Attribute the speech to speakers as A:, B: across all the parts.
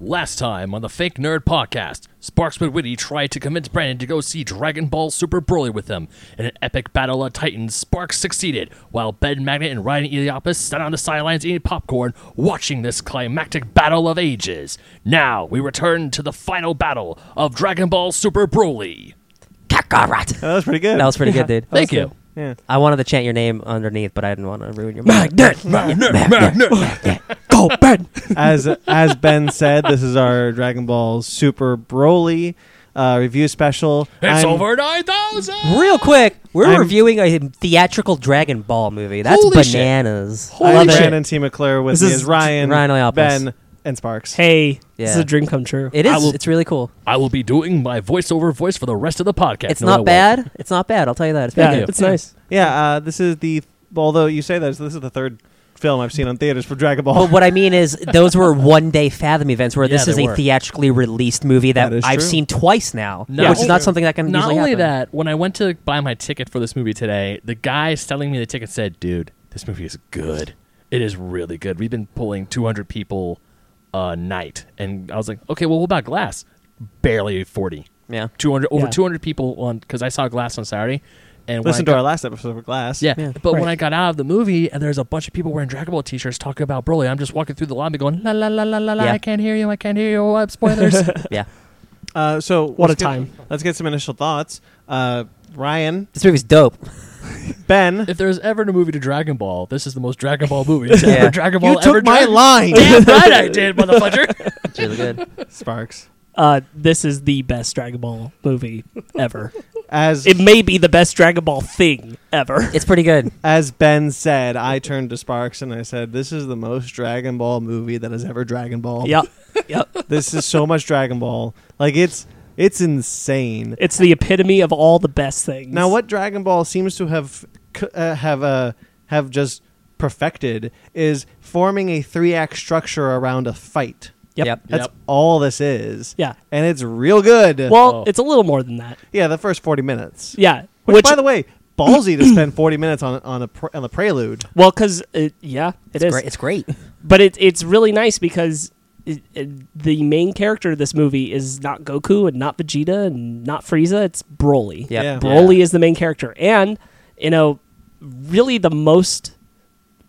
A: Last time on the Fake Nerd Podcast, Sparks McWitty tried to convince Brandon to go see Dragon Ball Super Broly with them. In an epic battle of titans, Sparks succeeded, while Ben Magnet and Ryan Eliopis sat on the sidelines eating popcorn, watching this climactic battle of ages. Now we return to the final battle of Dragon Ball Super Broly.
B: Kakarot.
C: that was pretty good.
B: That was pretty good, dude.
A: Thank you.
C: yeah.
B: I wanted to chant your name underneath, but I didn't want to ruin your mind.
D: Go, Ben.
C: as as Ben said, this is our Dragon Ball Super Broly uh, review special.
A: It's
C: I'm-
A: over 9,000!
B: Real quick, we're
C: I'm-
B: reviewing a theatrical Dragon Ball movie. That's
A: Holy shit.
B: bananas.
A: Holy
C: I'm
A: shit.
C: Brandon T. McClure with
D: This
C: me
D: is
C: is Ryan,
B: Ryan Oiapas.
C: Ben, and Sparks.
D: Hey, this is
B: Yeah.
D: a dream come true.
B: It
A: I
B: is.
A: will-
B: it's really cool.
A: I will be doing my voiceover voice for the rest of the podcast.
B: It's
A: No, I
B: not
A: won't.
B: bad. It's not bad. I'll tell you that. It's
D: yeah,
B: pretty good.
D: it's nice.
C: Yeah, uh, this is the although you say that this is the third film I've seen on theaters for Dragon Ball.
B: But what I mean is, those were one day Fathom events where
A: Yeah,
B: this is
A: they
B: a
A: were.
B: theatrically released movie that,
C: That is
B: I've
C: true.
B: seen twice now,
A: No.
B: which is
A: Yeah.
B: not something that can
A: Not
B: usually
A: only
B: happen.
A: that, when I went to buy my ticket for this movie today, the guy selling me the ticket said, "Dude, this movie is good. It is really good. We've been pulling 200 people a night." And I was like, "Okay, well, what about Glass? Barely 40.
B: Yeah.
A: 200 over
D: Yeah.
A: 200 people on because I saw Glass on Saturday." And when I
C: Listen to
A: got-
C: our last episode of Glass.
A: yeah,
B: Yeah,
A: but when
D: right.
A: I got out of the movie and there's a bunch of people wearing Dragon Ball t-shirts talking about Broly, I'm just walking through the lobby going la la la la la la.
B: Yeah.
A: I can't hear you. I can't hear you. Oh, spoilers.
B: Yeah.
C: Uh, so
D: What
C: let's
D: a
C: get-
D: time.
C: let's get some initial thoughts. Uh, Ryan,
B: This movie's dope.
C: Ben,
A: if there's ever a movie to Dragon Ball, this is the most Dragon Ball movie. It's ever
B: Yeah.
A: Dragon Ball
C: you
A: ever
C: took my
A: Dragon-
C: line.
A: Damn right I did, motherfucker.
B: It's really good.
C: Sparks.
D: Uh, this is the best Dragon Ball movie ever.
C: As
D: it may be the best Dragon Ball thing ever.
B: It's pretty good.
C: as Ben said, I turned to Sparks and I said, "This is the most Dragon Ball movie that has ever Dragon Ball."
D: yep, yep.
C: this is so much Dragon Ball. Like it's it's insane.
D: It's the epitome of all the best things.
C: Now, what Dragon Ball seems to have c- uh, have uh, have just perfected is forming a three act structure around a fight.
D: Yep.
C: That's
A: Yep.
C: all this is.
D: Yeah.
C: and it's real good.
D: Well,
A: Oh.
D: it's a little more than that.
C: yeah, the first forty minutes.
D: Yeah.
C: Which, by the way, ballsy to spend forty minutes on on a pr- on the prelude.
D: well, because yeah, it's
B: Great. It's great.
D: but it, it's really nice because it, it, the main character of this movie is not Goku and not Vegeta and not Frieza. It's Broly.
B: Yeah.
C: Yeah.
D: Broly is the main character, and you know, really the most,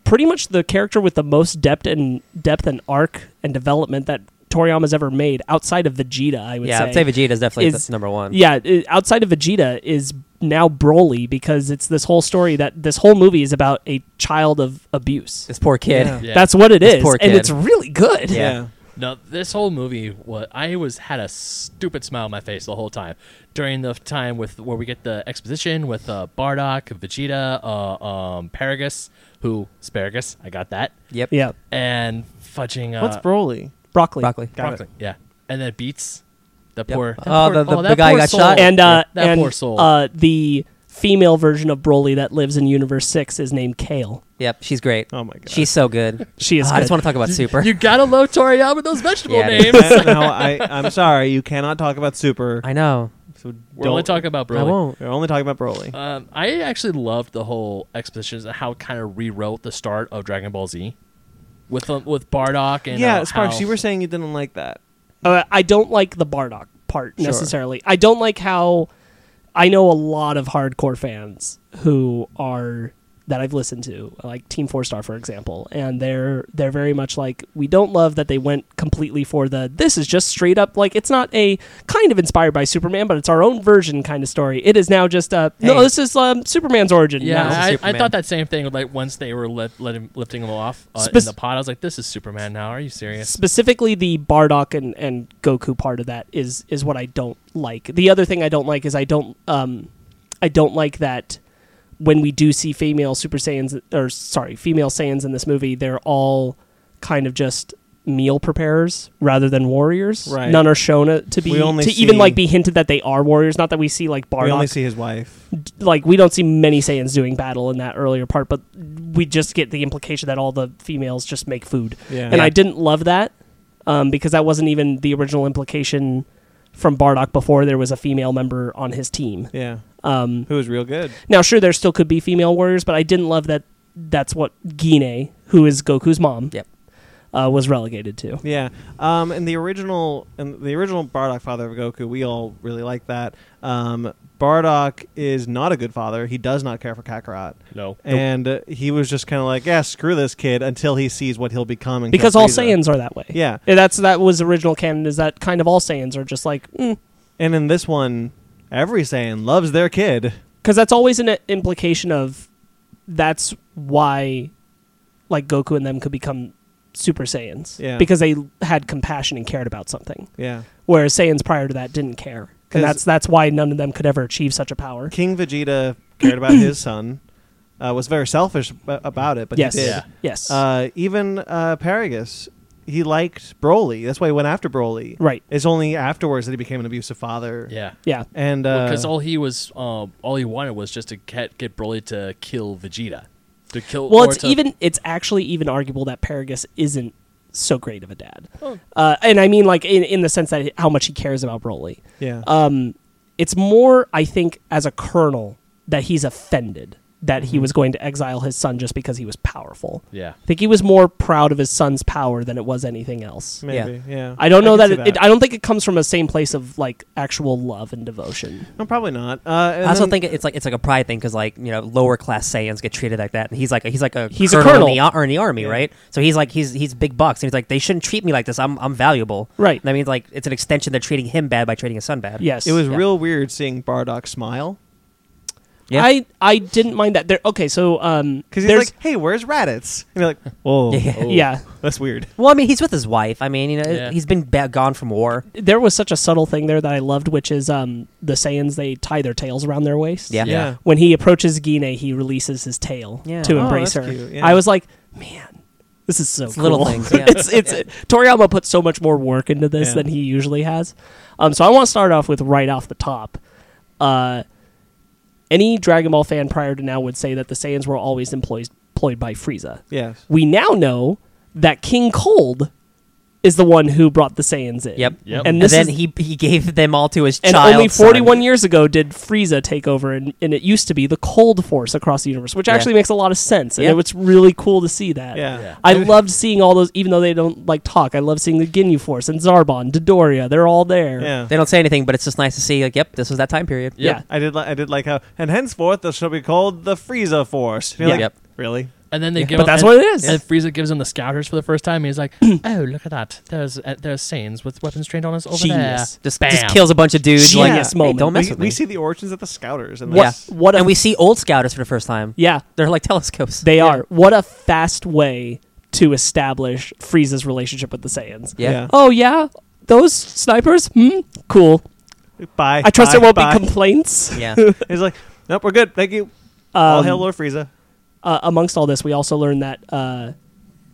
D: pretty much the character with the most depth and depth and arc and development that Toriyama's ever made outside of Vegeta. I would
B: Yeah,
D: say.
B: I'd say Vegeta's definitely
D: is-
B: the number one.
D: Yeah, i- outside of Vegeta is now Broly because it's this whole story that this whole movie is about a child of abuse.
B: This poor kid.
C: Yeah.
A: Yeah.
D: That's what it
B: This
D: is,
B: poor
D: and
B: kid.
D: it's really good.
B: Yeah.
A: No, this whole movie was I was had a stupid smile on my face the whole time during the time with where we get the exposition with uh, Bardock, Vegeta, uh, um, Paragus, who Asparagus, I got that,
B: Yep.
D: Yeah,
A: and fudging. Uh,
C: What's Broly?
D: broccoli.
B: Broccoli.
C: Got it.
A: broccoli, Yeah, and then Beats, the poor. that
B: Oh,
A: poor-
B: the- the-
A: that
B: the guy
A: poor
B: got
A: soul.
B: shot.
D: And uh,
A: that
D: and
A: poor soul.
D: uh, the female version of Broly that lives in Universe Six is named Kale.
B: Yep. She's great.
C: Oh my god.
B: She's so good.
D: She is
B: Ah, I just
D: good.
B: want to talk about Super.
A: you gotta love Toriyama with those vegetable
B: Yeah, dude.
A: names.
C: no, I, I'm sorry. You cannot talk about Super.
B: I know.
C: So
A: We're only talking about Broly.
B: I won't.
C: We're only talking about Broly.
A: Um, I actually loved the whole expositions and how it kind of rewrote the start of Dragon Ball Z with um, with Bardock and
C: yeah,
A: uh,
C: Sparks,
A: how-
C: you were saying you didn't like that.
D: Uh, I don't like the Bardock part
C: Sure.
D: necessarily. I don't like how I know a lot of hardcore fans who are that I've listened to, like Team Four Star, for example, and they're they're very much like we don't love that they went completely for the this is just straight up like it's not a kind of inspired by Superman, but it's our own version kind of story. It is now just a no,
B: Hey.
D: this is um, Superman's origin.
A: yeah,
D: now.
B: this is
A: I, I
B: Superman.
A: thought that same thing. Like once they were let, letting lifting him off uh, in
D: Spec-
A: the pod, I was like, "This is Superman now. Are you serious?"
D: specifically the Bardock and, and Goku part of that is is what I don't like. The other thing I don't like is I don't um I don't like that when we do see female Super Saiyans or sorry, female Saiyans in this movie, they're all kind of just meal preparers rather than warriors.
C: Right.
D: None are shown uh, to be
C: We only
D: to even
C: see-
D: like be hinted that they are warriors. Not that we see like
C: we only
D: Bardock
C: see his wife.
D: like we don't see many Saiyans doing battle in that earlier part, but we just get the implication that all the females just make food,
C: Yeah.
D: and
C: Yeah.
D: I didn't love that um, because that wasn't even the original implication from Bardock before there was a female member on his team.
C: Yeah.
D: Um,
C: Who was real good.
D: now, sure, there still could be female warriors, but I didn't love that. That's what Gine, who is Goku's mom,
B: Yep.
D: uh, was relegated to.
C: Yeah, um, and the original and the original Bardock, father of Goku, we all really like that. Um, Bardock is not a good father. He does not care for Kakarot,
A: No.
C: and uh, he was just kind of like, yeah, screw this kid until he sees what he'll become. And
D: Because
C: kills
D: all
C: Frieza.
D: Saiyans are that way.
C: Yeah.
D: And that's that was original canon. Is that kind of all Saiyans are just like mm, because
C: and in this one, every Saiyan loves their kid.
D: that's always an uh, implication of that's why like Goku and them could become Super Saiyans
C: Yeah.
D: because they had compassion and cared about something,
C: Yeah,
D: whereas Saiyans prior to that didn't care,
C: 'Cause-
D: and that's that's why none of them could ever achieve such a power.
C: King Vegeta cared about his son. Uh, was very selfish ab- about it, but
D: yes,
C: he did.
A: Yeah.
D: yes,
C: Uh, even uh, Paragus, he liked Broly. That's why he went after Broly.
D: right,
C: It's only afterwards that he became an abusive father.
A: Yeah.
D: yeah,
C: And uh,
A: Because all he was, um, all he wanted was just to get, get Broly to kill Vegeta, to kill.
D: Well,
A: or
D: it's
A: to-
D: even it's actually even arguable that Paragus isn't so great of a dad, uh, and I mean like in in the sense that how much he cares about Broly.
C: yeah,
D: Um, it's more I think as a colonel that he's offended that
C: Mm-hmm.
D: he was going to exile his son just because he was powerful.
A: Yeah.
D: I think he was more proud of his son's power than it was anything else.
C: maybe. Yeah,
D: I don't know
C: can
D: that,
C: see
D: it, it- I don't think it comes from a same place of like actual love and devotion.
C: no, probably not. Uh, and
B: I also
C: then-
B: think it's like it's like a pride thing because like you know lower class Saiyans get treated like that, and he's like a, he's like a
D: He's a
B: in the,
D: colonel.
B: ar- or in the army,
C: Yeah.
B: right? So he's like he's he's big bucks, and he's like they shouldn't treat me like this. I'm I'm valuable,
D: Right.
B: And that means like it's an extension. They're treating him bad by treating his son bad.
D: Yes,
C: it was
B: Yeah.
C: real weird seeing Bardock smile
B: Yeah.
D: I I didn't mind that. There. Okay, so um,
C: because he's
D: there's-
C: like, "Hey, where's Raditz?" And you're like, "Whoa,
B: Yeah.
A: Oh.
D: yeah.
C: that's weird."
B: Well, I mean, he's with his wife. I mean, you know,
A: Yeah.
B: he's been ba- gone from war.
D: there was such a subtle thing there that I loved, which is um, the Saiyans they tie their tails around their waist.
B: Yeah.
C: Yeah.
D: When he approaches Gine, he releases his tail
B: Yeah.
D: to
B: Oh,
D: embrace
C: that's
D: her.
C: cute, yeah.
D: I was like, man, this is so
B: It's
D: cool.
B: little things, yeah.
D: it's it's Toriyama put so much more work into this
C: Yeah.
D: than he usually has. Um, so I want to start off with right off the top. Uh, any Dragon Ball fan prior to now would say that the Saiyans were always employed employed by Frieza.
C: Yes.
D: We now know that King Cold is the one who brought the Saiyans in.
B: Yep.
A: Yep.
D: And
B: And,
D: this
B: then
D: is,
B: he he gave them all to his
D: and
B: child.
D: only 41 years ago did Frieza take over, and, and it used to be the Cold Force across the universe, which
B: Yeah.
D: actually makes a lot of sense, and
B: Yeah.
D: it was really cool to see that.
C: Yeah.
A: Yeah.
D: I loved seeing all those, even though they don't like talk. I love seeing the Ginyu Force and Zarbon, Dodoria. They're all there.
C: Yeah.
B: They don't say anything, but it's just nice to see. Like, yep, this was that time period.
D: Yeah.
C: I did. Li- I did like how. And henceforth, this shall be called the Frieza Force. And you're
B: Yeah.
C: like,
B: Yep.
C: really?
A: And then they give.
D: But
A: him-
D: that's
A: and-
D: what it is.
A: And Frieza gives him the scouters for the first time. And he's like, "Oh, look at that! There's uh, there's Saiyans with weapons trained on us over
D: Genius.
A: there."
B: Just
A: Bam.
B: just kills a bunch of dudes. Like,
D: Genius
B: hey,
D: moment.
B: don't mess
C: We,
B: with
C: we
B: me.
C: see the origins of the Scouters and
B: yeah.
C: this.
D: What a-
B: and we see old scouters for the first time.
D: Yeah,
B: They're like telescopes.
D: they are. What a fast way to establish Frieza's relationship with the Saiyans.
B: Yeah.
C: Yeah.
D: Oh, yeah? Those snipers? Hmm? Cool.
C: Bye.
D: I trust
C: bye,
D: there won't
C: bye.
D: be complaints.
B: Yeah.
C: He's like, nope, we're good. Thank you. All
D: Um,
C: hail Lord Frieza.
D: uh, amongst all this, we also learn that uh,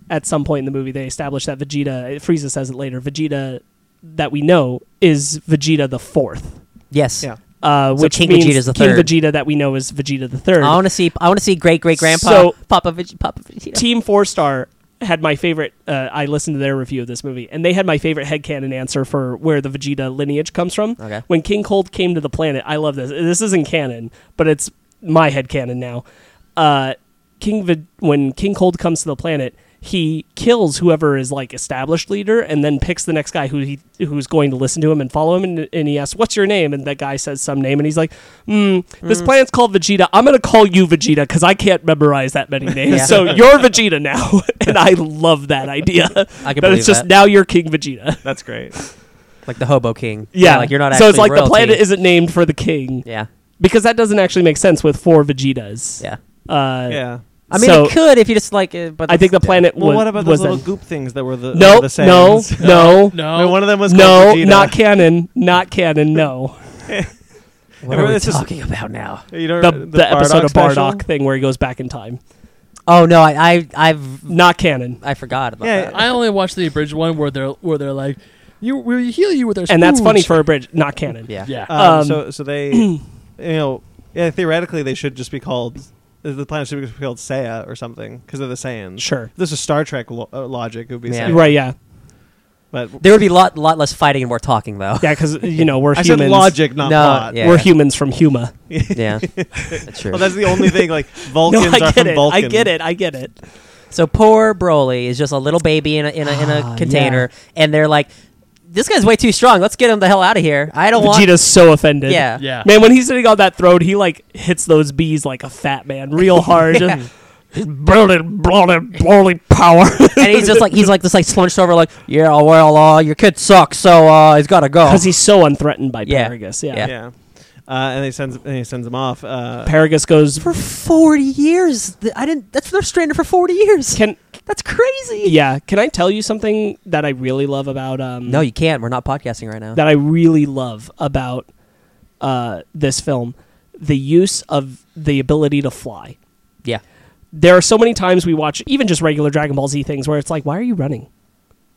D: at some point in the movie, they establish that Vegeta, Frieza says it later, Vegeta that we know is Vegeta the fourth.
B: yes.
C: Yeah.
D: Uh,
B: So
D: which
B: King
D: means
B: Vegeta's the
D: King
B: third.
D: Vegeta that we know is Vegeta the third.
B: I want to see. I want to see great great grandpa
D: So-
B: Papa Veg, Papa Vegeta.
D: Team Four Star had my favorite. Uh, I listened to their review of this movie, and they had my favorite headcanon answer for where the Vegeta lineage comes from.
B: Okay.
D: When King Cold came to the planet, I love this. This isn't canon, but it's my headcanon now. Uh, King Ve- when King Cold comes to the planet, he kills whoever is like established leader, and then picks the next guy who he who's going to listen to him and follow him. And, and he asks, "What's your name?" And that guy says some name, and he's like, mm,
B: Hmm.
D: "This planet's called Vegeta. I'm going to call you Vegeta because I can't memorize that many names.
B: Yeah.
D: So you're Vegeta now." and I love that idea.
B: I can
D: That
B: believe
D: it's just
B: that.
D: now you're King Vegeta.
C: That's great.
B: like the Hobo King.
D: Yeah,
B: Like you're not.
D: So it's
B: actually
D: like
B: royalty.
D: the planet isn't named for the king
B: Yeah.
D: because that doesn't actually make sense with four Vegetas.
B: Yeah.
D: Uh,
C: Yeah.
B: I mean,
D: So-
B: it could if you just like. It, but
D: I think the planet
C: Well,
D: was.
C: what about
D: was
C: those little
D: then-
C: goop things that were the
D: No,
C: were the
D: no,
C: Saiyans?
D: no, no,
A: No.
C: Wait, one of them was
D: no,
C: called Vegeta.
D: not canon, not canon. No,
B: What are we
C: This is-
B: talking about now?
C: You know,
D: the, the, episode of
C: special?
D: Bardock thing where he goes back in time,
B: Oh no, I, I I've
D: not canon,
B: I forgot about
C: Yeah,
B: that.
A: I only watched the abridged one where they're where they're like, "You we heal you with our."
D: and that's funny
A: spooge."
D: for a bridge, not canon.
B: yeah.
A: Yeah.
C: Um,
D: Um,
C: so so they, you know, yeah, theoretically they should just be called the planet should be called Saya or something because they're the Saiyans.
D: Sure.
C: If this is Star Trek lo- uh, logic. It would be
B: Yeah.
C: Saya.
D: right, yeah,
C: But
B: There would be a lot lot less fighting and more talking though.
D: yeah, because you know we're
C: I said
D: humans.
C: logic, not
B: No,
C: plot.
B: yeah.
D: We're humans from Huma.
B: Yeah. That's true.
C: Well, that's the only thing. Like Vulcans
D: no, I
C: are
D: get
C: from
D: it.
C: Vulcan.
D: I get it. I get it.
B: So poor Broly is just a little baby in a in a, in
D: Ah,
B: a container, and they're like, "This guy's way too strong. Let's get him the hell out of here. I don't want."
D: Vegeta's so offended.
B: Yeah.
A: Yeah.
D: Man, when he's sitting on that throne, he like hits those bees like a fat man, real hard. yeah. Burning, burning, burning power.
B: and he's just like he's like this like slunched over like yeah well uh your kid sucks so uh he's gotta go
D: Because he's so unthreatened by
B: Yeah.
D: Paragus. Yeah.
B: Yeah.
C: yeah. Uh, and he sends and he sends him off. Uh,
D: Paragus goes.
B: for 40 years Th- i didn't that's they're stranded for 40 years
D: Can
B: that's crazy
D: yeah? Can I tell you something that I really love about um?
B: no you can't we're not podcasting right now
D: that I really love about uh, this film the use of the ability to fly.
B: yeah
D: There are so many times we watch even just regular Dragon Ball Z things where it's like, why are you running?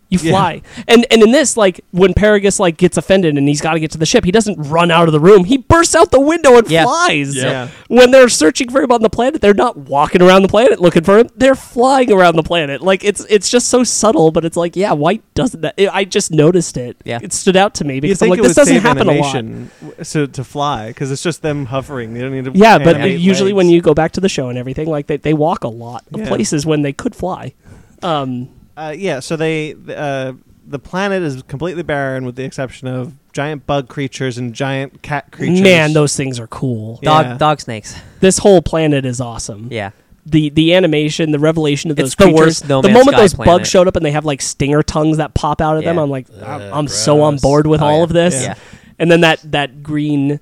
D: You
C: Yeah.
D: fly, and and in this, like when Paragus like gets offended and he's got to get to the ship, he doesn't run out of the room. He bursts out the window and
B: Yeah.
D: flies.
A: Yeah.
C: Yeah.
D: When they're searching for him on the planet, they're not walking around the planet looking for him. They're flying around the planet. Like it's it's just so subtle, but it's like, yeah, why doesn't that? I just noticed it.
B: Yeah.
D: it stood out to me
C: you
D: because I'm
C: think
D: like,
C: it
D: this
C: would
D: doesn't
C: save
D: happen a lot.
C: animation w- so to fly because it's just them hovering. They don't need to.
D: Yeah, but
C: animate
D: usually
C: legs.
D: when you go back to the show and everything, like they, they walk a lot of
C: Yeah.
D: places when they could fly. Um,
C: Uh, yeah, so they th- uh, the planet is completely barren with the exception of giant bug creatures and giant cat creatures.
D: man, those things are cool.
C: Yeah.
B: dog dog snakes
D: This whole planet is awesome.
B: yeah
D: The the animation, the revelation of those
B: It's the
D: creatures.
B: worst No
D: the
B: Man's
D: moment
B: Sky
D: those
B: planet.
D: bugs showed up and they have like stinger tongues that pop out of them,
B: Yeah.
D: I'm like,
A: Ugh,
D: I'm, I'm so on
A: gross.
D: board with
B: Oh,
D: all
B: yeah.
D: of this.
B: Yeah.
D: And then that that green,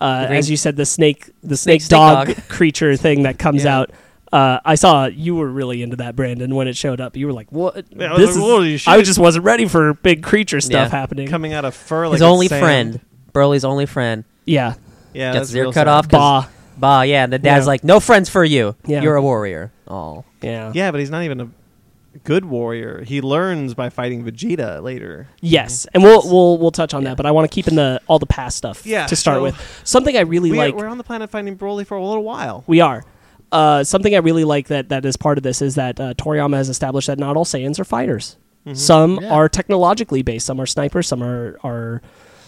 D: uh,
B: The green-
D: as you said, the snake the
B: Snake-
D: snake,
B: snake
D: dog,
B: dog.
D: creature thing that comes
C: Yeah.
D: out. Uh, I saw you were really into that, Brandon, when it showed up. You were like, "What?
C: Yeah, I was like, "Holy
D: I
C: shit."
D: just wasn't ready for big creature stuff
B: Yeah.
D: happening.
C: coming out of fur. Like
B: his
C: it's
B: only
C: sand.
B: friend broly's only friend
D: yeah,
C: Yeah,
B: gets
C: that's
B: his ear
C: real
B: cut
C: sad.
B: off 'cause-
D: bah.
B: bah yeah and the dad's
D: Yeah.
B: like no friends for you
D: Yeah.
B: you're a warrior oh
D: Yeah.
C: Yeah, but he's not even a good warrior. He learns by fighting Vegeta later.
D: Yes, and we'll we'll we'll touch on that, but I want to keep in the all the past stuff
C: Yeah,
D: to start
C: so-
D: with. Something I really
C: We
D: like.
C: are, we're on the planet fighting Broly for a little while.
D: We are. Uh, something I really like that that is part of this is that uh, Toriyama has established that not all Saiyans are fighters.
C: Mm-hmm.
D: Some
A: Yeah.
D: are technologically based. Some are snipers. Some are are.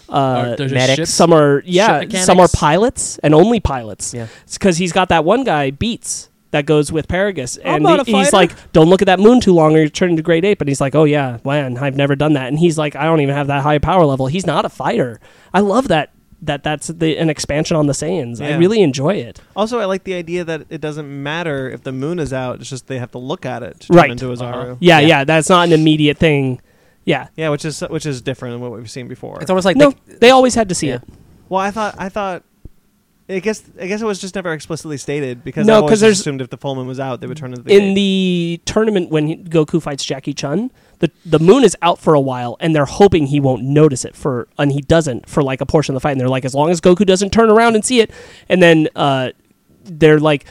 D: Uh,
A: Or there's just
B: medics.
A: ships.
D: some are yeah.
A: mechanics.
D: Some are pilots and only pilots.
B: Yeah.
D: because he's got that one guy beats that goes with Paragus,
B: I'm
D: and
B: not
D: he-
B: a
D: he's
B: fighter.
D: like, "Don't look at that moon too long, or you turn into grade ape." And he's like, "Oh yeah, man, I've never done that." And he's like, "I don't even have that high power level." He's not a fighter. I love that that that's the, an expansion on the Saiyans. I
C: Yeah.
D: really enjoy it.
C: Also, I like the idea that it doesn't matter if the moon is out. It's just they have to look at it to
D: Right. Uh-huh.
C: turn into a Zaru.
D: Yeah, yeah,
B: Yeah.
D: that's not an immediate thing. Yeah,
C: Yeah, which is which is different than what we've seen before.
B: it's almost like
D: no,
B: the,
D: they always had to see
B: Yeah.
D: it.
C: Well, I thought I thought. I guess I guess it was just never explicitly stated because
D: No,
C: I
D: 'cause
C: always
D: there's-
C: just assumed if the full moon was out, they would turn into the
D: in the tournament when he- Goku fights Jackie Chun, the the moon is out for a while, and they're hoping he won't notice it for, and he doesn't for like a portion of the fight. And they're like, as long as Goku doesn't turn around and see it, and then uh, they're like.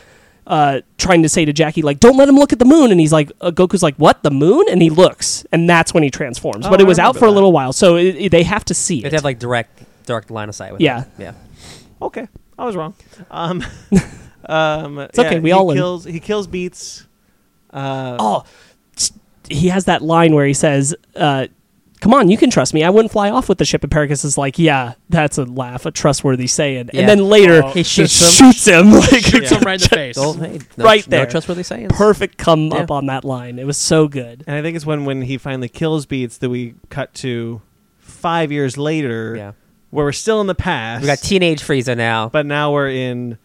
D: Uh, trying to say to Jackie, like, don't let him look at the moon. And he's like, uh, Goku's like, what, the moon? And he looks. And that's when he transforms.
C: Oh,
D: but it
C: I
D: was out
C: remember
D: for a
C: that.
D: little while. So it, it- they have to see
B: they'd
D: it.
B: have like direct direct line of sight with
D: Yeah.
B: it. yeah
C: okay. I was wrong. Um, um, it's
D: okay, we
C: he
D: all win.
C: kills he kills Beats. Uh,
D: oh, s- he has that line where he says, uh, "Come on, you can trust me. I wouldn't fly off with the ship." And Pericus is like, "Yeah, that's a laugh, a trustworthy saying."
B: Yeah.
D: And then later,
A: Oh,
B: he shoots him
D: shoots him like
A: Shoots him right in the face.
B: So, hey, no,
D: Right there.
B: no trustworthy saying
D: perfect come
B: Yeah.
D: up on that line. It was so good.
C: And I think it's when when he finally kills Beats that we cut to five years later,
B: yeah
C: where we're still in the past.
B: we got teenage frieza now
C: but now we're in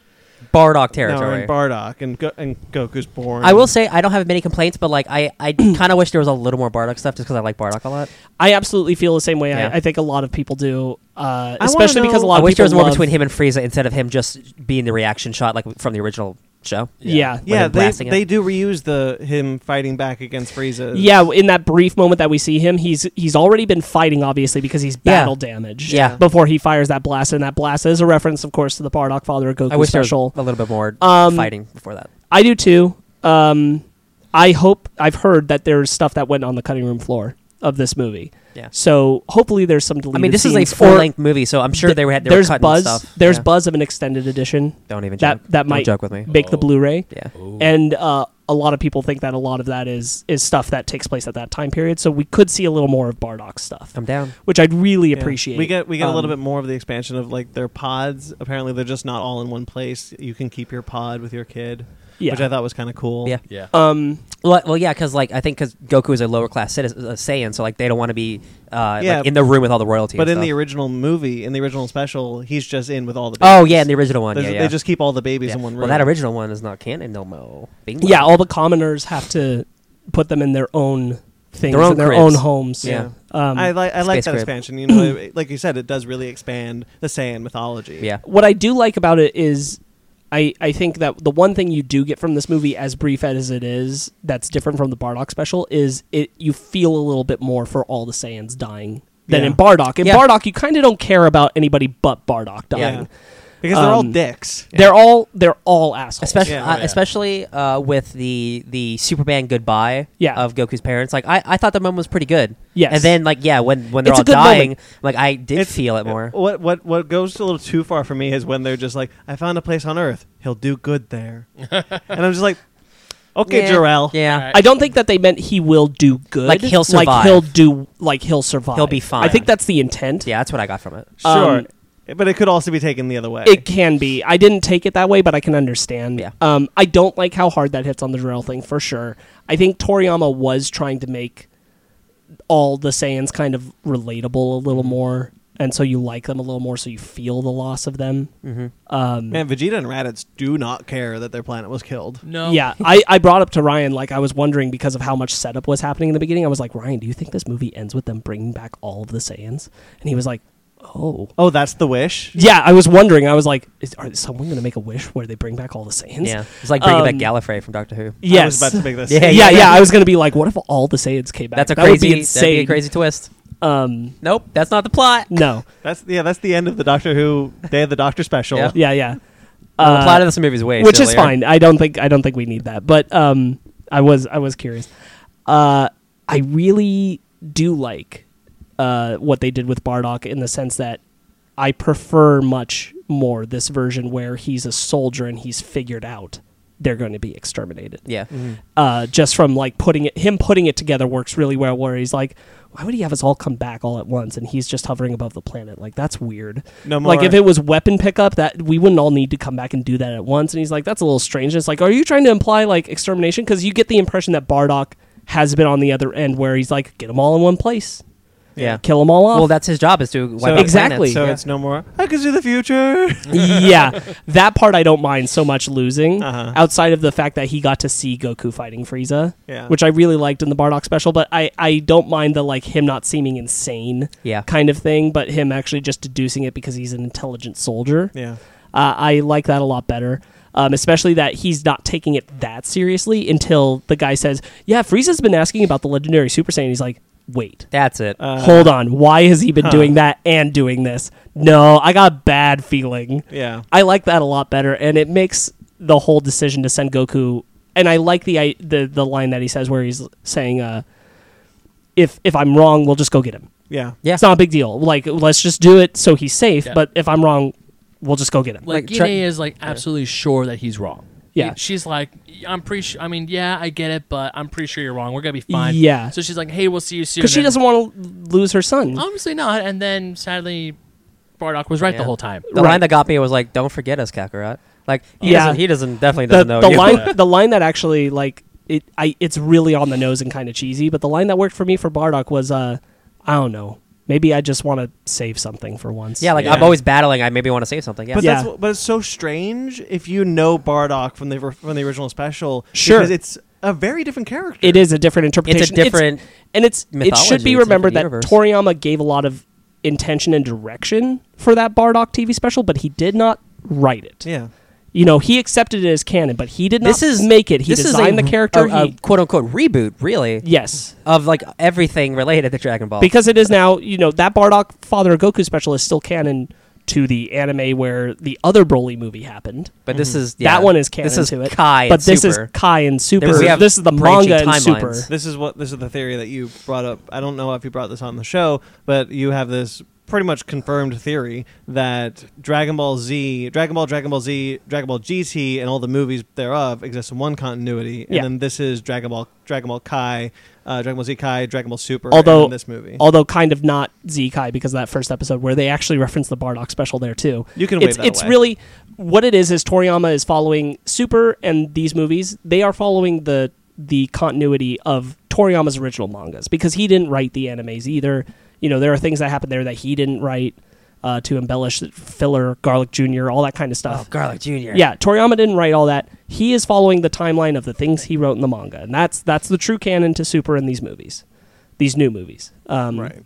B: bardock
C: now we're
B: territory
C: in Bardock and Go- and Goku's born.
B: I will say I don't have many complaints, but like I, I kind of wish there was a little more Bardock stuff just because I like Bardock a lot.
D: I absolutely feel the same way.
B: Yeah.
D: I, I think a lot of people do, uh,
C: I wanna
D: especially because a
C: know-
D: lot
B: I
D: of
B: wish
D: people
B: there was more
D: love-
B: between him and Frieza instead of him just being the reaction shot like from the original show.
D: Yeah.
C: yeah,
B: him
C: they,
B: blasting him.
C: they do reuse the him fighting back against Frieza.
D: Yeah, in that brief moment that we see him, he's he's already been fighting, obviously, because he's
B: Yeah.
D: battle damaged.
B: Yeah.
D: Before he fires that blast, and that blast is a reference, of course, to the Bardock Father of Goku
B: I wish
D: special.
B: there was a little bit more
D: Um,
B: fighting before that.
D: I do too. Um, I hope I've heard that there's stuff that went on the cutting room floor of this movie.
B: Yeah.
D: So hopefully there's some deleted.
B: I mean, this is a
D: scenes, or
B: full-length movie, so I'm sure
D: th-
B: they were had they were
D: there's
B: cutting
D: buzz.
B: stuff.
D: There's
B: Yeah.
D: buzz of an extended edition
B: Don't even
D: that
B: joke.
D: that
B: Don't
D: might
B: joke with me.
D: make the
A: Oh.
D: Blu-ray,
B: Yeah.
D: and uh, a lot of people think that a lot of that is is stuff that takes place at that time period. So we could see a little more of Bardock stuff,
B: I'm down.
D: which I'd really
C: Yeah.
D: appreciate.
C: We get we get a little
D: Um,
C: bit more of the expansion of like their pods. Apparently, they're just not all in one place. You can keep your pod with your kid.
D: Yeah.
C: which I thought was kind of cool.
B: Yeah.
A: Yeah.
D: Um,
B: Well, well yeah, because like I think because Goku is a lower class citizen, uh, Saiyan, so like they don't want to be uh,
C: Yeah.
B: like, in the room with all the royalty.
C: But
B: and
C: in the
B: stuff.
C: original movie, in the original special, he's just in with all the babies.
B: oh yeah, in the original one,
C: There's-
B: yeah, yeah.
C: They just keep all the babies
B: Yeah.
C: in one room.
B: Well, that original one is not canon no more. Bingo.
D: yeah, all the commoners have to put them in their own things,
B: Their own
D: in their
B: cribs.
D: own homes.
B: Yeah.
D: Um,
C: I like I like
B: Space
C: that
B: Crib.
C: expansion. You know, it- like you said, it does really expand the Saiyan mythology.
B: yeah.
D: what I do like about it is I, I think that the one thing you do get from this movie, as brief as it is, that's different from the Bardock special, is it you feel a little bit more for all the Saiyans dying than
C: Yeah.
D: in Bardock. In
B: Yeah.
D: Bardock, you kind of don't care about anybody but Bardock dying.
C: Yeah. because they're all
D: Um,
C: dicks.
D: They're all they're all assholes.
B: Especially,
C: Yeah.
B: uh,
A: Oh, yeah.
B: especially uh, with the the Superman goodbye
D: Yeah.
B: of Goku's parents. Like I, I thought the moment was pretty good.
D: Yes.
B: And then like yeah, when when they're
D: It's a
B: all
D: good
B: dying,
D: moment.
B: like I did
C: It's-
B: feel it more.
C: What what what goes a little too far for me is when they're just like, I found a place on Earth. He'll do good there, and I'm just like, okay,
B: yeah.
C: Jor-El.
B: Yeah.
D: I don't think that they meant he will do good.
B: Like, he'll
D: Like
B: survive.
D: he'll do. Like he'll survive.
B: He'll be fine.
D: I think that's the intent.
B: Yeah, that's what I got from it.
C: Sure,
D: Um,
C: but it could also be taken the other way.
D: It can be. I didn't take it that way, but I can understand.
B: Yeah.
D: Um, I don't like how hard that hits on the Jarell thing for sure. I think Toriyama was trying to make all the Saiyans kind of relatable a little
B: Mm-hmm.
D: more, and so you like them a little more, so you feel the loss of them.
B: Mm-hmm.
D: Um,
C: Man, Vegeta and Raditz do not care that their planet was killed.
A: no.
D: Yeah, I, I brought up to Ryan, like, I was wondering because of how much setup was happening in the beginning. I was like, Ryan, do you think this movie ends with them bringing back all of the Saiyans? And he was like, Oh.
C: Oh, that's the wish.
D: Yeah, I was wondering. I was like, is, are someone going to make a wish where they bring back all the Saiyans?
B: Yeah, it's like bringing back
D: Um,
B: Gallifrey from Doctor Who.
C: I was
D: Yes.
C: about to make this.
B: Yeah,
D: yeah, yeah, I was going to be like, what if all the Saiyans came back?
B: That's a
D: That
B: crazy,
D: would be
B: that'd be a
D: insane.
B: crazy twist.
D: Um,
B: Nope, that's not the plot.
D: no.
C: That's yeah, that's the end of the Doctor Who Day of the Doctor special.
B: Yeah.
D: Yeah, yeah.
B: Well, the
D: Uh,
B: plot of this movie is way
D: which is
B: sillier.
D: fine. I don't think I don't think we need that. But um, I was I was curious. Uh, I really do like uh, what they did with Bardock in the sense that I prefer much more this version where he's a soldier and he's figured out they're going to be exterminated.
B: Yeah,
D: Uh, just from like putting it, him putting it together works really well. Where he's like, why would he have us all come back all at once? And he's just hovering above the planet. Like that's weird.
C: No more.
D: Like if it was weapon pickup, that we wouldn't all need to come back and do that at once. And he's like, "That's a little strange." And it's like, are you trying to imply like extermination? Because you get the impression that Bardock has been on the other end, where he's like, "Get them all in one place,
B: yeah.
D: kill them all off."
B: Well, that's his job is to wipe out
D: Exactly.
C: So
B: planets.
C: it's no more. I can see the future.
D: yeah, that part I don't mind so much losing.
C: Uh-huh.
D: Outside of the fact that he got to see Goku fighting Frieza,
C: Yeah.
D: which I really liked in the Bardock special, but I I don't mind the like him not seeming insane
B: Yeah.
D: kind of thing, but him actually just deducing it because he's an intelligent soldier.
C: yeah.
D: Uh, I like that a lot better. Um, especially that he's not taking it that seriously until the guy says, "Yeah, Frieza's been asking about the legendary Super Saiyan." He's like, "Wait,
B: That's it.
C: Uh,
D: hold on. Why has he been
C: huh.
D: doing that and doing this? No, I got a bad feeling."
C: Yeah.
D: I like that a lot better, and it makes the whole decision to send Goku. And I like the I, the the line that he says where he's saying, uh, "If if I'm wrong, we'll just go get him.
C: Yeah.
B: Yeah.
D: It's not a big deal. Like let's just do it so he's safe.
A: Yeah.
D: But if I'm wrong, we'll just go get him."
A: Like,
B: Like, try-
A: Ine is like absolutely sure that he's wrong.
D: Yeah.
A: She's like, I'm pretty sure. I mean, yeah, I get it, but I'm pretty sure you're wrong. We're gonna be fine.
D: Yeah.
A: So she's like, hey, we'll see you soon.
D: because she
A: And
D: doesn't want to lose her son.
B: Oh.
A: Obviously not. And then sadly, Bardock was right the
B: Yeah.
A: whole time.
B: the
D: right.
B: line that got me was like, "Don't forget us, Kakarot." Like, he
D: Yeah.
B: doesn't, he doesn't definitely
D: the
B: doesn't know
D: the
B: you.
D: line the line that actually like it I it's really on the nose and kind of cheesy, but the line that worked for me for Bardock was uh I don't know maybe I just want to save something for once.
B: yeah, like
A: Yeah.
B: I'm always battling. I maybe want to say something. Yeah,
C: But
D: Yeah.
C: that's what, but it's so strange if you know Bardock from the from the original special.
D: Sure.
C: because it's a very different character.
D: it is a different interpretation.
B: it's a different.
D: and it's it should
B: mythology,
D: be
B: it's a
D: remembered that
B: different
D: Toriyama gave a lot of intention and direction for that Bardock TV special, but he did not write it.
C: Yeah,
D: You know, he accepted it as canon, but he did not
B: this is
D: make it. He
B: this is
D: designed
B: a,
D: the character.
B: a, a
D: he,
B: quote unquote reboot, really,
D: yes,
B: of like everything related to Dragon Ball.
D: because it is now you know that Bardock Father of Goku special is still canon to the anime where the other Broly movie happened.
B: but this is yeah,
D: Mhm. that one is canon
B: This is
D: to it.
B: Kai,
D: but
B: and
D: this
B: Super.
D: is Kai and Super.
B: There's- we have
D: this is the
B: branching
D: manga and Super.
B: timelines.
C: this is what this is the theory that you brought up. I don't know if you brought this on the show, but you have this pretty much confirmed theory that Dragon Ball Z, Dragon Ball, Dragon Ball Z, Dragon Ball GT, and all the movies thereof exist in one continuity, and
D: Yeah.
C: then this is Dragon Ball, Dragon Ball Kai, uh, Dragon Ball Z Kai, Dragon Ball Super, and
D: Although-
C: then this movie.
D: Although kind of not Z Kai because of that first episode where they actually reference the Bardock special there too.
C: You can wave
D: it's
C: that
D: it's
C: away.
D: really what it is is Toriyama is following Super and these movies. They are following the the continuity of Toriyama's original mangas because he didn't write the animes either. You know, there are things that happen there that he didn't write uh, to embellish filler, Garlic Jr., all that kind of
B: Oh,
D: stuff.
B: Garlic Jr.
D: Yeah, Toriyama didn't write all that. He is following the timeline of the things he wrote in the manga, and that's that's the true canon to Super in these movies, these new movies. Um,
C: Right.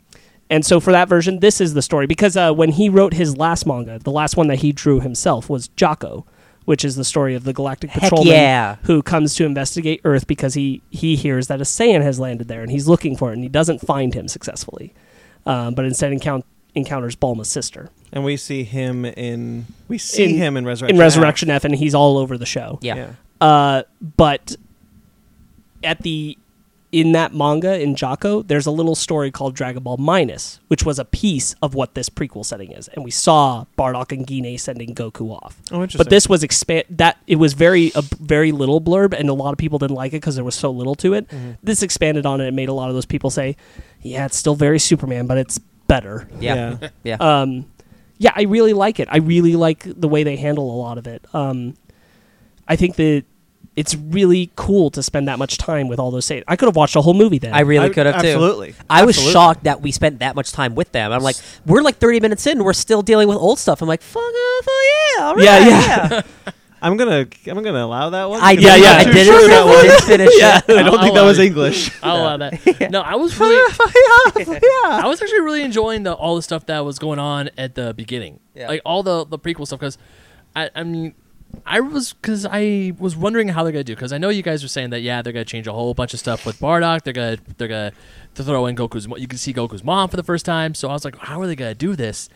D: And so for that version, this is the story because uh, when he wrote his last manga, the last one that he drew himself was Jocko, which is the story of the Galactic
B: Heck
D: Patrolman
B: yeah.
D: who comes to investigate Earth because he he hears that a Saiyan has landed there and he's looking for it and he doesn't find him successfully, um, but instead encount- encounters Bulma's sister
C: and we see him in we see
D: In-
C: him in Resurrection.
D: in Resurrection F, and he's all over the show.
B: Yeah.
C: Yeah.
D: Uh, but at the in that manga in Jocko, there's a little story called Dragon Ball Minus, which was a piece of what this prequel setting is, and we saw Bardock and Guinea sending Goku off.
C: Oh, interesting.
D: But this was expand that it was very a very little blurb, and a lot of people didn't like it because there was so little to it. This expanded on it and made a lot of those people say, "Yeah, it's still very Superman, but it's better."
B: Yeah.
C: Yeah.
B: Yeah.
D: um, yeah, I really like it. I really like the way they handle a lot of it. Um, I think that it's really cool to spend that much time with all those. Say, I could have watched a whole movie then.
B: I really
C: I-
B: could have too.
C: absolutely.
B: I was
C: Absolutely.
B: shocked that we spent that much time with them. I'm like, we're like 30 minutes in, we're still dealing with old stuff. I'm like, fuck off, oh yeah, all right, yeah.
D: Yeah,
C: I'm gonna I'm gonna allow that one.
B: I,
C: because
D: Yeah,
C: I'm
D: yeah.
C: not
B: I
C: too
B: didn't,
C: sure that
B: I
C: one.
B: didn't finish
D: Yeah.
B: it.
C: I don't think that was English.
A: I'll allow that. No, I was really, I was actually really enjoying the all the stuff that was going on at the beginning,
B: Yeah.
A: like all the the prequel stuff. Because I, I mean, I was because I was wondering how they're gonna do. Because I know you guys were saying that yeah, they're gonna change a whole bunch of stuff with Bardock. They're gonna they're gonna to throw in Goku's. mo- You can see Goku's mom for the first time. So I was like, how are they gonna do this?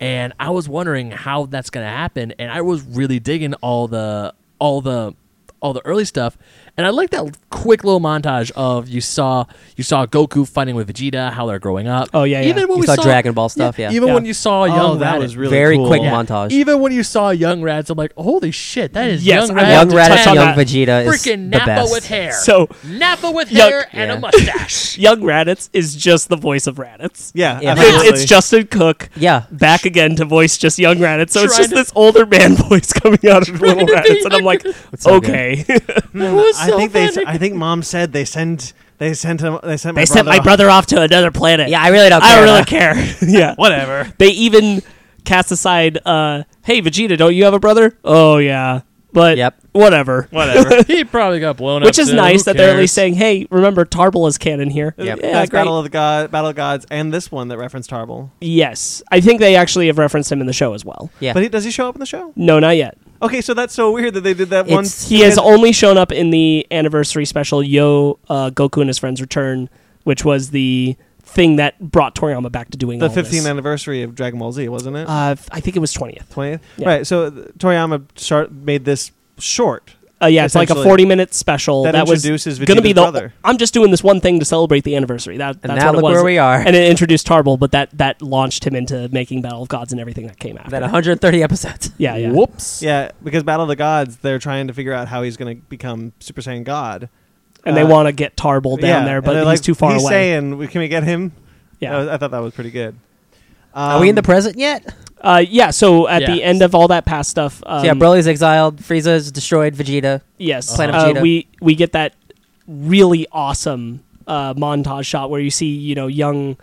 A: And I was wondering how that's gonna happen. And I was really digging all the all the all the early stuff. And I like that quick little montage of you saw you saw Goku fighting with Vegeta, how they're growing up.
D: Oh, yeah, yeah.
A: Even when
B: You
A: we
B: saw Dragon Ball stuff, yeah.
A: Even
D: Yeah.
A: when you saw
C: oh,
A: Young
C: that
A: Raditz.
C: was really
B: Very
C: cool.
B: quick montage.
A: Even when you saw Young Raditz, I'm like, holy shit, that is
D: Yes,
A: Young
D: I
A: Raditz.
B: Young
D: wanted to
B: Raditz,
D: touch on
B: Young
D: that.
B: Vegeta is
A: freaking
B: the
A: Nappa
B: best.
A: with hair.
D: So-
A: Nappa with
D: Young-
A: hair and
B: Yeah.
A: a mustache.
D: Young Raditz is just the voice of Raditz.
C: Yeah,
B: Yeah.
D: It's,
C: absolutely.
D: it's Justin Cook
B: Yeah.
D: back again to voice just Young Raditz. So it's
A: Trying
D: just
A: to-
D: this older man voice coming out of Little
A: to be
D: Raditz, and I'm like,
B: so good.
D: okay.
A: It was
C: Hmm, I
A: so
C: think they.
A: funny.
C: I think mom said they sent. They sent him. They sent.
D: they
C: my
D: sent
C: brother
D: my brother off to another planet.
B: Yeah, I really don't care.
D: I don't really
B: though.
D: care. yeah.
C: Whatever.
D: They even cast aside, uh, hey, Vegeta, don't you have a brother? Oh, yeah. But
B: Yep.
D: whatever.
C: Whatever.
A: he probably got blown up.
D: Which is
A: too.
D: nice
A: Who
D: that they're at
A: cares?
D: least saying, hey, remember, Tarbal is canon here.
B: Yep.
D: Yeah,
C: That's
D: great.
C: Battle of the God, Battle of Gods, and this one that referenced Tarble.
D: Yes. I think they actually have referenced him in the show as well.
B: Yeah.
C: But he, does he show up in the show?
D: No, not yet.
C: Okay, so that's so weird that they did that
B: It's-
C: one.
D: He has only shown up in the anniversary special, Yo, uh, Goku and His Friends Return, which was the thing that brought Toriyama back to doing
C: the
D: all this.
C: 15th anniversary of Dragon Ball Z, wasn't it?
D: Uh, I think it was 20th.
C: 20th.
D: yeah.
C: Right. So th- Toriyama start, made this short.
D: Uh, yeah, it's like a
C: Essentially.
D: 40 minute special
C: That
D: that, was
C: introduces
D: going to be
C: Vegeta's
D: the.
C: brother.
D: I'm just doing this one thing to celebrate the anniversary. That,
B: And
D: that's
B: now look
D: what it was.
B: where we are.
D: And it introduced Tarbal, but that that launched him into making Battle of Gods and everything that came after.
B: Then 130 episodes.
D: yeah, yeah.
A: Whoops.
C: Yeah, because Battle of the Gods, they're trying to figure out how he's going to become Super Saiyan God.
D: And they
C: Uh,
D: want to get Tarbal down
C: yeah,
D: there,
C: and
D: but
C: they're
D: he's
C: like,
D: too far
C: he's
D: away.
C: saying, uh, "We- "Can we get him?" That was-
D: yeah,
C: I thought that was pretty good.
B: Are we in the
C: Um,
B: present yet?
D: uh, yeah. So at the
A: Yeah.
D: end of all that past stuff, um,
B: So yeah, Broly's exiled, Frieza is destroyed, Vegeta.
D: Yes,
B: Planet
D: uh,
B: Vegeta.
D: we we get that really awesome uh, montage shot where you see you know young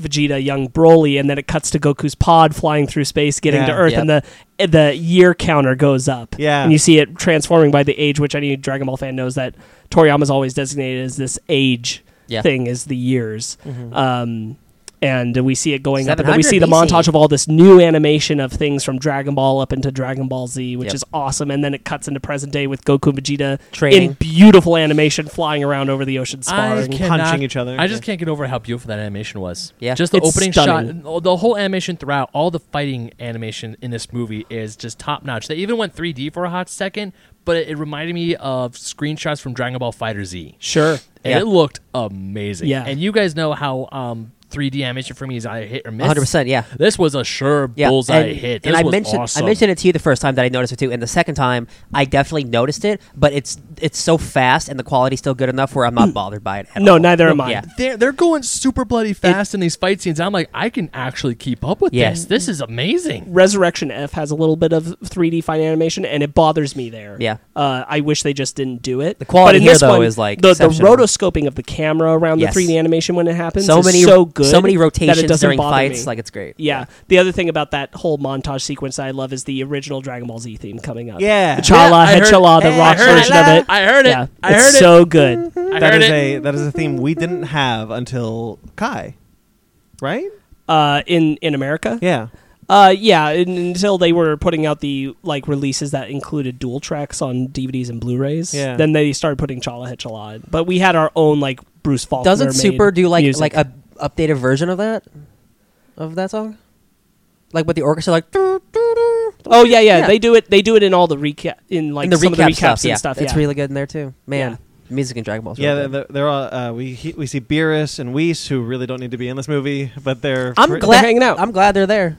D: Vegeta, young Broly, and then it cuts to Goku's pod flying through space, getting to
C: Yeah.
D: Earth, and the and the year counter goes up.
C: Yeah.
D: and you see it transforming by the age, which any Dragon Ball fan knows that Toriyama's always designated as this age
B: Yeah.
D: thing is the years.
B: Uh,
D: Um, and we see it going up, and then we
B: 700
D: see the
B: BC.
D: montage of all this new animation of things from Dragon Ball up into Dragon Ball Z, which
B: Yep.
D: is awesome. And then it cuts into present day with Goku and Vegeta
B: Training.
D: in beautiful animation flying around over the ocean
A: I
D: sparring.
A: cannot,
C: punching each other.
A: I just can't get over how beautiful that animation was.
B: Yeah.
A: just the
D: It's
A: opening
D: stunning.
A: shot, the whole animation throughout, all the fighting animation in this movie is just top notch. They even went 3D for a hot second, but it, it reminded me of screenshots from Dragon Ball Fighter Z.
D: Sure.
A: And
B: Yeah.
A: it looked amazing.
D: Yeah.
A: And you guys know how um, three D animation for me is either hit or miss.
B: 100. percent Yeah.
A: This was a sure
B: Yeah,
A: bullseye
B: and,
A: hit.
B: and
A: This
B: I
A: was
B: mentioned
A: awesome.
B: I mentioned it to you the first time that I noticed it too, and the second time I definitely noticed it. But it's it's so fast, and the quality's still good enough where I'm not bothered by it. At
D: Mm. No,
B: all.
D: neither am I.
B: Yeah.
A: they're, they're going super bloody fast in these fight scenes. I'm like, I can actually keep up with
B: Yeah.
A: this. This is amazing.
D: Resurrection F has a little bit of 3D fine animation, and it bothers me there.
B: Yeah.
D: uh, I wish they just didn't do it. The
B: quality
D: but in
B: here,
D: this
B: though,
D: one,
B: is, like,
D: the, the
B: exceptional.
D: rotoscoping of the camera around
B: Yes.
D: the 3D animation when it happens.
B: So
D: is
B: many
D: so good,
B: so many
D: that it
B: rotations
D: doesn't
B: during
D: bother
B: fights.
D: me.
B: Like it's great.
D: yeah. The other thing about that whole montage sequence that I love is the original Dragon Ball Z theme coming up.
C: Yeah.
D: the Chala,
A: Yeah, I heard-
D: Hechala, the
B: Hey,
A: I
D: rock
A: heard
D: version
A: it.
D: of it.
A: I heard it.
D: Yeah,
A: I
D: it's
A: heard it. Mm-hmm.
D: so good.
A: I
C: That
A: heard
C: is
A: it.
C: a that is a theme we didn't have until Kai, right?
D: Uh, in in America,
C: Yeah,
D: Uh, yeah, and, until they were putting out the like releases that included dual tracks on DVDs and Blu-rays.
C: Yeah.
D: Then they started putting Chala Hichala. in. But we had our own like Bruce Faulkner.
B: Doesn't
D: made
B: Super do like
D: music.
B: like a updated version of that of that song? Like with the orchestra, like doo, doo, doo.
D: Oh yeah, yeah,
B: Yeah.
D: They do it. They do it in all the recap in like
B: and the
D: some
B: recap,
D: of the recaps
B: stuff,
D: and
B: yeah.
D: stuff.
B: It's
D: yeah.
B: really good in there too. Man, the music in Dragon Ball. is
C: yeah.
B: really
C: They're,
B: good.
C: they're all uh, we he- we see Beerus and Whis who really don't need to be in this movie, but they're
B: I'm
C: pre-
B: glad.
D: hanging out.
B: I'm glad they're there.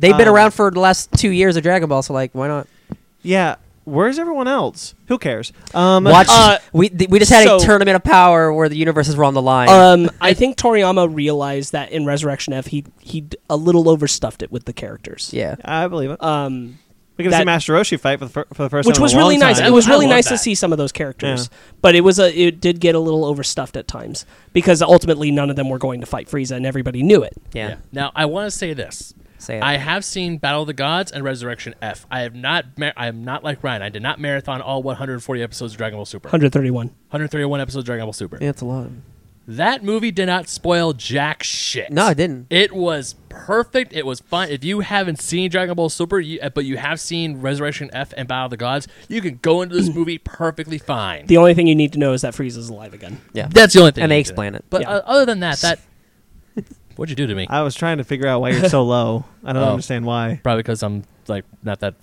B: They've been
C: Um,
B: around for the last two years of Dragon Ball, so like, why not?
C: Yeah, where's everyone else? Who cares? Um,
B: Watch.
D: uh,
B: we th- we just had a
D: so-
B: tournament of power where the universes were on the line.
D: Um, I think Toriyama realized that in Resurrection F, he he d- a little overstuffed it with the characters.
B: yeah,
C: I believe it.
D: Um,
C: We get to
D: that-
C: see Master Roshi fight for the, fir- for the first
D: which
C: time. in a
D: was really
C: long
D: nice.
C: time.
D: It was
A: I
D: really
A: love
D: nice
A: that.
D: to see some of those characters, but it was a it did get a little overstuffed at times because ultimately none of them were going to fight Frieza, and everybody knew it.
B: yeah.
A: Yeah. Now I want to say this.
B: Say it.
A: I have seen Battle of the Gods and Resurrection F. I have not. Mar- I am not like Ryan. I did not marathon all 140 episodes of Dragon Ball Super.
D: 131.
A: 131 episodes of Dragon Ball Super.
B: yeah, it's a lot.
A: That movie did not spoil jack shit.
B: No, it didn't.
A: It was perfect. It was fun. If you haven't seen Dragon Ball Super, you, but you have seen Resurrection F and Battle of the Gods, you can go into this movie perfectly fine.
D: The only thing you need to know is that Frieza's alive again.
B: Yeah,
A: That's the only thing.
B: And they
A: you can do.
B: explain it.
A: But
D: Yeah.
A: uh, other than that, that what'd you do to me?
C: I was trying to figure out why you're so low. I don't
A: Oh.
C: understand why.
A: Probably because I'm like not that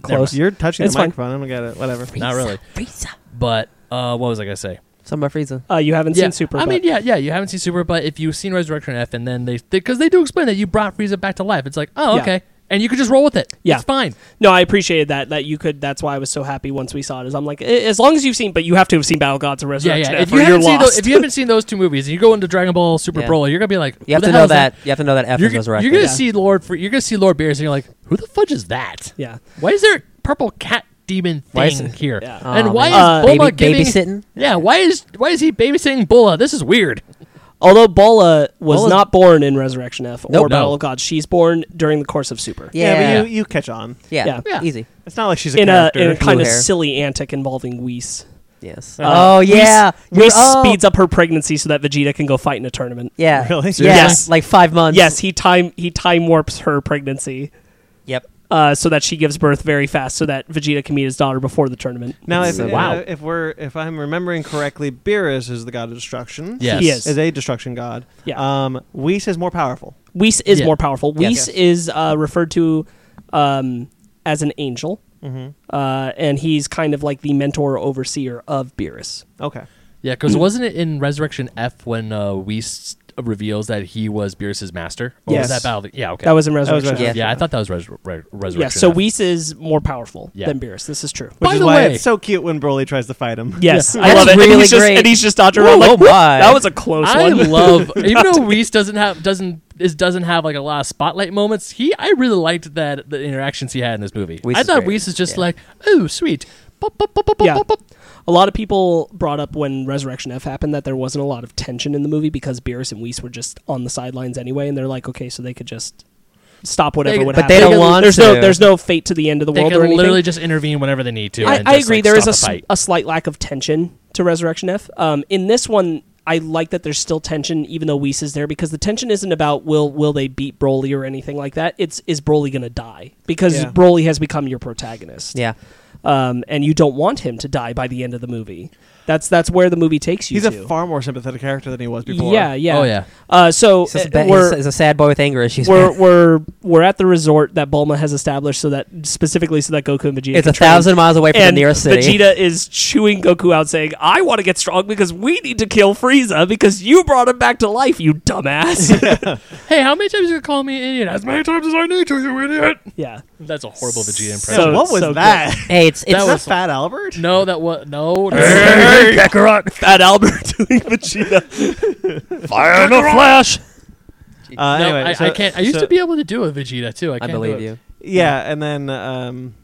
D: Close.
C: You're touching
D: It's
C: the
D: fine.
C: microphone. I don't get it. Whatever.
A: Not really.
B: Frieza.
A: But uh, what was I gonna say?
B: Some about Frieza.
D: Uh, you haven't
A: yeah,
D: seen Super.
A: I
D: but-
A: mean, yeah, yeah. You haven't seen Super, but if you've seen Resurrection F, and then they because they, do explain that you brought Frieza back to life, it's like, oh,
D: Yeah.
A: okay, and you could just roll with it.
D: Yeah.
A: it's fine.
D: no, I appreciated that. That you could. That's why I was so happy once we saw it. Is I'm like, "Eh, as long as you've seen, but you have to have seen Battle Gods and
A: Yeah,
D: Resurrection.
A: yeah.
D: F
A: If
D: or
A: you,
D: you're
A: haven't seen
D: lost.
A: those, if you haven't seen those two movies, and you go into Dragon Ball Super
B: Yeah.
A: Broly, you're gonna be like,
B: You have
A: who
B: to
A: the hell
B: know
A: is
B: that. You have to know that F
A: You're,
B: is resurrection.
A: you're gonna
D: Yeah.
A: see Lord. Fr- You're gonna see Lord Beerus, and you're like, who the fudge is that?
D: yeah.
A: Why is there a purple cat demon
B: Why is
A: thing
B: it-
A: here?
D: Yeah.
A: And
B: Aw,
A: why
D: man.
A: is
B: Uh,
A: Bulma
B: Baby-
A: giving,
B: babysitting?
A: Yeah, why is why is he babysitting Bulma? This is weird.
D: Although Bola was
B: Bola's-
D: not born in Resurrection F or
B: Nope.
D: Battle
A: No.
D: of Gods, she's born during the course of Super.
B: yeah,
C: but you, you catch on.
B: yeah,
A: Yeah.
B: easy.
C: It's not like she's a
D: In a,
C: character.
D: in a kind of
B: hair.
D: silly antic involving Whis.
B: Yes.
D: Uh,
B: oh yeah.
D: Whis,
B: You're-
D: Whis
B: oh.
D: speeds up her pregnancy so that Vegeta can go fight in a tournament.
B: Yeah.
C: Really?
B: Yeah.
D: Yes.
B: Like five months.
D: Yes, he time he time warps her pregnancy
B: Yep.
D: uh, so that she gives birth very fast, so that Vegeta can meet his daughter before the tournament.
C: Now, if,
B: So-
A: Wow.
C: uh, if we're if I'm remembering correctly, Beerus is the god of destruction.
A: Yes.
D: He is.
C: is a destruction god.
D: Yeah.
C: Um, Whis is more powerful.
D: Whis is
A: Yeah.
D: more powerful.
B: Yes.
D: Whis is uh, referred to um, as an angel, uh, and he's kind of like the mentor overseer of Beerus.
C: Okay.
A: Yeah, because wasn't it in Resurrection F when uh, Whis reveals that he was Beerus's master? Or
D: Yes.
A: was that Battle? of the- Yeah, okay.
D: That was in
C: was
D: Resurrection.
C: Resurrection.
A: yeah.
B: Yeah.
A: I thought that was Res- Re- Resurrection.
D: Yeah, so
A: F.
D: Whis is more powerful
A: Yeah.
D: than Beerus. This is true.
A: By
C: Which is
A: the
C: why
A: way-
C: it's so cute when Broly tries to fight him.
D: Yes, I
B: That's
D: love it. and
B: really
D: he's just
B: great.
D: and he's just dodging
B: Whoa,
D: around like
B: my.
D: Oh that was a close
A: I
D: one.
A: love even though Whis doesn't have doesn't is doesn't have like a lot of spotlight moments. He I really liked that the interactions he had in this movie.
B: Whis
A: I
B: is
A: thought
B: great.
A: Whis is just
B: Yeah.
A: like oh sweet. Bop, bop, bop, bop,
D: Yeah.
A: bop, bop.
D: A lot of people brought up when Resurrection F happened that there wasn't a lot of tension in the movie because Beerus and Weiss were just on the sidelines anyway, and they're like, okay, so they could just stop whatever
A: They-
D: would
A: but
D: happen.
A: they don't
B: want
D: there's
B: to.
D: No, there's no fate to the end of the
A: They
D: world
A: can
D: or anything.
A: literally just intervene whenever they need to.
D: I,
A: and
D: I
A: just,
D: agree.
A: like,
D: there is
A: stop
D: a, s- uh,
A: fight.
D: a slight lack of tension to Resurrection F. Um, in this one, I like that there's still tension, even though Whis is there, because the tension isn't about will will they beat Broly or anything like that. It's is Broly going to die because
C: Yeah.
D: Broly has become your protagonist,
B: Yeah.
D: um, and you don't want him to die by the end of the movie. That's that's where the movie takes you.
C: He's a
D: to.
C: far more sympathetic character than he was before.
D: Yeah, yeah.
A: Oh yeah.
D: Uh, so
B: He's, just a
D: uh,
B: ba- he's
D: we're,
B: a- he's a sad boy with anger issues.
D: we're
B: man.
D: we're we're at the resort that Bulma has established, so that specifically so that Goku and Vegeta.
B: it's
D: can
B: a
D: train.
B: thousand miles away from
D: And
B: the nearest city.
D: Vegeta is chewing Goku out, saying, "I want to get strong because we need to kill Frieza because you brought him back to life, you dumbass."
A: Hey, how many times you gonna call me an idiot? As many times as I need to, you idiot.
D: yeah.
A: That's a horrible Vegeta impression.
C: So what
D: it's
C: was
D: so
C: that?
B: Hey, it's it's
A: That
C: Is that
A: was-
C: Fat Albert?
A: no, that was no.
D: Kakarot, Fat Albert doing Vegeta.
A: Fire in the flash.
C: Uh,
A: no,
C: anyway,
A: I,
C: so-
A: I can't. I used
C: so-
A: to be able to do a Vegeta too. I,
B: I
A: can't
B: believe
A: do it.
B: you.
C: Yeah, and then um,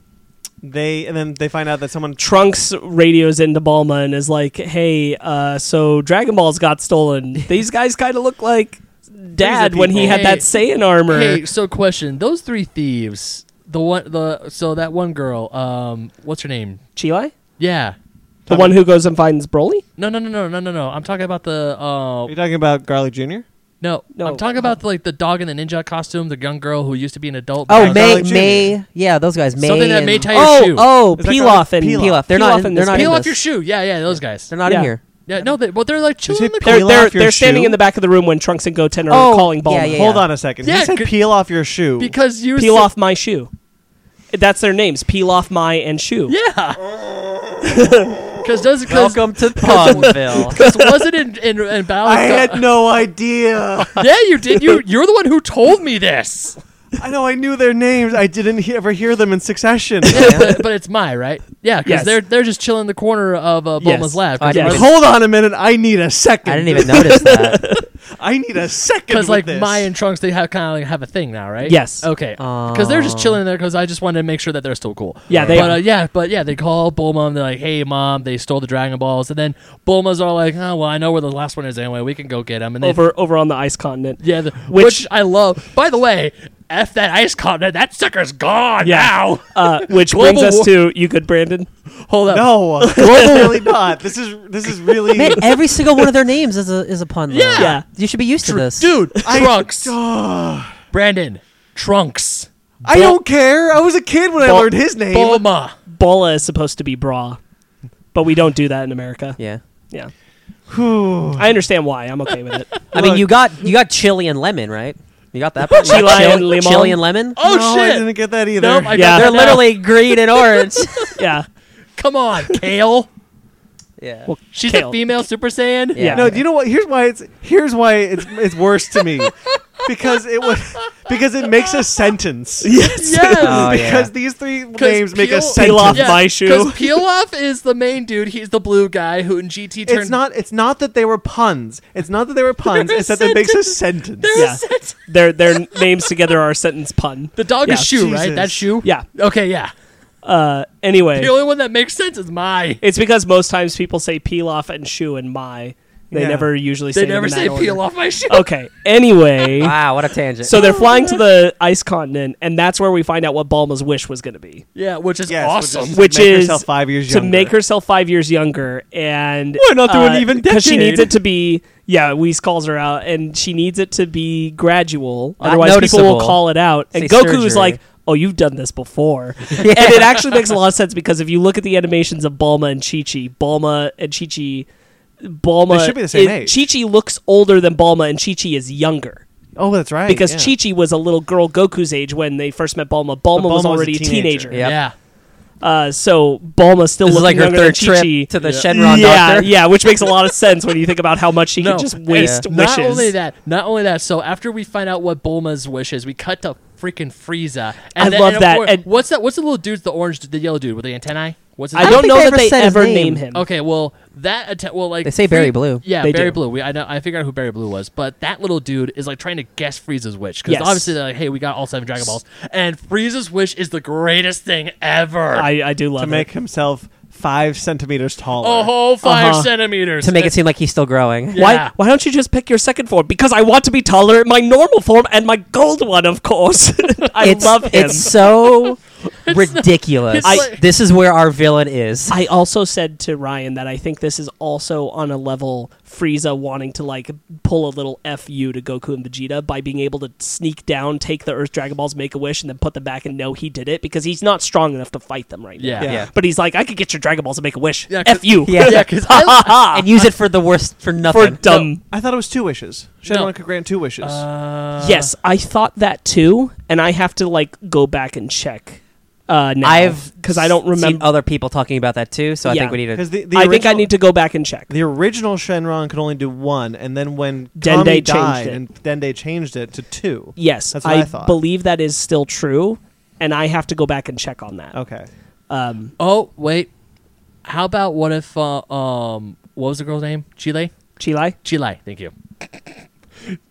C: they and then they find out that someone.
D: Trunks radios into Balma and is like, "Hey, uh, so Dragon Balls got stolen. These guys kind of look like Dad
C: Frieza
D: when he
C: people.
D: had that
A: Hey,
D: Saiyan armor."
A: Hey, so question: Those three thieves, the one, the so that one girl, um, what's her name?
D: Chile,
A: Yeah,
D: the one who goes and finds Broly.
A: no, no, no, no, no, no, no. I'm talking about the uh,
C: Are you talking about Garlic Jr.?
A: no,
D: No.
A: I'm talking about like the dog in the ninja costume, the young girl who used to be an adult.
B: Oh,
A: but-
B: May,
C: Garlic Jr.
B: May, yeah, those guys. May
A: Something that
B: and-
A: may tie your
B: oh,
A: shoe.
B: oh,
C: Is that
B: Pilaf and
C: Garlic? Pilaf.
B: Pilaf. They're not.
D: Pilaf
B: in-
D: and
B: They're
D: this
B: not.
D: guy.
A: peel
B: in
A: off
B: this.
A: your shoe. Yeah, yeah, those guys.
B: They're not in
D: Yeah.
B: here.
A: yeah, no, they, well, they're like
C: you
A: chewing
C: say
A: the
C: peel
D: They're
C: off
D: they're
C: your
D: they're standing
C: shoe?
D: in the back of the room when Trunks and Goten are
B: Oh,
D: calling Bulma.
B: yeah, yeah, yeah.
C: Hold on a second.
A: Yeah,
C: he said
A: good-
C: peel off your shoe.
A: because you
D: Peel off my shoe. That's their names. Peel off my and shoe.
A: Yeah, because does because
B: Welcome to Pongville.
A: wasn't in in, in Battle.
C: I had no idea.
A: yeah, you did. You you're the one who told me this.
C: I know I knew their names. I didn't he- ever hear them in succession.
A: but, but it's my right. Yeah, because
D: Yes.
A: they're they're just chilling in the corner of uh,
D: Yes.
A: Bulma's lab.
B: Oh, I
A: Because
B: didn't
D: Yes.
B: even-
C: Hold on a minute. I need a second.
B: I didn't even notice that.
C: I need a second. with
A: like
C: this.
A: Maya and Trunks, they have kind of like have a thing now, right?
D: Yes.
A: Okay. Because they're just chilling there. Because I just wanted to make sure that they're still cool.
D: Yeah, they
A: But
D: are.
A: uh, yeah, but yeah, they call Bulma and they're like, "Hey, mom, they stole the Dragon Balls." And then Bulma's all like, "Oh, well, I know where the last one is anyway. We can go get them." And then
D: Over over on the ice continent.
A: yeah, the, which,
D: which-
A: I love. By the way, f that ice continent. That sucker's gone
D: Yeah.
A: now.
D: Uh, which
A: Global
D: brings us
A: war-
D: to you good Brandon.
A: Hold up.
C: No, it's really not. This is this is really.
B: Man, every single one of their names is a is a pun. though.
A: Yeah.
D: Yeah.
B: you should be used to this.
A: dude,
C: I-
A: Trunks,
C: Ugh.
A: Brandon, Trunks,
C: I don't care. I was a kid when I
D: Bul-
C: learned his name.
A: Bulma.
D: Bola is supposed to be bra, but we don't do that in America.
B: Yeah.
D: Yeah.
C: Whew.
D: I understand why. I'm okay with it.
B: I mean,
C: Look.
B: you got you got chili and lemon, right? You got that. part?
D: Chili
B: Chili-
D: and lemon.
B: Chili and lemon.
A: Oh
C: no,
A: shit!
C: I didn't get that either.
A: Nope, I
D: Yeah.
A: got
B: They're
A: that now.
B: literally green and orange.
D: Yeah.
A: Come on, Kale.
B: yeah.
D: Well,
A: She's
D: Kale.
A: a female Super Saiyan.
B: Yeah.
C: No, do you know what? Here's why it's here's why it's it's worse to me because it was because it makes a sentence.
D: Yes.
A: Yeah.
B: Oh, yeah.
C: because these three names make
A: Peel-
C: a sentence.
D: Peel off
A: yeah,
D: my shoe.
A: Because Pilaf is the main dude. He's the blue guy who in GT turned.
C: It's not. It's not that they were puns. It's not that they were puns.
A: They're a
C: It's that it makes a sentence.
A: They're a
D: Yeah.
A: sentence.
D: Their their names together are a sentence pun.
A: The dog
D: Yeah,
A: is shoe, right?
C: Jesus.
A: That's shoe.
D: Yeah.
A: Okay. Yeah.
D: Uh anyway.
A: The only one that makes sense is my.
D: It's because most times people say peel off and shoe and my. They
C: Yeah.
D: never usually say
A: They
D: them
A: never
D: in
A: say
D: that
A: peel
D: order. Oh.
A: off my shoe.
D: Okay. Anyway.
B: Wow, what a tangent.
D: So they're flying to the ice continent, and that's where we find out what Balma's wish was going to be,
A: Yeah, which is
C: Yes, which is-
A: awesome.
D: which
C: make
D: is
C: yourself five years
D: to
C: younger.
D: make herself five years younger. And
C: We're not doing even
D: because she
C: decade.
D: needs it to be. Yeah, Whis calls her out, and she needs it to be gradual.
B: Not
D: Otherwise, people will
B: noticeable.
D: call it out.
B: Say
D: And Goku's
B: surgery.
D: like, "Oh, you've done this before," and it actually makes a lot of sense because if you look at the animations of Bulma and Chi Chi, Bulma and Chi Chi. Bulma
C: They should be the same age.
D: is- Chi-Chi looks older than Bulma and Chi-Chi is younger
C: Oh, that's right.
D: because
C: yeah.
D: Chi-Chi was a little girl Goku's age when they first met Bulma.
C: But
D: Bulma,
C: Bulma
D: was
C: was a
D: already a teenager.
C: teenager.
B: Yep.
A: Yeah.
D: Uh, so Bulma still
B: this is
D: looking
B: like her
D: younger
B: third
D: than
B: trip
D: Chi-Chi.
B: to the
A: Yeah.
B: Shenron
D: yeah,
B: doctor.
D: yeah, which makes a lot of sense when you think about how much she
A: No,
D: could just waste
B: Yeah.
D: wishes.
A: Not only that, not only that. So after we find out what Bulma's wish is, we cut to freaking Frieza. And
D: I
A: then-
D: love
A: and of
D: that,
A: course-
D: and-
A: what's that? What's the little dude's the orange, the yellow dude with the antennae? What's his
D: I
A: name?
B: don't
D: don't
B: think they
D: know that
B: ever
D: they
B: said his
D: ever
B: name.
D: name him.
A: Okay, well that atta- well like
B: They say Barry Blue.
A: Yeah,
D: They
A: Barry
D: do.
A: Blue. We, I know, I figured out who Barry Blue was, but that little dude is like trying to guess Frieza's wish because
D: Yes.
A: obviously they're like, hey, we got all seven Dragon Balls, and Frieza's wish is the greatest thing ever.
D: I, I do love
C: to make
D: it.
C: himself five centimeters taller.
A: a whole 5
D: Uh-huh.
A: centimeters
B: To make it seem like he's still growing.
A: Yeah.
D: Why, why don't you just pick your second form? Because I want to be taller in my normal form and my gold one, of course. I
B: it's,
D: love him.
B: It's so ridiculous.
A: it's like-
B: this is where our villain is.
D: I also said to Ryan that I think this is also on a level Frieza wanting to like pull a little fu to Goku and Vegeta by being able to sneak down, take the Earth Dragon Balls, make a wish, and then put them back and know he did it because he's not strong enough to fight them right
A: Yeah.
D: now.
C: Yeah.
B: yeah.
D: But he's like, I could get your Dragon Balls and make a wish.
A: Yeah, 'cause-
D: F you.
B: Yeah.
A: yeah, because I,
B: and use it for the worst for
D: For
B: nothing.
D: dumb.
C: I thought it was two wishes. Shadowrun
A: No.
C: could grant two wishes.
A: uh,
D: yes, I thought that too, and I have to like go back and check. Uh, now,
B: I've
D: because I don't
B: seen
D: remember.
B: other people talking about that too, so I
D: Yeah.
B: think we need to.
C: Because the, the
D: I think I
C: original-
D: need to go back and check.
C: The original Shenron could only do one, and then when
D: Dende
C: Tommy
D: changed
C: died,
D: it.
C: and Dende changed it to two.
D: Yes,
C: That's what I thought.
D: believe that is still true, and I have to go back and check on that.
C: Okay.
D: Um,
A: Oh wait, how about what if uh, um what was the girl's name? Chile.
D: Chile,
A: Chile. Thank you.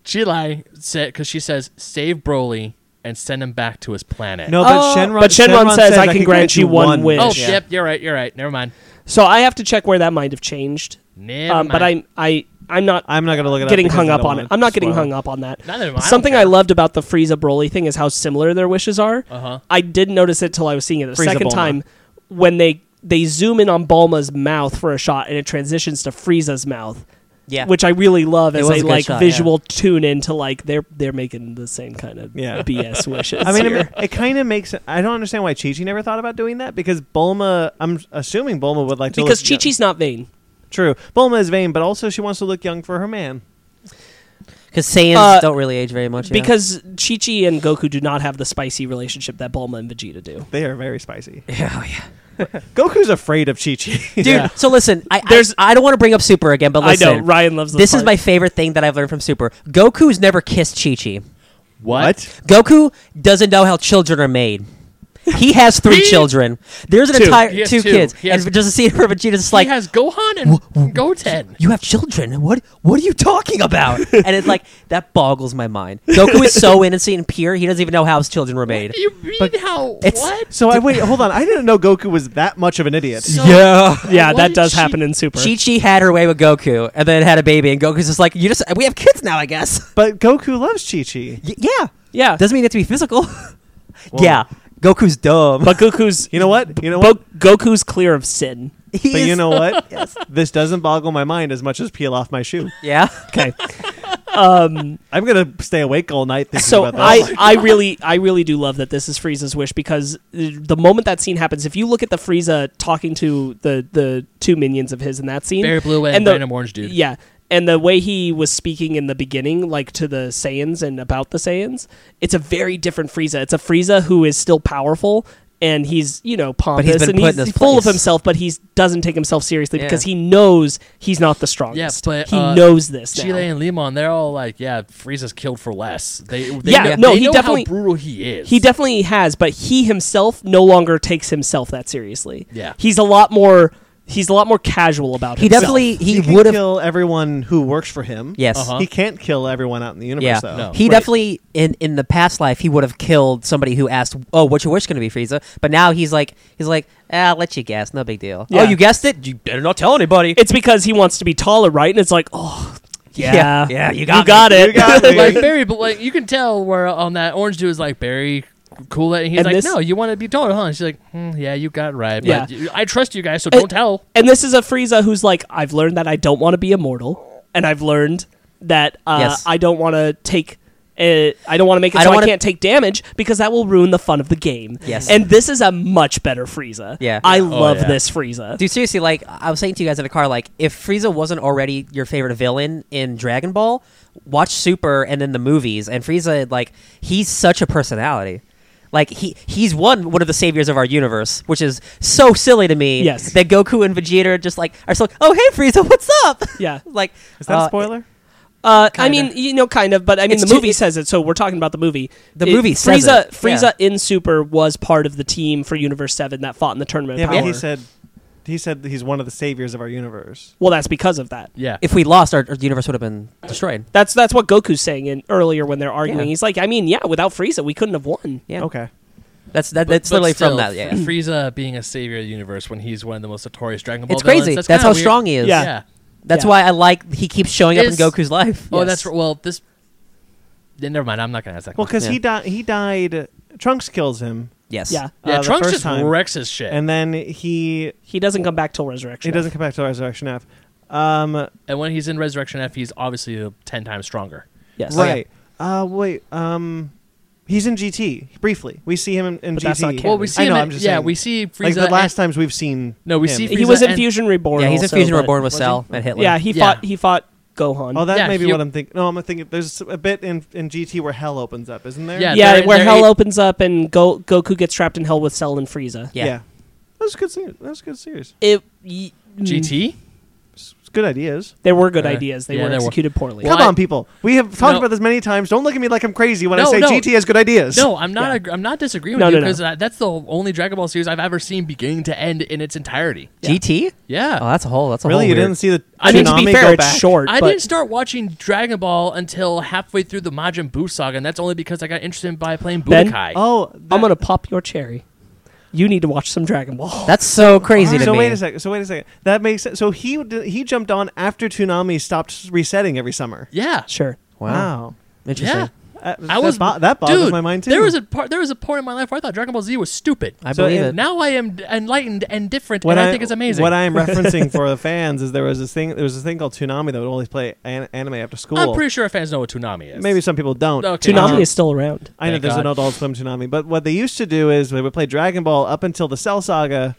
A: Chile said because she says save Broly and send him back to his planet.
C: No, but
D: Oh,
C: Shenron.
D: but Shenron says, "I can grant you one wish."
A: Oh
D: yeah.
A: shit! You're right. You're right. Never mind.
D: so I have to check where that might have changed.
A: Never
D: Um, but
A: mind.
D: I'm I I'm not
C: I'm not gonna look it
D: getting
C: up.
D: hung up on it. I'm not getting hung up on that.
A: Neither am I, I don't
D: Something I
A: care.
D: loved about the Frieza Broly thing is how similar their wishes are.
A: Uh-huh.
D: I didn't notice it till I was seeing it the
C: Frieza
D: second
C: Bulma.
D: time when they they zoom in on Bulma's mouth for a shot and it transitions to Frieza's mouth,
B: Yeah,
D: which I really love
B: It was
D: as a
B: a good
D: like
B: shot,
D: visual tune into like they're they're making the same kind of
C: Yeah.
D: BS wishes.
C: I mean,
D: here.
C: it, it kind of makes. I don't understand why Chi Chi never thought about doing that because Bulma. I'm assuming Bulma would like to
D: because
C: look
D: Chi Chi's not vain.
C: young. true. Bulma is vain, but also she wants to look young for her man.
B: because Saiyans
D: Uh,
B: don't really age very much. yeah.
D: Because Chi Chi and Goku do not have the spicy relationship that Bulma and Vegeta do.
C: They are very spicy.
B: yeah, oh, yeah.
C: Goku's afraid of Chi Chi.
B: dude. So listen, I,
D: There's-
B: There's, I don't want to bring up Super again, but listen,
D: I know Ryan loves
B: this is
D: part.
B: my favorite thing that I've learned from Super. Goku's never kissed Chi Chi.
A: what?
B: Goku doesn't know how children are made. He has three
A: He-
B: children. There's an
D: Two.
B: entire
A: He has
B: two,
A: two.
B: kids,
A: He has-
B: and just a scene where Vegeta's just like,
A: he has Gohan and Goten.
B: "You have children? What? What are you talking about?" and it's like that boggles my mind. Goku is so innocent and pure; he doesn't even know how his children were made.
A: You mean
C: But
A: how?
B: it's-
A: What?
C: So I wait. Hold on. I didn't know Goku was that much of an idiot.
A: So-
B: yeah.
D: Yeah,
A: Why
D: that
A: did
D: does
A: she-
D: happen in Super.
B: Chi Chi had her way with Goku, and then had a baby, and Goku's just like, "You just we have kids now, I guess."
C: But Goku loves Chi Chi.
B: Y- yeah,
D: yeah,
B: doesn't mean you have to be physical. yeah, Goku's dumb.
D: but Goku's
C: You know what? You know
D: Bo-
C: what?
D: Goku's clear of sin.
B: He
C: But
B: is-
C: you know what? This doesn't boggle my mind as much as peel off my shoe.
B: yeah.
D: Okay, um,
C: I'm gonna stay awake all night thinking
D: so
C: about that. Oh
D: I, I really I really do love that this is Frieza's wish because the moment that scene happens, if you look at the Frieza talking to the the two minions of his in that scene,
A: Barry Blue and,
D: and the-
A: Random Orange Dude.
D: Yeah. And the way he was speaking in the beginning, like to the Saiyans and about the Saiyans, it's a very different Frieza. It's a Frieza who is still powerful and he's, you know, pompous
B: been
D: and
B: put
D: he's
B: in this
D: full of
B: place.
D: himself, but he doesn't take himself seriously
B: Yeah.
D: because he knows he's not the strongest.
A: but,
D: he
A: uh,
D: knows this. now.
A: Chile and Limon, they're all like, yeah, Frieza's killed for less. They, they
D: Yeah,
A: know,
D: no,
A: they
D: he
A: know
D: definitely-
A: how brutal he is.
D: He definitely has, but he himself no longer takes himself that seriously.
A: Yeah.
D: He's a lot more he's a lot more casual about
B: He
D: himself.
B: definitely he
C: he can
B: would have
C: kill everyone who works for him.
B: yes
A: Uh-huh.
C: He can't kill everyone out in the universe,
B: yeah
C: though.
A: No.
B: he
A: Right.
B: definitely in in the past life he would have killed somebody who asked oh what's your wish gonna be Frieza but now he's like he's like ah, I'll let you guess no big deal
D: Yeah.
B: oh you guessed it you better not tell anybody
D: It's because he wants to be taller, right? And it's like, oh, yeah,
B: Yeah, yeah, you got me.
D: it.
C: You got me.
A: like Barry, but like you can tell where on that Orange Dude is like Barry, cool it, and he's
D: And
A: like,
D: this-
A: no, you want to be taller, huh? And she's like, hmm, yeah, you got it right.
D: Yeah.
A: But you- I trust you guys, so
D: And-
A: don't tell.
D: and this is a Frieza who's like, I've learned that I don't want to be immortal, and I've learned that uh,
B: Yes.
D: I don't want to take. Uh, I don't want to make it
B: I
D: so
B: don't
D: I
B: wanna-
D: can't take damage because that will ruin the fun of the game.
B: Yes.
D: and this is a much better Frieza.
B: Yeah.
D: I
B: Oh,
D: love
A: yeah.
D: this Frieza.
B: dude seriously like I was saying to you guys in the car like if Frieza wasn't already your favorite villain in Dragon Ball watch Super and then the movies and Frieza like he's such a personality. Like he he's one one of the saviors of our universe, which is so silly to me.
D: Yes.
B: that Goku and Vegeta are just like are so like, oh hey Frieza, what's up?
D: Yeah.
B: like
C: Is that
B: uh,
C: a spoiler?
D: Uh, I
B: Kinda.
D: mean, you know, kind of, but I mean,
B: It's
D: the
B: too-
D: movie
B: it-
D: says it, so we're talking about the movie.
B: The
D: It-
B: movie says
D: Frieza,
B: it,
D: Frieza in Super was part of the team for Universe Seven that fought in the tournament.
C: Yeah,
D: of
C: but
D: power.
C: he said he said he's one of the saviors of our universe.
D: Well, that's because of that.
A: Yeah.
B: If we lost, our, our universe would have been destroyed.
D: That's that's what Goku's saying in earlier when they're arguing.
B: Yeah.
D: He's like, I mean, yeah, without Frieza, we couldn't have won.
B: Yeah,
C: Okay.
B: that's that,
A: But-
B: that's
A: but
B: literally
A: still,
B: from that. Yeah,
A: F- Frieza being a savior of the universe when he's one of the most notorious Dragon Ball
B: it's crazy.
A: villains,
B: That's,
A: kinda
B: how
A: weird.
B: strong he is.
A: Yeah.
D: Yeah.
B: that's
D: Yeah.
B: why I like he keeps showing up in
A: Is-
B: Goku's life.
A: Oh,
D: Yes.
A: that's r- well. This. Yeah, never mind. I'm not gonna ask that.
C: Well,
A: question.
B: Yeah.
C: because he died. He died. Trunks kills him,
B: Yes.
D: Yeah.
A: Yeah,
C: Uh, the
A: Trunks
C: first
A: just
C: time.
A: wrecks his shit. And,
C: And then he
D: He doesn't come back till Resurrection.
C: he doesn't come back to Resurrection F. Um,
A: when he's in Resurrection F, he's obviously uh, ten times stronger.
D: Yes.
C: right. Uh, wait. Um, he's in GT briefly. We see him in, in
D: But
C: GT.
D: that's not canon.
A: Well, we see
C: I know,
A: him. in-
C: I'm just
A: yeah,
C: saying.
A: we see Frieza.
C: like the last
A: and-
C: times we've seen.
A: no, we
C: him.
A: see. Frieza
D: He was in
A: and-
D: Fusion Reborn.
B: Yeah, he's in
D: also,
B: Fusion
D: but-
B: Reborn with Cell and Hitler.
D: Yeah, he
A: Yeah.
D: fought. He fought Gohan.
C: Oh, that
A: Yeah,
C: may be
A: he-
C: what I'm thinking. No, I'm thinking. There's a bit in, in GT where hell opens up, isn't there?
A: Yeah,
D: yeah,
A: they're-
D: where
A: they're
D: hell
A: eight-
D: opens up and Go- Goku gets trapped in hell with Cell and Frieza.
B: Yeah.
C: That was a good series. That was a good series.
D: It. y- mm,
A: GT.
C: It's it's good ideas.
D: There were good
A: Uh,
D: ideas. They
A: yeah,
D: were
A: there were.
D: executed poorly.
A: Well,
C: Come
A: I-
C: on, people. We have talked
A: No.
C: about this many times. Don't look at me like I'm crazy when I
A: No,
C: say
A: no.
C: GT has good ideas.
A: No, I'm not. Ag- I'm not disagreeing
D: No,
A: with you
D: no, no.
A: because that's the only Dragon Ball series I've ever seen beginning to end in its entirety.
B: GT.
A: Yeah.
B: Oh, that's a whole. That's a
C: really,
B: whole
C: you
B: weird-
C: didn't see the.
D: I mean, to
C: Toonami
D: be
C: go
D: fair, it's
C: back?
D: short.
A: I
D: but
A: didn't start watching Dragon Ball until halfway through the Majin Buu saga, and that's only because I got interested in by playing
D: Ben?
A: Budokai.
C: Oh, that-
D: I'm gonna pop your cherry. You need to watch some Dragon Ball.
B: That's so crazy to
C: Oh, so
B: me.
C: wait a second. So wait a second. That makes sense. So he d- he jumped on after Toonami stopped resetting every summer.
A: yeah,
D: sure.
B: Wow. Interesting.
A: yeah.
C: That,
A: I was
C: that, bo- that boggles
A: dude,
C: my mind too.
A: There was a part. There was a point in my life where I thought Dragon Ball Z was stupid.
B: I
C: So
B: believe
C: in-
B: it.
A: now I am d- enlightened and different, and I, think it's amazing.
C: What I am referencing for the fans is there was this thing. There was this thing called Toonami that would only play an- anime after school.
A: am pretty sure our fans know what Toonami is.
C: Maybe some people don't.
A: Okay.
D: Toonami
A: Um,
D: is still around.
C: I know
A: Thank
C: there's an
A: God.
C: Adult Swim Toonami, but what they used to do is they would play Dragon Ball up until the Cell Saga.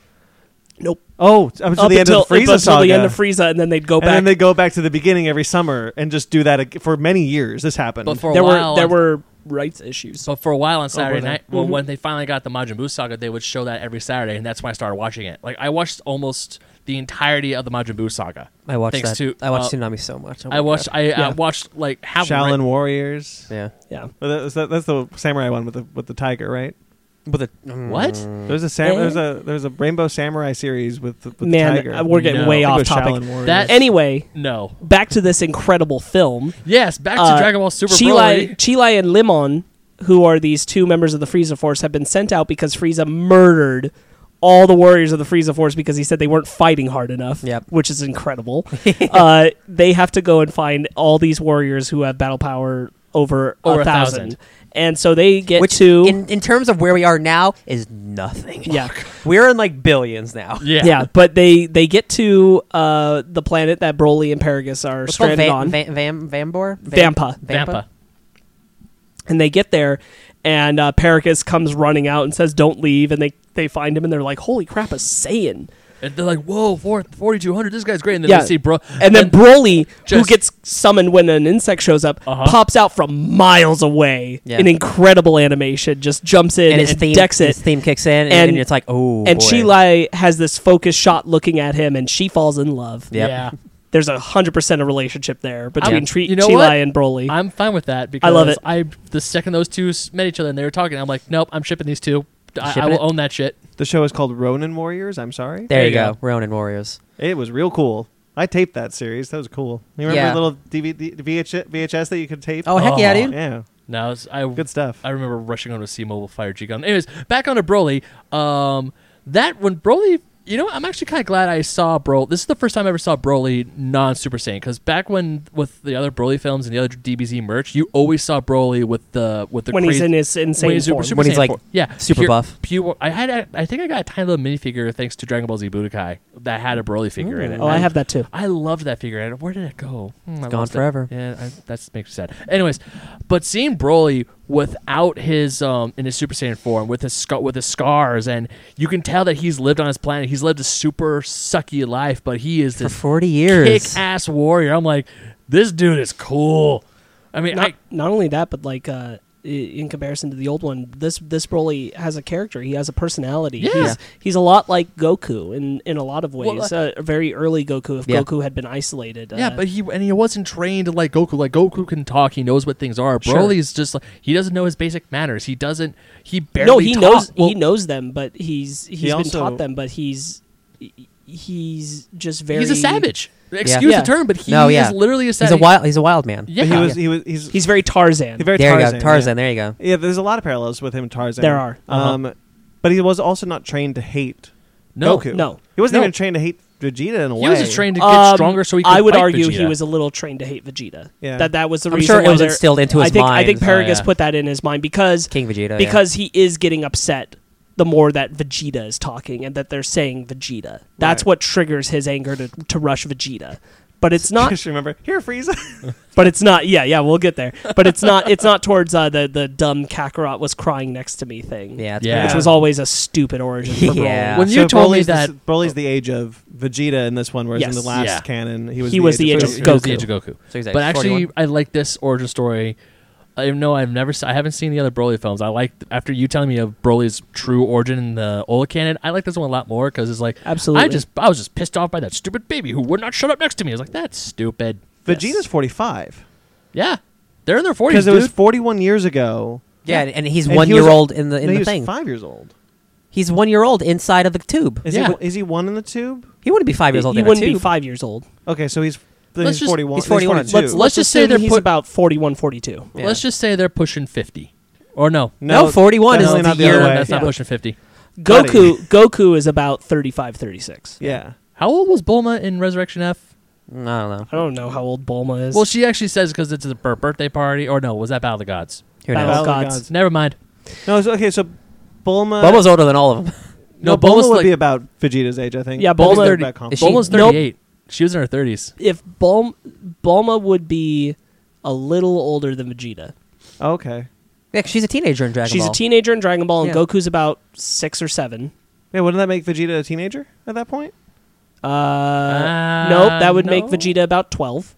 D: Nope.
C: Oh, up until
D: up
C: the end
D: until,
C: of the Frieza
D: up until
C: Saga.
D: the end of Frieza, and then they'd go
C: and
D: back.
C: then they go back to the beginning every summer and just do that ag- for many years. This happened.
A: but for a
D: there
A: while,
D: were there
A: on-
D: were rights issues.
A: But for a
D: Oh,
A: while on Saturday
C: they?
A: night,
D: Mm-hmm.
A: well, when they finally got the Majin Buu saga, they would show that every Saturday, and that's when I started watching it. Like I watched almost the entirety of the Majin Buu saga.
B: I watched
A: Thanks
B: that.
A: to-
B: I watched
A: uh,
B: Tsunami so much. Oh my
A: I watched. I,
D: Yeah.
A: I watched like half. of
C: Shaolin
A: Ren-
C: Warriors.
B: God. Yeah.
D: Yeah.
C: Well, that- that's, that's the samurai one with the with the tiger, right?
B: But the
A: What?
C: There's a sam-
D: Eh?
C: there's a there's a Rainbow Samurai series with the, with
D: Man,
C: the tiger.
D: uh, we're getting
A: No.
D: way
C: I think it
D: off
C: was
D: topic. Uh,
C: Shaolin Warriors.
A: That-
D: Anyway,
A: No.
D: back to this incredible film.
A: Yes. Back to
D: Uh,
A: Dragon Ball Super.
D: Chilai,
A: Broly.
D: Chilai and Limon, who are these two members of the Frieza Force, have been sent out because Frieza murdered all the warriors of the Frieza Force because he said they weren't fighting hard enough.
B: Yep.
D: Which is incredible. uh, they have to go and find all these warriors who have battle power over,
A: Over
D: a
A: a
D: thousand.
A: thousand.
D: And so they get
B: Which
D: to
B: in in terms of where we are now is nothing.
D: yeah.
B: We're in like billions now.
A: Yeah.
D: yeah, but they they get to uh, the planet that Broly and Paragus are
B: What's called
D: stranded
B: Vam,
D: on,
B: Vam, Vam, Vambor? Vam-
D: Vampa,
A: Vampa.
D: and they get there, and uh, Paragus comes running out and says, "Don't leave!" And they they find him, and they're like, "Holy crap, a Saiyan!"
A: And they're like, whoa, four- 4,200, this guy's great. And then
D: Yeah.
A: they see bro.
D: And then Broly, who
A: just-
D: gets summoned when an insect shows up,
A: Uh-huh.
D: pops out from miles away
B: Yeah.
D: in incredible animation, just jumps in
B: And
D: and,
B: his theme,
D: decks it.
B: his theme kicks in, and,
D: And-
B: and it's like, oh,
D: and
B: boy.
D: Chilai has this focused shot looking at him, and she falls in love.
B: Yep.
A: Yeah.
D: There's a hundred percent a relationship there between
A: I'm-
D: Tri-
A: you know
D: Chilai
A: what?
D: and Broly.
A: I'm fine with that because
D: I love it.
A: I the second those two s- met each other and they were talking, I'm like, nope, I'm shipping these two. I,
B: Shipping
A: I will
B: it?
A: own that shit.
C: the show is called Ronin Warriors. I'm sorry.
B: There you go, Ronin Warriors.
C: It was real cool. I taped that series. That was cool. You remember
B: Yeah.
C: the little DVD, VH, VHS that you could tape?
B: Oh heck yeah,
A: Oh.
B: dude!
C: yeah,
A: Now it's- I
C: good stuff.
A: I remember rushing on to see Mobile Fire G Gun. Anyways, back onto Broly. Um, that when Broly, you know, I'm actually kind of glad I saw Broly. This is the first time I ever saw Broly non Super Saiyan because back when with the other Broly films and the other DBZ merch, you always saw Broly with the with the
D: when he's
A: crazy-
D: in his insane
A: when he's
D: form.
A: Super, Super
B: When he's
A: Saiyan
B: like
A: form. yeah,
B: super
A: pure-
B: buff.
A: Pure, I had a, I think I got a tiny little minifigure thanks to Dragon Ball Z Budokai that had a Broly figure in it.
D: oh, I have that too.
A: I loved that figure. And Where did it go? Hmm, I
B: gone
A: lost it.
B: forever.
A: Yeah, I, that makes me sad. Anyways, but seeing Broly without his um in his Super Saiyan form with his scar with his scars, and you can tell that he's lived on his planet. He's lived a super sucky life, but he is
B: For
A: this
B: forty
A: kick
B: years,
A: ass warrior. I'm like, this dude is cool. I mean,
D: not,
A: I,
D: not only that, but like uh, i- in comparison to the old one, this this Broly has a character. He has a personality.
A: Yeah.
D: He's, he's a lot like Goku in in a lot of
A: Well,
D: ways. uh, very early Goku, if
B: Yeah.
D: Goku had been isolated.
A: yeah,
D: uh,
A: but he and he wasn't trained like Goku. Like Goku can talk. He knows what things are.
D: Sure.
A: Broly's just like he doesn't know his basic manners. He doesn't. He barely
D: no, he
A: talk-
D: knows
A: well,
D: he knows them, but he's he's been
C: also-
D: taught them, but he's he's just very
A: He's a savage. Excuse
D: Yeah.
A: the term, but he
B: No, yeah.
A: is literally a
B: he's
A: savage.
B: a wild, he's a wild man.
A: Yeah.
C: But he was. He was. He's.
D: He's very Tarzan.
C: very
B: There
C: Tarzan.
B: you go, Tarzan. There you go.
C: Yeah. yeah, there's a lot of parallels with him and Tarzan.
D: There are. Uh-huh.
C: Um, but he was also not trained to hate
A: No,
C: Goku.
D: no.
C: he wasn't
D: No.
C: even trained to hate Vegeta in a way.
A: He was just trained to get
D: Um,
A: stronger so he could
D: I would
A: fight
D: argue he
A: Vegeta.
D: was a little trained to hate Vegeta.
C: Yeah.
D: That that was the
B: I'm
D: reason.
B: sure it
D: why
B: was
D: there-
B: instilled into his
D: I think, I
B: mind.
D: think
B: Oh,
D: Paragus
A: yeah.
D: put that in his mind because
B: King Vegeta. yeah.
D: because he is getting upset the more that Vegeta is talking and that they're saying Vegeta. That's
C: Right.
D: what triggers his anger to, to rush Vegeta. But it's not
C: Just remember, here, Frieza.
D: but it's not. Yeah, yeah, we'll get there. But it's not. It's not towards uh, the the dumb Kakarot was crying next to me thing.
B: Yeah, it's
A: Yeah.
D: which was always a stupid origin for Broly.
B: Yeah.
A: When you
C: So
A: told me
C: Broly's the-
A: that-
C: Broly's the age of Vegeta in this one, whereas in
D: Yes.
C: the last
A: Yeah.
C: canon, he was
D: He
C: the
D: was
C: age
D: the
C: of
D: age
C: Frieza.
D: of
A: It was the
D: Goku.
A: age of Goku.
B: So he's like
A: but actually,
B: 41.
A: I like this origin story. I know I've never, se- I haven't seen the other Broly films. I like after you telling me of Broly's true origin in the Ola canon. I like this one a lot more because it's like
D: Absolutely.
A: I just, I was just pissed off by that stupid baby who would not shut up next to me. I was like, that's stupid.
C: Vegeta's 45.
A: Yeah, they're in their forties,
C: Because it was
A: dude.
C: 41 years ago.
B: yeah, and- and he's
C: And he
B: one year
C: was-
B: old in the in
C: no, he
B: the
C: was
B: thing.
C: five years old.
B: He's one year old inside of the tube.
C: Is,
A: Yeah.
C: he, is he one in the tube?
B: He wouldn't be five years old
D: He
B: in a
D: wouldn't be
B: tube.
D: five years old.
C: Okay, so he's, then
A: Let's
C: he's
A: just-
C: 41.
B: he's 41.
C: 42.
D: Let's, let's just say assume
A: they're
D: he's
A: put-
D: about 41, 42.
C: Yeah.
A: Let's just say they're pushing fifty, or no,
B: No, 41 is
C: definitely
B: the
C: not the
B: year-
C: other way.
A: that's not
C: Yeah.
A: pushing fifty.
C: Buddy.
D: Goku Goku is about 35, 36.
C: Yeah.
A: How old was Bulma in Resurrection F?
B: Mm, I don't know.
D: I don't know how old Bulma is.
A: Well, she actually says because it's a birthday party, or no, was that Battle of the Gods?
B: Who
D: Battle
B: knows?
D: of
C: Battle of
D: Gods.
C: Gods.
A: Never mind.
C: No, it's- okay, so Bulma.
B: Bubba's older than all of them.
A: No,
C: no, Bulma
A: Bulma's
C: would
A: like-
C: be about Vegeta's age, I think.
D: Yeah,
C: I think
D: Bulma's
C: they're
A: 30
C: about comparable.
B: is she-
A: Bulma's
D: Nope.
A: thirty-eight. She was in her thirties.
D: if Bulma, Bulma would be a little older than Vegeta.
C: Okay.
B: Yeah, 'cause she's a teenager in Dragon
D: She's
B: Ball.
D: a teenager in Dragon Ball, and
B: Yeah.
D: Goku's about six or seven.
C: Yeah, wouldn't that make Vegeta a teenager at that point?
D: Uh, nope, that would make
A: no.
D: Vegeta about twelve.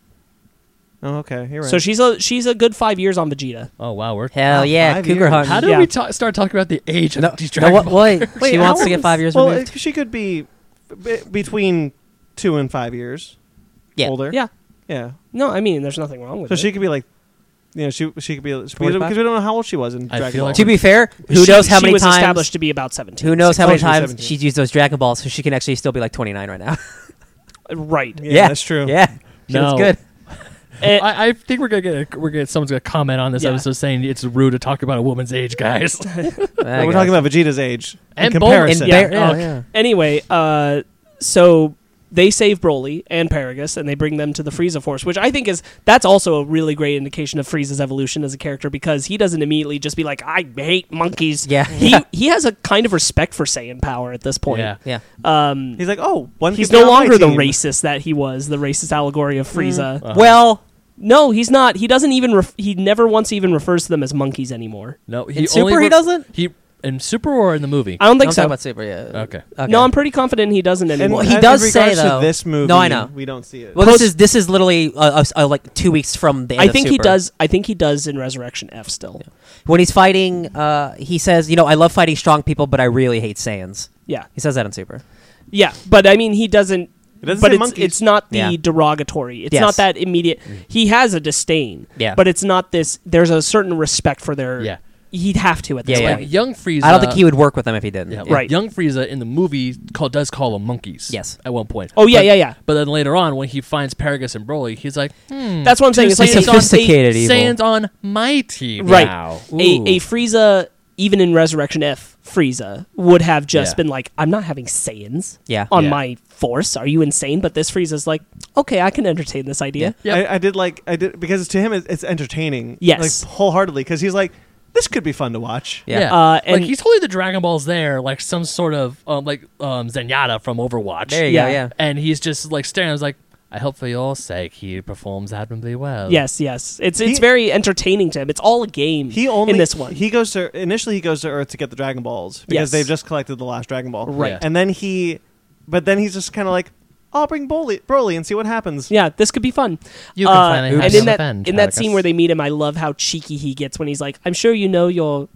C: Oh, okay. You're right.
D: So she's a she's a good five years on Vegeta.
A: Oh wow, we're
B: Hell
C: Wow,
B: yeah,
C: five
B: cougar
C: years.
B: hunting.
A: How did
D: Yeah.
A: we ta- start talking about the age of
B: no,
A: these
B: no,
A: Dragon
B: what,
A: Ball?
B: what?
C: Wait,
B: she
C: how
B: wants to
C: old
B: get
C: is-
B: five years
C: well,
B: removed.
C: it- she could be b- between two and five years
B: yeah.
C: older.
D: Yeah.
C: Yeah.
D: No, I mean, there's nothing wrong with
C: So
D: it.
C: she could be like, you know, she she could be because we
B: 45?
C: don't know how old she was in
A: I
C: Dragon
A: feel
C: Ball.
A: like
B: To be fair, who
D: She-
B: knows how
D: she
B: many
D: was
B: times?
D: established to be about seventeen.
B: Who knows how
C: Oh,
B: many
C: she was
B: times
C: 17.
B: she's used those Dragon Balls, so she can actually still be like 29 right now.
D: Right.
C: yeah, that's true.
B: Yeah, she
A: No.
B: looks good.
D: Eh,
A: I, I think we're gonna get a, we're gonna someone's gonna comment on this
D: Yeah.
A: episode saying it's rude to talk about a woman's age, guys.
C: But we're talking about Vegeta's age
A: And
C: in
A: Bulma-
B: in
C: comparison.
D: Yeah.
B: Bar- yeah,
D: Okay.
B: yeah.
D: anyway, uh, so they save Broly and Paragus, and they bring them to the Frieza Force, which I think is that's also a really great indication of Frieza's evolution as a character because he doesn't immediately just be like, "I hate monkeys."
B: Yeah.
D: he he has a kind of respect for Saiyan power at this point.
A: yeah.
B: Yeah.
D: Um,
C: He's like, oh, one.
D: he's
C: could be
D: no
C: on my
D: longer the
C: team. Mm.
D: racist that he was, the racist allegory of Frieza.
B: Well,
D: No, he's not. He doesn't even. Ref- he never once even refers to them as monkeys anymore.
A: No, he only
B: in Super,
A: re-
B: he doesn't.
A: He in Super or in the movie?
D: I don't think
B: I'm
D: so.
B: talking about Super. Yeah.
A: okay.
B: Okay.
D: No, I'm pretty confident he doesn't
C: And
D: anymore.
B: Well, he
C: in
B: does say,
C: regards to
B: though-
C: this movie.
B: No, I know.
C: We don't see it.
B: Well, this is this is literally uh, uh, uh, like two weeks from the end.
D: I
B: of
D: think he
B: Super.
D: does. I think he does in Resurrection F still.
B: when he's fighting. Uh, he says, "You know, I love fighting strong people, but I really hate Saiyans."
D: Yeah.
B: He says that in Super.
D: Yeah, but I mean, he doesn't.
C: It doesn't
D: but
C: say
D: it's,
C: monkeys.
D: it's not the
B: Yeah.
D: derogatory. It's
B: Yes.
D: not that immediate. He has a disdain.
B: Yeah.
D: But it's not this. There's a certain respect for their.
A: Yeah.
D: He'd have to at this
B: Yeah,
A: Like,
D: point.
A: young Frieza.
B: I don't think he would work with them if he didn't.
A: uh, Yeah, like,
D: Right.
A: Young Frieza in the movie call, does call them monkeys.
B: Yes.
A: At one point.
D: Oh yeah,
A: But-
D: yeah, yeah.
A: But then later on, when he finds Paragus and Broly, he's like, hmm,
D: That's what I'm saying. It's like
B: Two
A: Saiyans
D: a,
A: on-
B: sophisticated evil.
A: Saiyans on my team
D: Right.
A: now.
D: a,
A: Ooh.
D: a Frieza, even in Resurrection F, Frieza would have just
A: Yeah.
D: been like, "I'm not having Saiyans
B: Yeah.
D: on
A: Yeah.
D: my force. Are you insane?" But this Frieza's like, "Okay, I can entertain this idea."
B: Yeah.
A: Yep.
C: I, I did like I did because to him it's, it's entertaining.
D: Yes.
C: like, wholeheartedly because he's like, this could be fun to watch.
B: Yeah.
D: Uh,
A: like
D: and-
A: he's holding the Dragon Balls there, like some sort of um, like um, Zenyatta from Overwatch.
B: There you
D: Yeah.
B: go. Yeah.
A: and he's just like staring. I was like, I hope for your sake he performs admirably well.
D: Yes, yes. It's it's
C: He-
D: very entertaining to him. It's all a game.
C: He only
D: in this one.
C: He goes to initially he goes to Earth to get the Dragon Balls because
D: Yes.
C: they've just collected the last Dragon Ball.
A: Right.
C: And then he, but then he's just kind of like, I'll bring Broly, Broly and see what happens.
D: yeah, this could be fun.
A: You can finally have
D: Uh, and
A: some
D: in that
A: revenge,
D: in that
A: Paragus.
D: scene where they meet him, I love how cheeky he gets when he's like, "I'm sure you know your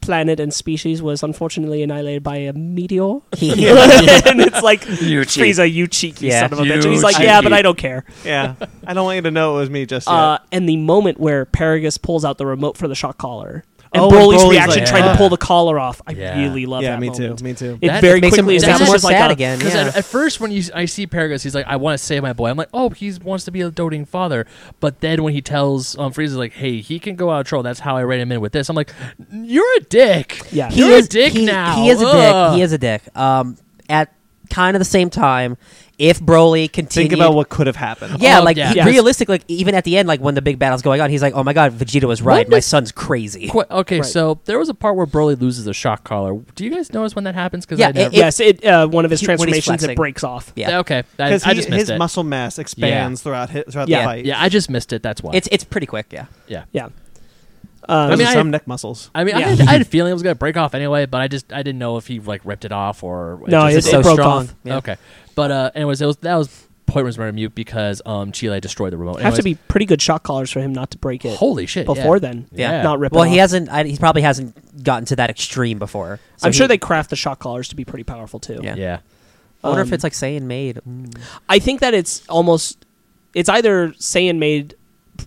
D: planet and species was unfortunately annihilated by a meteor." and it's like
A: You cheat.
D: Frieza, you cheeky
B: Yeah.
D: son of a
A: You
D: bitch. And he's like, "Yeah,
A: cheeky.
D: but I don't care."
C: Yeah. I don't want you to know it was me just yet.
D: Uh, and the moment where Paragus pulls out the remote for the shock collar, and
C: Oh, and
D: Broly's,
C: Broly's
D: reaction
A: like,
D: trying
A: "Ah."
D: to pull the collar off, I
A: Yeah.
D: really love
C: yeah,
D: that.
C: me
D: moment.
C: too. Me too.
D: It
A: That
D: very
B: makes him-
D: quickly
B: it makes him
D: establishes
B: more
D: like
B: sad
D: a-
B: again.
A: Because
B: Yeah.
A: at, at first, when you s- I see Paragus, he's like, "I want to save my boy." I'm like, "Oh, he wants to be a doting father." But then when he tells um, Frieza, like, "Hey, he can go out of troll," that's how I ran him in with this. I'm like, "You're a dick."
D: Yeah.
A: You're a dick
B: he,
A: now.
B: He is a
A: Ugh.
B: dick. He is a dick. Um, at kind of the same time, if Broly continued,
C: Think about what could have happened.
B: yeah,
A: Oh,
B: like
A: yeah.
B: he-
D: Yes.
B: realistically, like even at the end, like when the big battle's going on, he's like, "Oh my god, Vegeta was right.
D: When
B: My
D: does-
B: son's crazy."
A: Qu- okay,
D: Right.
A: so there was a part where Broly loses a shock collar. Do you guys notice when that happens? Because
B: Yeah,
A: I never.
B: it-
D: yes, it uh, one of his
B: He- when he's
D: transformations
B: flexing.
D: it breaks off.
B: Yeah.
A: okay, I,
C: because
A: I just missed
C: his
A: it.
C: muscle mass expands throughout his, throughout
D: Yeah.
C: the fight.
A: yeah, I just missed it. That's why.
B: It's it's pretty quick. Yeah.
A: yeah.
D: Yeah. Um,
C: Those
A: I mean,
C: are some neck muscles.
A: I mean, I,
D: Yeah.
A: had, I had a feeling it was gonna break off anyway, but I just I didn't know if he like ripped it off or it
D: no,
A: just-
D: it,
B: it's
D: it
B: so
D: broke
B: strong.
D: off.
B: Yeah.
A: Okay, but uh, anyways, it was that was point was mute because um Chile destroyed the remote.
D: Have to
A: Anyways,
D: be pretty good shot callers for him not to break it
A: holy shit yeah.
D: before then.
A: Yeah. Yeah.
D: Not rip. it
B: Well, he
D: off.
B: hasn't. I, he probably hasn't gotten to that extreme before. So
D: I'm sure
B: he-
D: they craft the shot callers to be pretty powerful too.
B: Yeah.
A: Yeah,
B: I wonder if
D: um,
B: it's like Saiyan made. Mm.
D: I think that it's almost it's either Saiyan made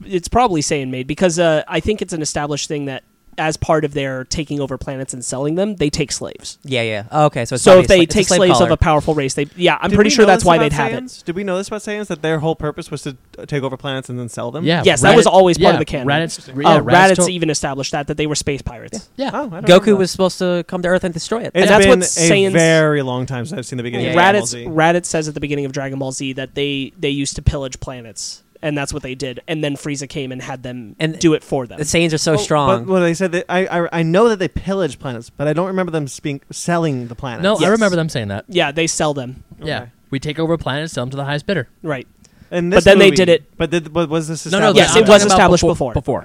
D: it's probably Saiyan made because uh, I think it's an established thing that as part of their taking over planets and selling them, they take slaves.
B: Yeah, yeah. Oh, okay, so it's
D: so if
B: obviously-
D: they
B: it's a
D: take
B: slave
D: slaves
B: collar.
D: of a powerful race, they yeah, I'm
C: Did
D: pretty
C: we
D: sure
C: know
D: that's
C: this
D: why
C: about
D: they'd have it.
C: Saiyans? Did we know this about Saiyans that their whole purpose was to uh, take over planets and then sell them?
A: yeah.
D: Yes, that was always part of
A: yeah,
D: the canon.
A: Raditz, yeah,
D: uh, Raditz
A: told-
D: even established that that they were space pirates.
A: Yeah,
C: Oh, I don't
B: Goku
C: remember.
B: was supposed to come to Earth and destroy it.
C: It's
D: that's
C: been
D: what
C: a
D: Saiyans-
C: very long time since I've seen the beginning. of Dragon Ball
D: Raditz
C: Z.
D: Raditz says at the beginning of Dragon Ball Z that they they used to pillage planets, and that's what they did. And then Frieza came and had them
B: And-
D: do it for them.
B: the Saiyans are so
C: Oh,
B: strong.
C: But, well, they said that I, I I know that they pillage planets, but I don't remember them being selling the planets.
A: no, I
D: Yes.
A: remember them saying that.
D: Yeah, they sell them.
A: Yeah,
C: Okay.
A: we take over a planet, sell them to the highest bidder.
D: Right.
C: And
D: But
C: this
D: then they
C: movie-
D: did it-
C: But did, but was this
A: No, no,
C: established?
D: Yes,
A: I'm
D: it was
A: talking about
D: established
A: before.
D: before.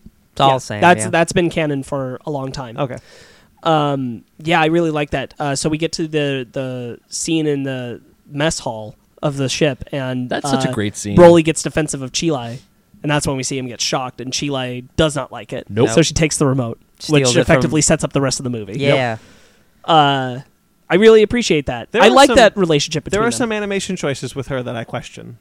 A: Before,
B: it's all
D: Yeah,
B: Saiyan.
D: That's
B: yeah.
D: that's been canon for a long time.
C: Okay.
D: Um, yeah, I really like that. Uh, so we get to the the scene in the mess hall of the ship, and
A: that's such a
D: uh,
A: great scene.
D: Broly gets defensive of Chile, and that's when we see him get shocked, and Chile does not like it.
A: Nope.
D: So she takes the remote,
B: Steals it
D: which
B: from-
D: effectively sets up the rest of the movie.
B: yeah.
D: Uh, I really appreciate that.
C: There
D: I
C: are
D: like
C: some-
D: that relationship between
C: There are
D: them.
C: some animation choices with her that I question.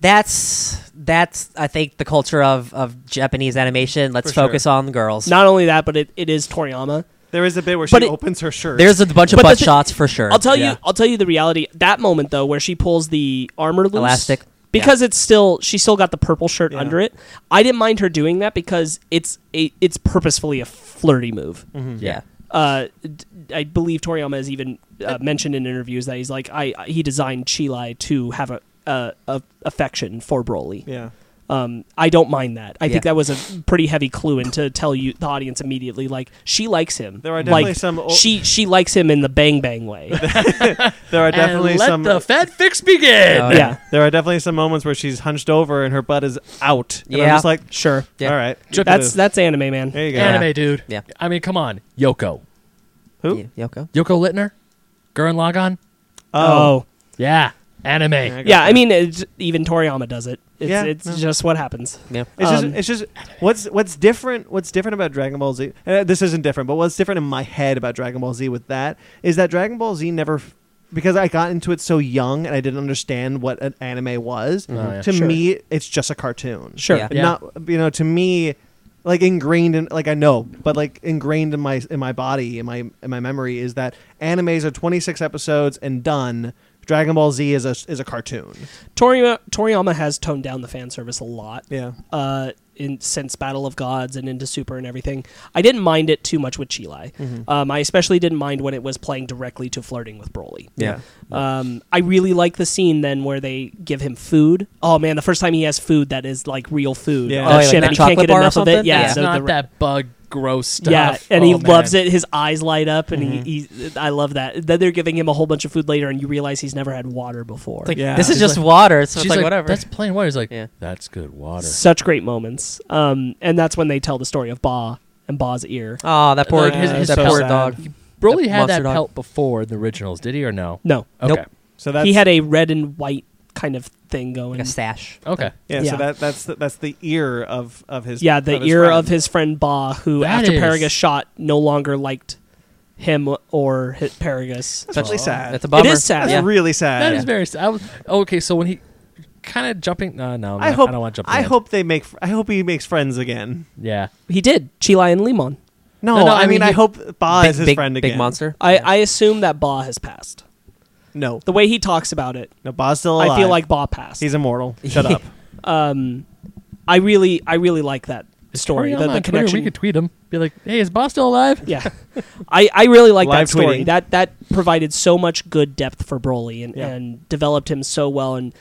B: That's that's I think the culture of of Japanese animation. Let's
C: For sure.
B: focus on girls.
D: Not only that, but it, it is Toriyama.
C: There is a bit where she
D: But it-
C: opens her shirt.
B: There's a bunch of
D: But the
B: butt
D: thi-
B: shots for sure.
D: I'll tell
A: Yeah.
D: you. I'll tell you the reality. That moment though, where she pulls the armor loose,
B: Elastic.
D: because it's still she still got the purple shirt
C: Yeah.
D: under it. I didn't mind her doing that because it's a it's purposefully a flirty move.
C: Mm-hmm.
B: Yeah.
D: Uh, d- I believe Toriyama has even uh, mentioned in interviews that he's like I I- he designed Chile to have a. Uh, a affection for Broly.
C: yeah.
D: Um, I don't mind that. I
B: Yeah.
D: think that was a pretty heavy clue and to tell you the audience immediately, like she likes him.
C: There are definitely
D: like,
C: some. o-
D: she she likes him in the bang bang way.
C: there are
A: And
C: definitely
A: let
C: some.
A: the fat fix begin.
B: Oh,
D: yeah,
C: there are definitely some moments where she's hunched over and her butt is out. And I'm
B: Yeah.
C: just like,
D: sure.
B: Yeah.
C: all right.
A: Ju-
D: That's that's anime, man.
C: there you go.
A: Anime, dude.
B: Yeah.
A: I mean, come on, Yoko,
C: Who?
B: Y- Yoko.
A: Yoko Littner, Gurren Lagann.
C: Oh.
D: Oh,
A: Yeah, anime.
C: I got
D: yeah.
C: that.
D: I mean, it's, even Toriyama does it. It's,
C: Yeah,
D: it's
C: no.
D: just what happens.
B: Yeah.
C: It's
D: Um,
C: just, it's just what's what's different. What's different about Dragon Ball Z? Uh, this isn't different, but what's different in my head about Dragon Ball Z with that is that Dragon Ball Z never, f- because I got into it so young and I didn't understand what an anime was.
A: yeah.
C: To
D: Oh, Sure.
C: me, it's just a cartoon.
D: Sure.
B: Yeah.
A: Yeah.
C: Not you know to me, like ingrained in like I know, but like ingrained in my in my body in my in my memory is that animes are twenty six episodes and done. Dragon Ball Z is a is a cartoon.
D: Toriyama Toriyama has toned down the fan service a lot.
C: Yeah.
D: Uh, in since Battle of Gods and into Super and everything, I didn't mind it too much with Chile.
C: Mm-hmm.
D: Um, I especially didn't mind when it was playing directly to flirting with Broly.
B: Yeah.
D: Um, I really like the scene then where they give him food. Oh man, the first time he has food that is like real food.
C: Yeah.
D: Oh,
C: Oh, yeah,
D: shit,
B: like that
D: and he can't
B: chocolate
D: get
B: bar or
D: enough of it.
B: something?
D: Yeah,
B: Yeah.
A: it's
D: so
A: not
D: the-
A: that bug gross stuff.
D: Yeah, and he
A: Oh, man.
D: loves it. His eyes light up, and he,
B: Mm-hmm.
D: he. I love that. Then they're giving him a whole bunch of food later, and you realize he's never had water before.
B: It's like,
C: Yeah.
B: This is
C: She's
B: just water. So
A: She's
B: it's like, whatever.
A: That's plain water. He's like,
B: Yeah.
A: that's good water.
D: Such great moments. Um, and that's when they tell the story of Ba and Ba's ear.
B: Oh, that poor
A: Like, his- his
B: that
A: pelt-
B: poor dog.
A: Broly
B: Yep,
A: had that
B: Monster Dog.
A: pelt before in the originals, did he or no?
D: No,
A: Okay.
B: Nope.
C: So that's
D: he had a red and white kind of thing going.
B: Like a stash.
A: Okay.
C: Yeah,
D: Yeah.
C: so that that's the, that's the ear of of his.
D: yeah, the
C: his
D: ear
C: friend.
D: of his friend Ba, who
A: That
D: after
A: is-
D: Paragus shot, no longer liked him or hit Paragus.
C: That's really sad.
B: That's
C: That's,
B: a bummer.
D: It is sad.
B: That's Yeah.
C: really
A: That
C: sad.
A: is very sad. I was, okay, so when he kind of jumping. Uh, no,
C: I hope.
A: I don't want to jump.
C: I
A: ahead.
C: hope they make. fr- I hope he makes friends again.
A: Yeah.
D: He did. Chile and Limon.
C: No,
A: No, no,
C: I,
A: I
C: mean,
A: mean,
C: I
A: he-
C: hope Ba
B: big,
C: is his
B: big,
C: friend again.
B: Big monster.
D: I, I assume that Ba has passed.
C: No,
D: The way he talks about it,
C: no, Ba's still alive.
D: I feel like Ba passed.
C: he's immortal. Shut up.
D: um, I really, I really like that story.
A: Hurry
D: The,
A: on
D: the
A: on Twitter,
D: connection.
A: we could tweet him. Be like, hey, is Bob still alive?
D: Yeah, I, I really like that
C: Live
D: story.
C: tweeting.
D: That that provided so much good depth for Broly and,
C: Yeah.
D: and developed him so well. And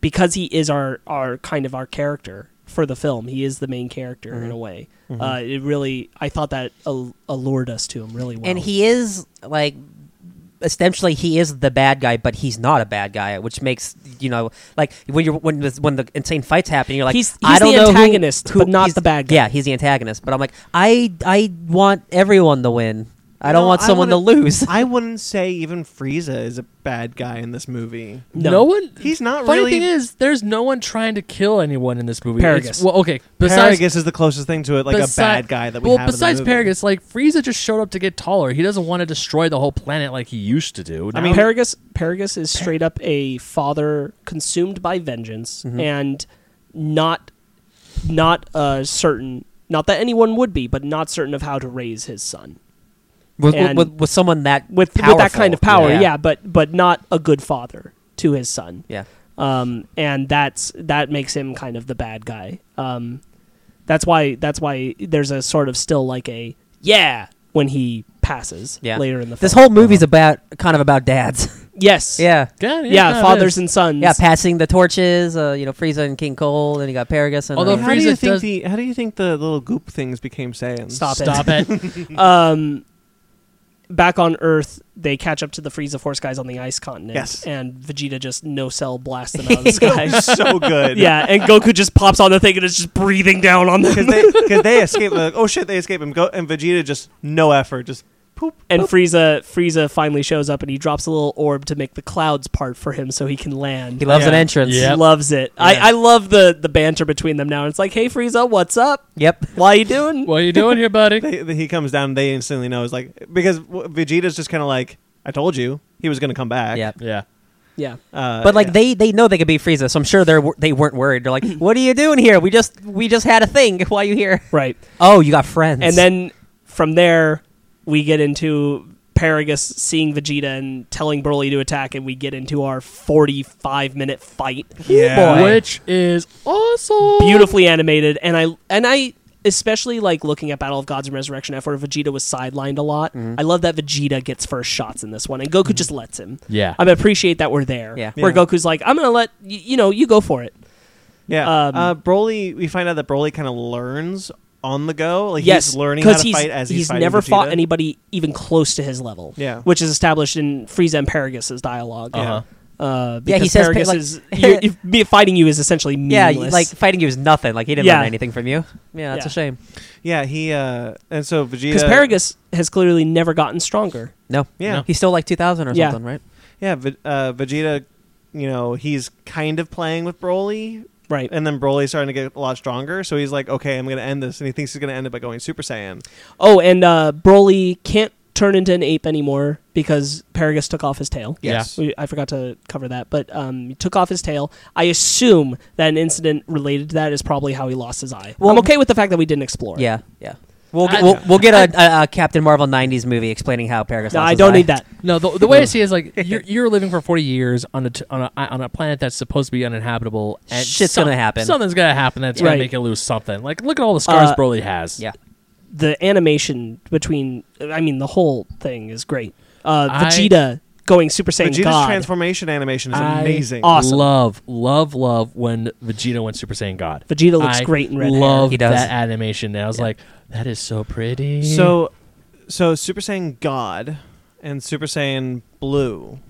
D: because he is our our kind of our character for the film, he is the main character
C: Mm-hmm.
D: in a way. Uh, it really, I thought that al- allured us to him really well.
B: and he is like essentially he is the bad guy but he's not a bad guy which makes you know like when you're when this, when the insane fights happen you're like
D: He's-
B: I
D: he's
B: don't
D: the
B: know who-
D: antagonist,
B: who,
D: but not
B: he's-
D: the bad guy.
B: yeah he's the antagonist but I'm like I I want everyone to win I don't
C: No,
B: want
C: I
B: someone to
C: wouldn't-
B: lose
C: I wouldn't say even Frieza is a bad guy in this movie.
A: No,
D: No.
A: one.
C: He's not
A: Funny
C: really-
A: thing is, there's no one trying to kill anyone in this movie.
D: Paragus.
A: It's- well, okay. Besides,
C: Paragus is the closest thing to it, like
A: besi-
C: a bad guy that we
A: well,
C: have. in the
A: besides
C: movie.
A: Paragus, like Frieza just showed up to get taller. He doesn't want to destroy the whole planet like he used to do.
D: I mean, Paragus Paragus is straight up a father consumed by vengeance
C: Mm-hmm.
D: and not not uh, certain. Not that anyone would be, but not certain of how to raise his son.
B: with, with,
D: and-
B: with, with someone that
D: with with that
B: powerful.
D: kind of power, yeah. but but not a good father to his son.
B: yeah
D: Um, and that's that makes him kind of the bad guy. Um, that's why that's why there's a sort of still like a yeah when he passes
B: yeah
D: later in the film.
B: this whole
D: Uh-huh.
B: movie's about kind of about dads
D: yes
B: yeah
A: yeah,
D: yeah,
A: no, it
D: fathers
A: is.
D: and sons
B: yeah passing the torches uh, you know Frieza and King Cole and you got Paragus and
A: Although
B: uh,
C: how do
A: Frieza
C: you think
A: does-
C: the how do you think the little goop things became Saiyans?
D: Stop it.
A: Stop it.
D: um, back on Earth, they catch up to the Frieza Force guys on the ice continent,
C: Yes.
D: and Vegeta just no cell blasts them out of the sky.
C: so good.
D: yeah, and Goku just pops on the thing and is just breathing down on them.
C: because they because they escape. Like, oh shit, they escape him. Go and Vegeta just no effort, just poop.
D: And Frieza, Frieza finally shows up, and he drops a little orb to make the clouds part for him so he can land.
B: he loves an
C: Yeah.
B: entrance
A: Yeah. Yep.
D: Loves it.
A: Yeah.
D: I, I love the the banter between them now. It's like, hey Frieza, what's up?
B: yep
D: Why you doing?
A: What are you doing here, buddy?
C: They, they- he comes down. They instantly know. It's like because w- Vegeta's just kind of like I told you he was gonna come back.
B: yep
A: yeah.
D: Yeah.
C: Uh,
B: But like
C: yeah.
B: they they know they could beat Frieza, so I'm sure they're they weren't worried. They're like, "What are you doing here? We just we just had a thing. Why are you here?"
D: Right.
B: Oh, you got friends.
D: And then from there, we get into Paragus seeing Vegeta and telling Broly to attack, and we get into our 45 minute fight.
C: Yeah.
A: Which is awesome.
D: Beautifully animated, and I and I especially like looking at Battle of Gods and Resurrection F, where Vegeta was sidelined a lot.
B: Mm-hmm.
D: I love that Vegeta gets first shots in this one, and Goku just lets him.
A: Yeah.
D: I appreciate that we're there.
B: Yeah.
D: Where
C: Yeah.
D: Goku's like, I'm gonna let y- you know, you go for it.
C: yeah.
D: um,
C: uh, Broly, we find out that Broly kind of learns on the go. Like
D: yes,
C: he's learning how to
D: he's,
C: fight as he's, fighting
D: never fought
C: Vegeta.
D: anybody even close to his level.
C: Yeah.
D: which is established in Frieza and Paragus' dialogue.
A: Uh-huh.
D: Uh,
B: Yeah,
D: because
B: he says,
D: Paragus
B: like-
D: is you're, you me fighting you is essentially
B: yeah,
D: meaningless.
B: you- like fighting you is nothing. Like he didn't
D: Yeah.
B: learn anything from you. Yeah, that's
D: Yeah.
B: a shame.
C: Yeah, he uh, and so Vegeta.
D: because Paragus has clearly never gotten stronger.
B: No,
C: Yeah.
B: he's still like 2,000 or
D: Yeah.
B: something, right?
C: Yeah, Ve- uh, Vegeta, you know, he's kind of playing with Broly,
D: Right.
C: and then Broly's starting to get a lot stronger. So he's like, okay, I'm going to end this, and he thinks he's going to end it by going Super Saiyan.
D: oh, and uh, Broly can't turn into an ape anymore because Paragus took off his tail.
A: Yeah.
C: Yes.
D: We, I forgot to cover that, but um, he took off his tail. I assume that an incident related to that is probably how he lost his eye. Well, I'm okay with the fact that we didn't explore. it.
B: Yeah, yeah. We'll get,
A: I-
B: we'll, we'll get a, a, a Captain Marvel 90s movie explaining how Paragus.
D: No,
B: lost
D: I
B: his
D: don't
B: eye.
D: need that.
A: No, the, the way I see it is like you're, you're living for 40 years on a, t- on a on a planet that's supposed to be uninhabitable. And
B: Shit's gonna happen.
A: Something's gonna happen that's
D: Right.
A: gonna make you lose something. Like look at all the scars
D: Uh,
A: Broly has.
B: Yeah,
D: the animation between I mean the whole thing is great. Uh,
A: I-
D: Vegeta going Super Saiyan
C: Vegeta's
D: God.
C: transformation animation is
A: I
C: amazing.
D: Awesome.
A: Love, love, love when Vegeta went Super Saiyan God.
D: Vegeta looks
A: I
D: great in red hair.
A: Love
B: He does.
A: that animation. And I was like, that is so pretty.
C: So, so Super Saiyan God and Super Saiyan Blue.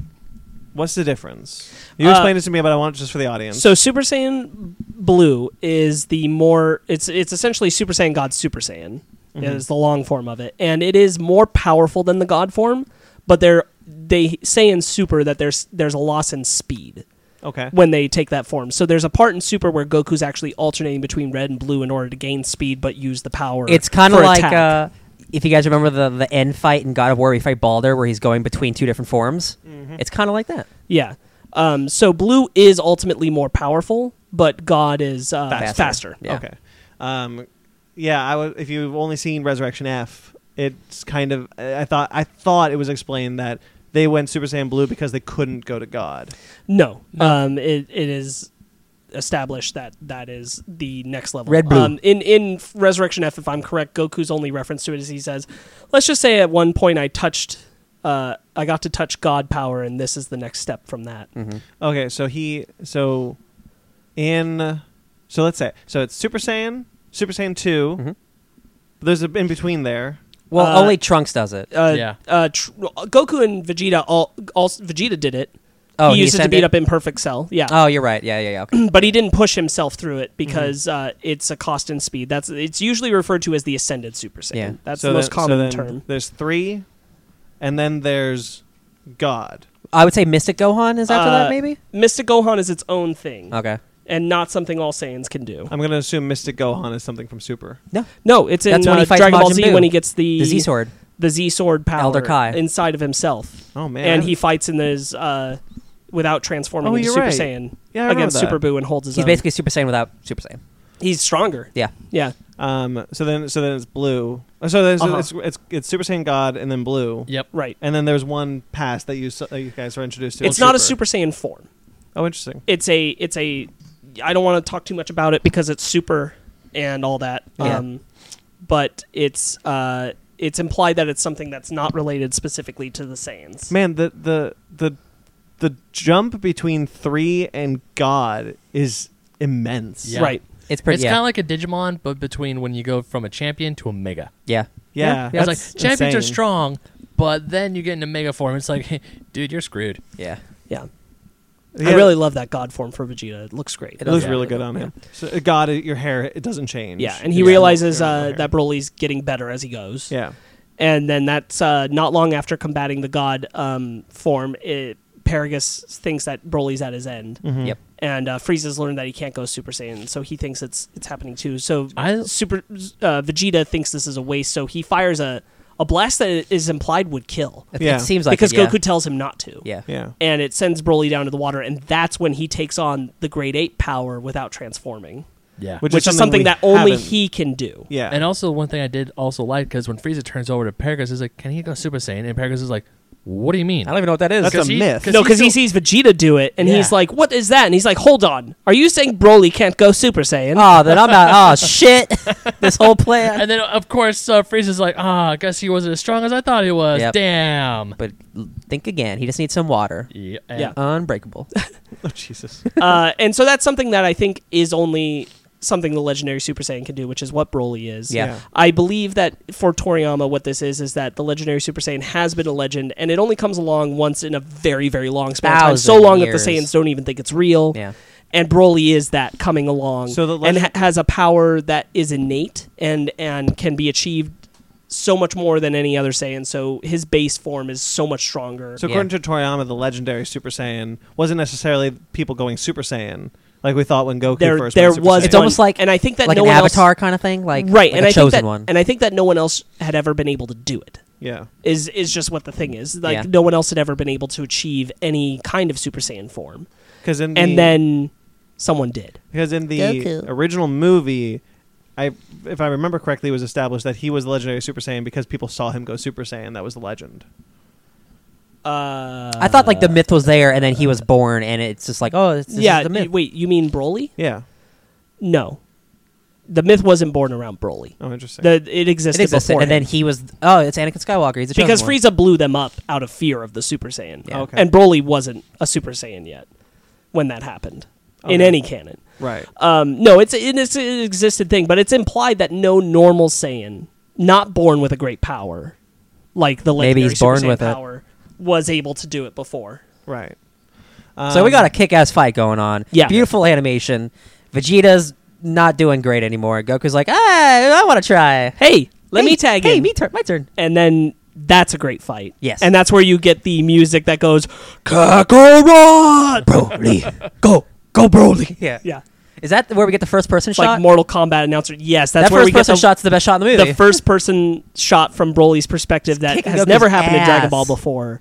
C: What's the difference? You
D: Uh,
C: explained this to me, but I want it just for the audience.
D: so Super Saiyan Blue is the more it's it's essentially Super Saiyan God Super Saiyan.
B: Mm-hmm.
D: It's the long form of it, and it is more powerful than the God form, but they're they say in Super that there's there's a loss in speed.
C: okay,
D: when they take that form. So there's a part in Super where Goku's actually alternating between red and blue in order to gain speed but use the power.
B: it's kind of
D: for
B: like
D: attack.
B: uh, if you guys remember the the end fight in God of War, we fight Balder, where he's going between two different forms.
D: Mm-hmm.
B: It's kind of like that.
D: yeah. Um, so blue is ultimately more powerful, but God is uh, faster.
B: Faster. Yeah.
C: okay, um, yeah. I was. If you've only seen Resurrection F, it's kind of. I I thought. I thought it was explained that they went Super Saiyan Blue because they couldn't go to God.
D: No, Um, it it is established that that is the next level.
B: Red Blue.
D: Um, in in Resurrection F, if I'm correct, Goku's only reference to it is he says, "Let's just say at one point I touched." Uh, I got to touch God power, and this is the next step from that.
B: Mm-hmm.
C: Okay, so he so in so let's say so it's Super Saiyan, Super Saiyan 2
D: Mm-hmm.
B: Mhm.
C: But there's a in between there.
B: Well,
D: Uh,
B: only Trunks does it.
D: Uh,
A: Yeah.
D: uh, tr- Goku and Vegeta all, all Vegeta did it.
B: Oh,
D: he used it to
B: sent
D: beat
B: it?
D: up Imperfect Cell. Yeah, Um,
B: Oh, you're right. Yeah, yeah, yeah. Okay.
D: but he didn't push himself through it because
B: Mm-hmm.
D: uh, it's a cost and speed. That's it's usually referred to as the ascended Super Saiyan.
B: Yeah.
D: That's
C: So
D: the most
C: then- so
D: common
C: then
D: term.
C: There's three, and then there's God.
B: I would say Mystic Gohan is after
D: Uh,
B: that, maybe.
D: Mystic Gohan is its own thing
B: Okay.
D: and not something all Saiyans can
B: uh,
D: do.
C: I'm gonna assume Mystic Gohan is something from Super.
B: No,
D: No, it's in
B: That's when
D: uh,
B: he fights
D: Dragon Ball
B: Majin
D: Z
B: Buu.
D: when he gets the
B: the Z Sword.
D: the Z sword power
B: Elder Kai.
D: inside of himself,
C: Oh man,
D: and he fights in his uh, without transforming
C: Oh,
D: into
C: you're
D: Super
C: right.
D: Saiyan
C: yeah, I remember that.
D: against Super Buu and holds his
B: He's
D: own.
B: basically Super Saiyan without Super Saiyan.
D: he's stronger.
B: Yeah.
D: Yeah,
C: Um. So then, so then it's blue. Uh, So there's
D: Uh-huh.
C: it's, it's it's Super Saiyan God and then blue.
A: Yep.
D: right.
C: And then there's one past that you s- that you guys were introduced to.
D: it's not a Super Saiyan form.
C: Oh, interesting.
D: it's a it's a I don't want to talk too much about it because it's super and all that.
B: Yeah.
D: Um, but it's uh, it's implied that it's something that's not related specifically to the Saiyans.
C: Man, the the the the jump between three and God is immense.
A: Yeah.
D: Right.
B: It's pretty.
A: it's
B: yeah.
A: kind of like a Digimon, but between when you go from a champion to a mega.
B: yeah.
C: Yeah.
A: It's
C: that's
A: like champions are
C: insane.
A: strong, but then you get into mega form. It's like, dude, you're screwed.
B: Yeah.
D: Yeah.
C: Yeah,
D: I really love that God form for Vegeta. It looks great.
B: It
C: it looks
B: Yeah.
C: really good on him. So, uh, God, uh, your hair it doesn't change.
D: Yeah, and he
C: It's
D: realizes
C: normal
D: uh,
C: hair.
D: that Broly's getting better as he goes.
C: Yeah.
D: and then that's uh, not long after combating the God um, form. It, Paragus thinks that Broly's at his end.
B: Yep.
D: and uh, Frieza's learned that he can't go Super Saiyan, so he thinks it's it's happening too. So
A: I-
D: Super uh, Vegeta thinks this is a waste, so he fires a a blast that is implied would kill
B: It,
C: Yeah.
B: it seems like
D: because
B: it, yeah.
D: Goku tells him not to.
B: Yeah.
C: Yeah.
D: and it sends Broly down to the water, and that's when he takes on the Grade Eight power without transforming,
A: Yeah.
C: Which-
D: which,
C: is
D: is
C: something
D: something
C: we
D: that only
C: haven't-
D: he can do.
C: Yeah.
A: And also, one thing I did also like because when Frieza turns over to Paragus, he's like, "Can he go Super Saiyan?" And Paragus is like, "What do you mean?"
B: I don't even know what that is.
C: That's a
A: 'Cause he-
C: myth.
D: No, because he
A: still-
D: sees Vegeta do it, and
A: Yeah.
D: he's like, "What is that?" And he's like, "Hold on, are you saying Broly can't go Super Saiyan?"
B: oh, then I'm not. Oh shit! this whole plan.
A: And then, of course, uh, Frieza's like, "Ah, I guess he wasn't as strong as I thought he was.
B: Yep.
A: Damn."
B: But l- think again. He just needs some water.
A: Yeah.
D: Yeah.
B: Unbreakable.
C: oh Jesus.
D: uh, and so that's something that I think is only something the legendary Super Saiyan can do, which is what Broly is.
B: Yeah.
D: I believe that for Toriyama, what this is is that the legendary Super Saiyan has been a legend, and it only comes along once in a very, very long span of time. So
B: Thousand
D: long that the
B: years.
D: Saiyans don't even think it's real.
B: Yeah.
D: And Broly is that coming along,
C: So the
D: and ha-
C: legend-
D: has a power that is innate and and can be achieved so much more than any other Saiyan. So his base form is so much stronger.
C: So
B: Yeah.
C: according to Toriyama, the legendary Super Saiyan wasn't necessarily people going Super Saiyan like we thought when Goku
D: there,
C: first.
D: there
C: went Super
D: was
C: Saiyan.
B: It's almost
D: one-
B: like-
D: and I think that
B: like
D: no
B: an
D: one else-
B: avatar kind of thing. Like
D: right
B: like
D: and
B: a
D: I think
B: chosen
D: that,
B: one.
D: and i think that no one else had ever been able to do it
C: yeah.
D: is is just what the thing is like
B: Yeah.
D: no one else had ever been able to achieve any kind of super saiyan form
C: Because in the,
D: and then someone did
C: because in the
B: Goku.
C: original movie, I if I remember correctly, it was established that he was the legendary Super Saiyan because people saw him go Super Saiyan. That was the legend.
D: uh,
B: I thought like the myth was there, and then he was born, and it's just like, oh, it's, this
D: yeah
B: is the myth.
D: you- wait you mean broly
C: Yeah.
D: no the myth wasn't born around broly
C: Oh, interesting.
D: the, it existed
B: it existed,
D: before
B: and then
D: him.
B: he was. Oh, it's Anakin Skywalker. He's a chosen
D: because
B: one.
D: frieza blew them up out of fear of the super saiyan
B: Yeah.
C: Okay.
D: and broly wasn't a super saiyan yet when that happened in
C: Okay.
D: any canon
C: right.
D: Um, no, it's it- it's an existed thing, but it's implied that no normal Saiyan, not born with a great power, like the legendary
B: Maybe he's born
D: Super Saiyan
B: with it.
D: power, was able to do it before.
C: Right.
B: So we
C: Um,
B: got a kick-ass fight going on.
D: Yeah.
B: Beautiful animation. Vegeta's not doing great anymore. Goku's like, ah, I want to try.
D: Hey, let
B: Hey,
D: me tag
B: Hey,
D: in,
B: me turn. My turn.
D: and then that's a great fight.
B: Yes.
D: and that's where you get the music that goes Kakarot.
B: Broly, go, go, Broly. Yeah.
D: Yeah,
B: Is that where we get the first-person
D: like
B: shot?
D: Mortal Kombat announcer. Yes, that's
B: that
D: where we get
B: first-person
D: the,
B: shot's the best shot in the movie.
D: the first person shot from Broly's perspective that
B: kicking
D: has
B: Goku's
D: never happened in Dragon
B: ass.
D: Ball before.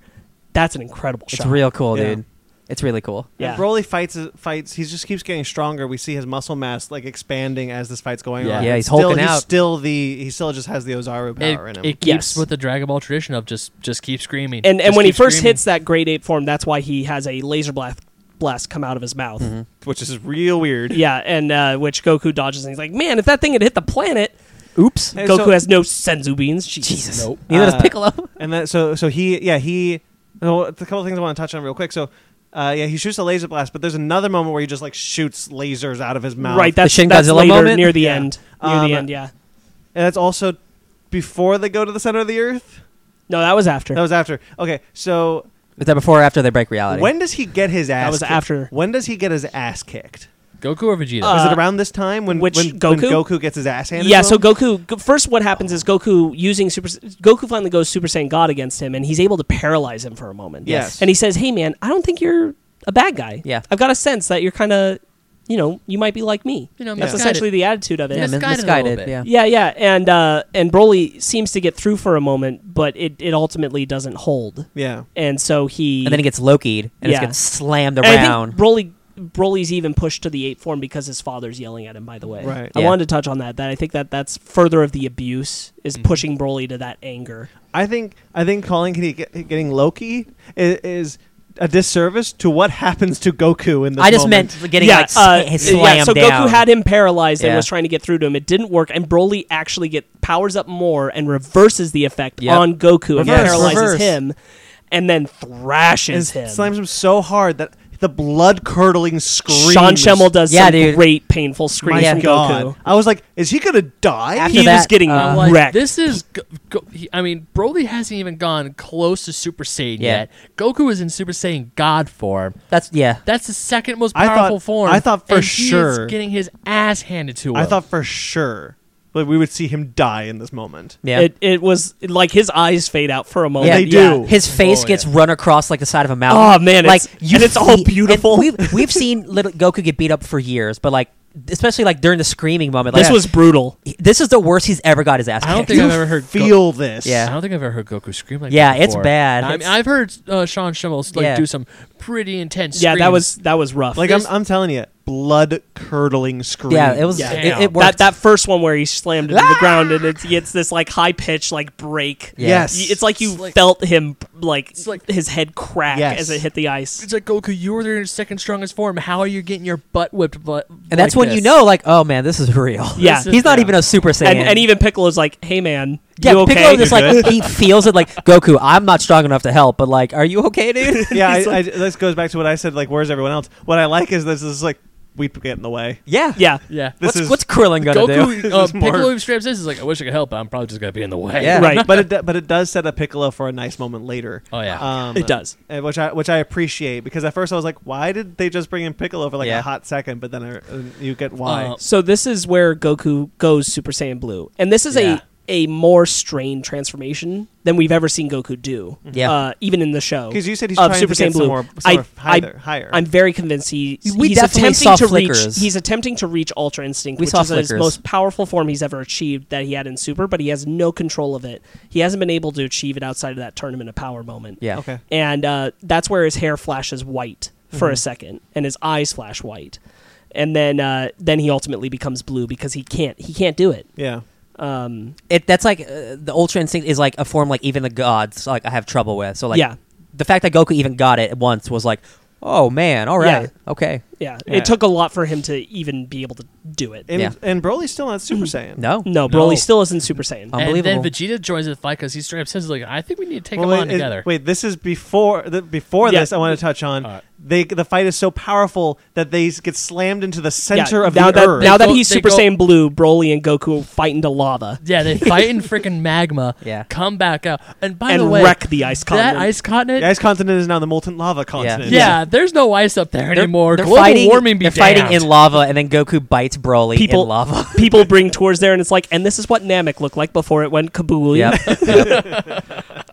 D: That's an incredible
B: it's
D: shot.
B: real cool,
C: Yeah.
B: dude. It's really cool.
D: Yeah.
C: And Broly fights fights. He just keeps getting stronger. We see his muscle mass like expanding as this fight's going
A: Yeah.
C: on.
A: Yeah,
B: he's
C: still,
B: hulking
C: he's
B: out.
C: Still the he still just has the Ozaru
A: It,
C: power in him.
A: it keeps
D: Yes.
A: with the Dragon Ball tradition of just just keep screaming.
D: and and
A: Just
D: when he
A: keep
D: first
A: screaming.
D: hits that grade eight form, that's why he has a laser blast blast come out of his mouth.
B: Mm-hmm.
E: which is real weird.
D: Yeah, and uh, which Goku dodges and he's like, man, if that thing had hit the planet,
B: Oops.
C: Hey,
D: Goku
C: so-
D: has no senzu beans. Jesus.
B: Jesus.
A: Nope.
B: Neither
C: Uh,
B: does Piccolo.
C: And that so so he yeah he no a couple things I want to touch on real quick. So uh, yeah, he shoots a laser blast, but there's another moment where he just like shoots lasers out of his mouth.
D: Right, that's,
B: Shin
D: that's
B: Godzilla
D: later
B: moment?
D: near the
C: Yeah.
D: end. Near
C: Um,
D: the end, yeah.
C: and that's also before they go to the center of the earth.
D: No, that was after.
C: That was after. Okay, so
B: Is that before or after they break reality?
C: when does he get his ass?
D: was
C: kicked?
D: after.
C: When does he get his ass kicked?
A: Goku or Vegeta?
D: Uh,
C: Is it around this time when
D: which
C: when, when
D: Goku?
C: Goku gets his ass handed?
D: yeah,
C: to
D: so
C: him?
D: Goku go- first what happens is Goku using Super Goku finally goes Super Saiyan God against him and he's able to paralyze him for a moment.
C: Yes.
D: And he says, "Hey man, I don't think you're a bad guy.
B: Yeah.
D: I've got a sense that you're kind of, you know, you might be like me."
A: you know,
D: That's
A: misguided.
D: essentially the attitude of it.
B: yeah,
A: Misguided a
B: misguided.
A: little bit.
B: Yeah.
D: Yeah, yeah, and uh, and Broly seems to get through for a moment, but it, it ultimately doesn't hold,
C: yeah,
D: and so he
B: And then he gets Loki'd and
D: Yeah.
B: just gets slammed
D: and I
B: around.
D: think Broly Broly's even pushed to the eighth form because his father's yelling at him. By the way,
C: Right.
D: I
B: Yeah.
D: wanted to touch on that. That I think that that's further of the abuse is pushing Broly to that anger.
C: I think I think calling he get- getting Loki is, is a disservice to what happens to Goku in this.
B: I just
C: moment.
B: meant getting
D: yeah,
B: like s-
D: uh,
B: his
D: yeah.
B: slammed
D: So
B: down.
D: Goku had him paralyzed and
B: Yeah.
D: was trying to get through to him. It didn't work, and Broly actually get powers up more and reverses the effect
B: Yep.
D: on Goku and
B: Reverse,
D: paralyzes
B: reverse.
D: him, and then thrashes
C: and
D: him.
C: slams him so hard that the blood curdling scream.
D: Sean Schemmel does
B: Yeah,
D: some
B: dude.
D: great painful
C: My
D: screams from
C: God.
D: Goku.
C: I was like, is he gonna die?
B: After
D: He was
B: that,
D: getting
B: uh,
A: I'm like,
D: wrecked.
A: This is. Go- Go- he- I mean, Broly hasn't even gone close to Super Saiyan
B: Yeah.
A: yet. Goku is in Super Saiyan God form.
B: That's yeah.
A: That's the second most
C: I thought-
A: powerful form.
C: I thought for
A: and he is
C: sure-
A: getting his ass handed to him.
C: I thought for sure that we would see him die in this moment.
B: Yeah.
D: It it was like his eyes fade out for a moment.
B: yeah,
C: they do.
B: His face
A: Oh,
B: gets
A: yeah.
B: run across like the side of a mountain.
D: Oh, man,
B: like
D: it's- and it's all
B: feel-
D: beautiful.
B: and we've we've seen little Goku get beat up for years, but like especially like during the screaming moment. Like,
D: This was brutal.
B: this is the worst he's ever got his ass.
A: I don't
B: kicked.
A: think
C: You
A: I've ever heard Go-
C: feel this.
A: I
B: Yeah.
A: don't think I've ever heard Goku scream like
B: Yeah,
A: that.
B: it's
A: before.
B: bad.
A: I mean,
B: It's-
A: I've heard uh, Sean Schimmel like
B: Yeah.
A: do some pretty intense.
D: Yeah, that
A: screams.
D: was that was rough.
C: Like uh, I'm, I'm telling you, blood curdling scream.
B: Yeah, it was.
D: Yeah.
B: It, it
D: that
B: worked.
D: that first one where he slammed into the ground and it's it's this like high pitch like break.
B: Yeah.
C: Yes,
D: Y- It's like you
A: It's like-
D: felt him like,
A: It's like-
D: his head crack
C: Yes.
D: as it hit the ice.
A: It's like Goku, you were your second strongest form. How are you getting your butt whipped? But
B: and that's when you know, like, oh man, this is real.
D: Yeah.
B: he's not even a Super Saiyan.
D: And, and even Piccolo's like, "Hey man,
B: yeah,
D: you okay?"
B: Piccolo just
C: You
B: like he feels it, like Goku. I'm not strong enough to help, but like, are you okay, dude?
C: yeah. I, I, this goes back to what I said. Like, where's everyone else? What I like is this is like we get in the way.
B: yeah,
D: yeah.
A: Yeah,
C: This
B: What's
C: is
B: what's Krillin gonna do?
A: Goku, uh,
C: is more-
A: Piccolo straps this is like, I wish I could help, but I'm probably just gonna be in the way.
B: Yeah.
D: Right.
C: but it do- but it does set up Piccolo for a nice moment later.
A: Oh yeah.
C: Um,
D: It does.
C: and which I which I appreciate because at first I was like, why did they just bring in Piccolo for like
B: Yeah.
C: a hot second? But then I, uh, you get why.
A: Uh,
D: So this is where Goku goes Super Saiyan Blue, and this is
A: Yeah.
D: a a more strained transformation than we've ever seen Goku do.
B: Yeah.
D: uh, even in Uh, the show.
C: Because you said Mm-hmm. he's
D: of
C: trying
D: Super
C: to get
D: Saiyan Blue.
C: some more, some
D: I-
C: more higher. higher.
D: I'm very convinced he
B: We definitely
D: he's attempting
B: saw
D: to reach.
B: flickers.
D: He's attempting to reach Ultra Instinct,
B: We
D: which
B: saw
D: is his
B: flickers.
D: most powerful form he's ever achieved that he had in Super, but he has no control of it. He hasn't been able to achieve it outside of that tournament of power moment.
B: yeah,
C: okay.
D: and uh, that's where his hair flashes white for a
A: Mm-hmm.
D: second, and his eyes flash white, and then uh, then he ultimately becomes blue because he can't he can't do it.
C: Yeah.
D: Um,
B: it that's like uh, the Ultra Instinct is like a form like even the gods like I have trouble with. So like,
D: Yeah.
B: the fact that Goku even got it once was like, oh man, all right,
D: Yeah.
B: okay,
D: yeah,
C: Yeah.
D: it took a lot for him to even be able to do it.
C: And
B: Yeah.
C: and Broly's still not Super
D: Mm-hmm.
C: Saiyan.
B: no,
D: no,
A: No.
D: Broly still isn't Super Saiyan.
B: Um,
A: and then
B: Unbelievable.
A: Vegeta joins the fight because he straps his like, I think we need to take
C: Well,
A: them
C: wait,
A: on
C: it-
A: together.
C: Wait, this is before the, before
D: Yeah.
C: this. I want to touch on
A: All right.
C: they the fight is so powerful that they s- get slammed into the
D: Yeah,
C: center of
D: now
C: the
D: that
C: earth.
D: now that
A: They go-
D: he's
A: they
D: Super
A: go-
D: Saiyan Blue, Broly and Goku fight into lava
A: Yeah, they fight in freaking magma.
B: Yeah.
A: come back out. And by the
D: and
A: way,
D: wreck the ice
A: that
D: continent.
A: ice continent.
C: the ice continent is now the molten lava continent.
A: yeah, there's no ice up there anymore.
B: They're
A: Global
B: fighting,
A: warming. Be
B: they're fighting
A: damned.
B: in lava, and then Goku bites Broly
D: People-
B: in lava.
D: People bring tours there, and it's like, and this is what Namek looked like before it went kaboom.
B: yep.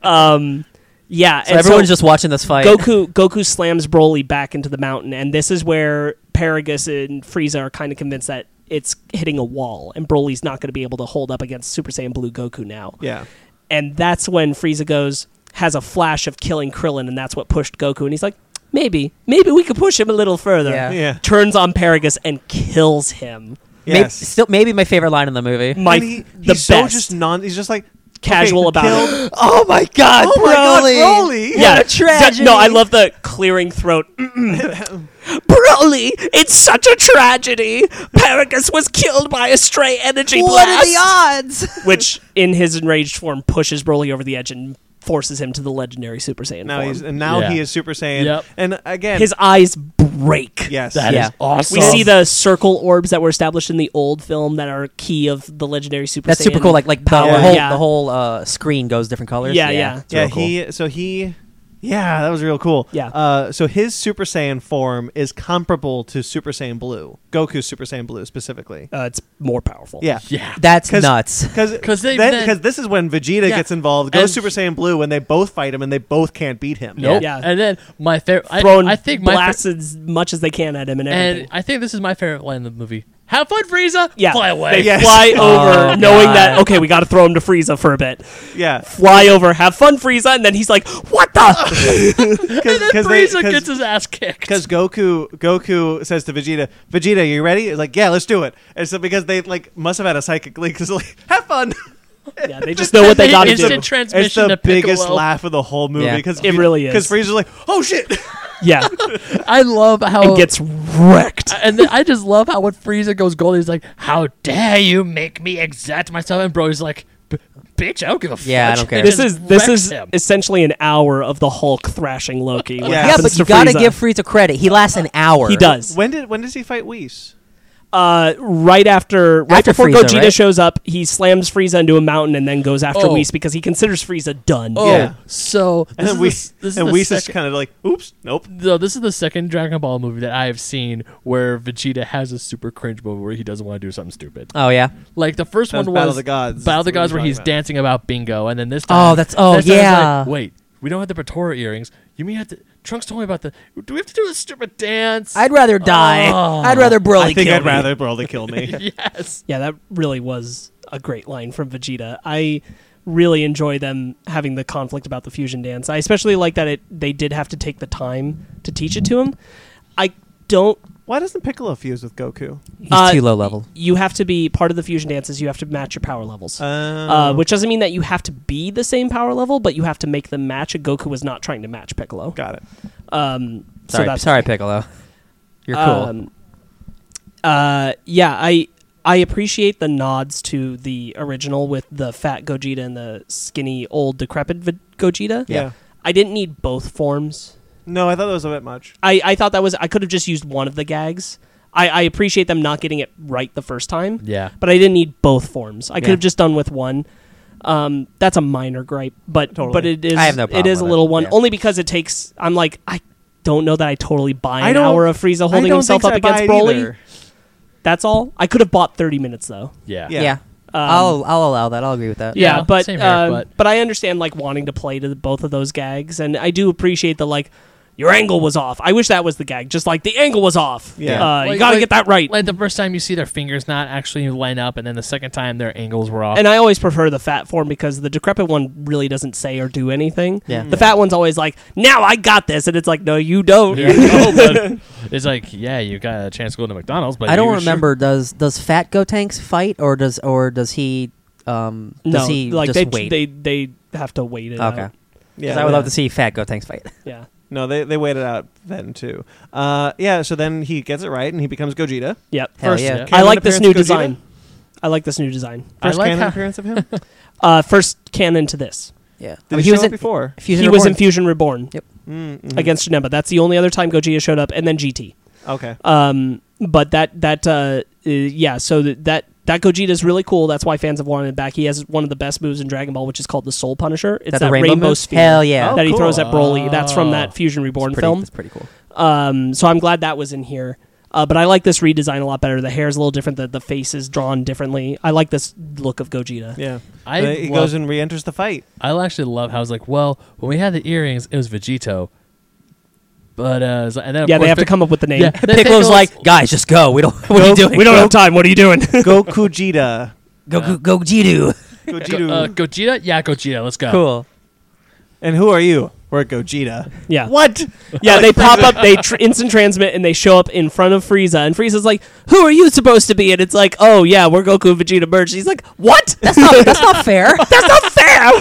D: Um, yeah.
B: So
D: and
B: everyone's just watching this fight.
D: Goku Goku slams Broly back into the mountain, and this is where Paragus and Frieza are kind of convinced that it's hitting a wall, and Broly's not going to be able to hold up against Super Saiyan Blue Goku now.
C: yeah.
D: And that's when Frieza goes has a flash of killing Krillin, and that's what pushed Goku, and he's like, maybe, maybe we could push him a little further.
B: Yeah.
C: Yeah.
D: Turns on Paragus and kills him.
B: May-
C: Yes.
B: still maybe my favorite line in the movie.
D: My
C: and he,
D: the
C: he's
D: best.
C: so just non. He's just like
D: casual about
C: killed,
D: it.
B: Oh my god,
C: Oh my God,
B: Broly!
C: Broly!
B: What
D: Yeah,
B: a tragedy.
D: no, I love the clearing throat. Broly, it's such a tragedy. Paragus was killed by a stray energy
B: What
D: blast,
B: are the odds?
D: which in his enraged form pushes Broly over the edge and forces him to the legendary Super Saiyan
C: Now
D: form.
C: he's and now
A: Yeah.
C: he is Super Saiyan.
A: Yep.
C: And again,
D: his eyes break.
C: yes,
A: That is
B: Yeah.
A: awesome.
D: We see the circle orbs that were established in the old film that are key of the legendary Super
B: That's
D: Saiyan.
B: super cool. Like like power.
C: Yeah.
B: The whole,
D: Yeah.
B: the whole uh, screen goes different colors.
D: Yeah, yeah.
B: it's
C: yeah.
B: real cool.
C: He so he. Yeah, that was real cool.
D: Yeah.
C: Uh, so his Super Saiyan form is comparable to Super Saiyan Blue, Goku's Super Saiyan Blue specifically.
D: uh, it's more powerful.
C: Yeah.
A: yeah.
B: That's
C: 'Cause-
B: nuts.
C: Because
A: 'Cause they then-
C: because this is when Vegeta
A: Yeah.
C: gets involved, goes
A: And-
C: Super Saiyan Blue, when they both fight him and they both can't beat him.
A: Nope.
D: Yeah.
A: And then my favorite. I,
D: throwing
A: I think my
D: blasts
A: fa-
D: as much as they can at him and everything.
A: and I think this is my favorite line in the movie. Have fun, Frieza.
D: yeah,
A: Fly away.
D: They
C: Yes.
D: fly over,
B: Oh,
D: knowing that
B: God.
D: okay, we got to throw him to Frieza for a bit.
C: Yeah,
D: Fly over, have fun, Frieza, and then he's like, "What the?"
A: and then
C: because
A: Frieza gets his ass kicked.
C: because Goku Goku says to Vegeta, Vegeta, you ready? He's like, yeah, let's do it. And so because they like must have had a psychic link, because like, have fun.
D: yeah, they just know what they got to
A: Instant
D: do.
A: transmission
C: It's the
A: to
C: biggest
A: Piccolo.
C: laugh of the whole movie
B: Yeah.
C: because
D: It really is.
C: because Frieza's like, oh shit,
D: Yeah,
A: I love how
D: and gets wrecked.
A: and then I just love how when Frieza goes gold, he's like, "How dare you make me exert myself?" And Broly's like, "B- "Bitch, I don't give a
B: Yeah, I
A: fudge."
B: don't care.
A: And
D: This
A: just
D: is this
A: wrecks
D: is
A: him.
D: essentially an hour of the Hulk thrashing Loki. what
C: Yeah.
B: Yeah,
D: happens
B: but you
D: to
B: gotta
D: Frieza.
B: give Frieza credit. He lasts an hour.
D: he does.
C: when did when does he fight Whis?
D: uh, right after right
B: After
D: before
B: Frieza,
D: Gogeta
B: right?
D: shows up, he slams Frieza into a mountain and then goes after
A: Oh.
D: Whis because he considers Frieza done.
A: Oh,
C: Yeah.
A: so
C: And
A: this
C: then
A: is
C: Whis
A: the, this is
C: and
A: the
C: Whis is
A: second,
C: kind of like, oops, nope.
A: no, this is the second Dragon Ball movie that I have seen where Vegeta has a super cringe moment where he doesn't want to do something stupid.
B: Oh yeah.
A: Like the first
C: That was
A: one was
C: Battle of the Gods.
A: Battle of the
C: That's what
A: Gods,
C: we're
A: where he's
C: talking about.
A: dancing about bingo, and then this time.
B: that's- oh,
A: this time he's like,
B: yeah.
A: Wait, we don't have the Pretora earrings. You mean have to? Trunks told me about the. Do we have to do a stupid dance?
B: I'd rather die.
A: Oh.
B: I'd rather Broly
C: I think
B: kill
C: I'd
B: me.
C: rather Broly kill me.
A: yes.
D: Yeah, that really was a great line from Vegeta. I really enjoy them having the conflict about the fusion dance. I especially like that it they did have to take the time to teach it to him. I don't
C: Why doesn't Piccolo fuse with Goku?
B: He's
D: Uh,
B: too low level.
D: you have to be part of the fusion dances, you have to match your power levels.
C: Uh,
D: Uh, which doesn't mean that you have to be the same power level, but you have to make them match. And Goku was not trying to match Piccolo.
C: got it.
D: Um, so
B: Sorry,
D: that's
B: sorry, Piccolo. You're cool.
D: Um, uh, yeah, I I appreciate the nods to the original with the fat Gogeta and the skinny old decrepit v- Gogeta.
C: Yeah.
D: I didn't need both forms.
C: No, I thought that was a bit much.
D: I, I thought that was I could have just used one of the gags. I, I appreciate them not getting it right the first time.
A: Yeah.
D: But I didn't need both forms. I could
B: Yeah.
D: have just done with one. Um, that's a minor gripe, but
C: Totally.
D: but it is
B: I have no
D: it
B: problem
D: is a
B: with it.
D: little one
B: Yeah.
D: only because it takes. I'm like I don't know that I totally buy
C: I
D: an
C: don't-
D: hour of Frieza
C: I
D: holding
C: don't
D: himself
C: think
D: up
C: I buy
D: against
C: it
D: Broly.
C: either.
D: That's all. I could have bought 30 minutes though.
A: Yeah.
C: Yeah.
B: yeah. I'll I'll allow that. I'll agree with that.
D: Um, Yeah,
A: Yeah,
D: but,
A: same here,
D: um, but
A: but-
D: I understand like wanting to play to the, both of those gags, and I do appreciate the like your angle was off. I wish that was the gag, just like the angle was off.
C: Yeah.
D: uh, you
A: Like-
D: gotta
A: like-
D: get that right.
A: Like the first time you see their fingers not actually line up, and then the second time their angles were off.
D: and I always prefer the fat form because the decrepit one really doesn't say or do anything.
B: Yeah.
D: The fat one's always like, "Now I got this," and it's like, "No, you don't."
A: Yeah, no, but it's like, yeah, you got a chance to go to McDonald's, but
B: I
A: you
B: don't
A: sure-
B: remember. Does does Fat Gotenks fight or does or does he um does
D: no,
B: he
D: like
B: just
D: they,
B: wait?
D: they they have to wait it.
B: okay.
D: out.
B: 'Cause
C: Yeah,
B: I would
C: yeah.
B: love to see Fat Gotenks fight.
D: Yeah.
C: No, they they waited out then too. Uh, yeah, so then he gets it right and he becomes Gogeta.
D: Yep.
B: Hell
C: First-
B: yeah.
A: yeah.
D: I
C: Canon
D: like this new
C: appearance Gogeta?
D: design. I like this new design.
A: I
C: First
A: like
C: canon
A: how-
C: appearance of him. Did
D: Uh, first canon to this.
B: Yeah.
C: he,
B: was
C: show up
B: in
C: before?
B: Fusion
D: he was
B: Reborn.
D: in Fusion Reborn
B: Yep.
C: Mm-hmm.
D: against Janemba. That's the only other time Gogeta showed up, and then GT.
C: Okay.
D: Um, but that that uh, uh, yeah, so th- that that Gogeta is really cool. That's why fans have wanted him back. He has one of the best moves in Dragon Ball, which is called the Soul Punisher. It's
B: That
D: that,
B: the rainbow
D: rainbow,
B: move?
D: sphere
B: Hell yeah.
C: Oh,
D: that he
C: cool.
D: throws at Broly. That's from
A: Oh.
D: that Fusion
B: It's
D: Reborn
B: pretty,
D: film.
B: It's pretty cool.
D: Um, so I'm glad that was in here. Uh, but I like this redesign a lot better. The hair's a little different. The the face is drawn differently. I like this look of Gogeta.
C: Yeah.
A: I
C: Uh, he
A: love-
C: goes and re-enters the fight.
A: I actually love how it's like, well, when we had the earrings, it was Vegito, but uh, it's like- and then of
D: Yeah, they
A: course
D: have to
A: Pic-
D: come up with the name.
A: Yeah, then
B: Piccolo's like, guys, just go. We don't. What are you doing?
D: We don't have time. What are you doing?
C: Goku Gogeta.
B: Go go go Jidu.
A: Go-
C: Gogeta.
A: uh, Gogeta, yeah, Gogeta, let's go.
B: Cool.
C: and who are you? We're at Gogeta.
D: Yeah.
C: What?
D: Yeah, they pop up, they tr- instant transmit, and they show up in front of Frieza. And Frieza's like, "Who are you supposed to be?" And it's like, "Oh yeah, we're Goku and Vegeta merged." He's like, "What?
B: That's not that's not fair.
D: That's not fair."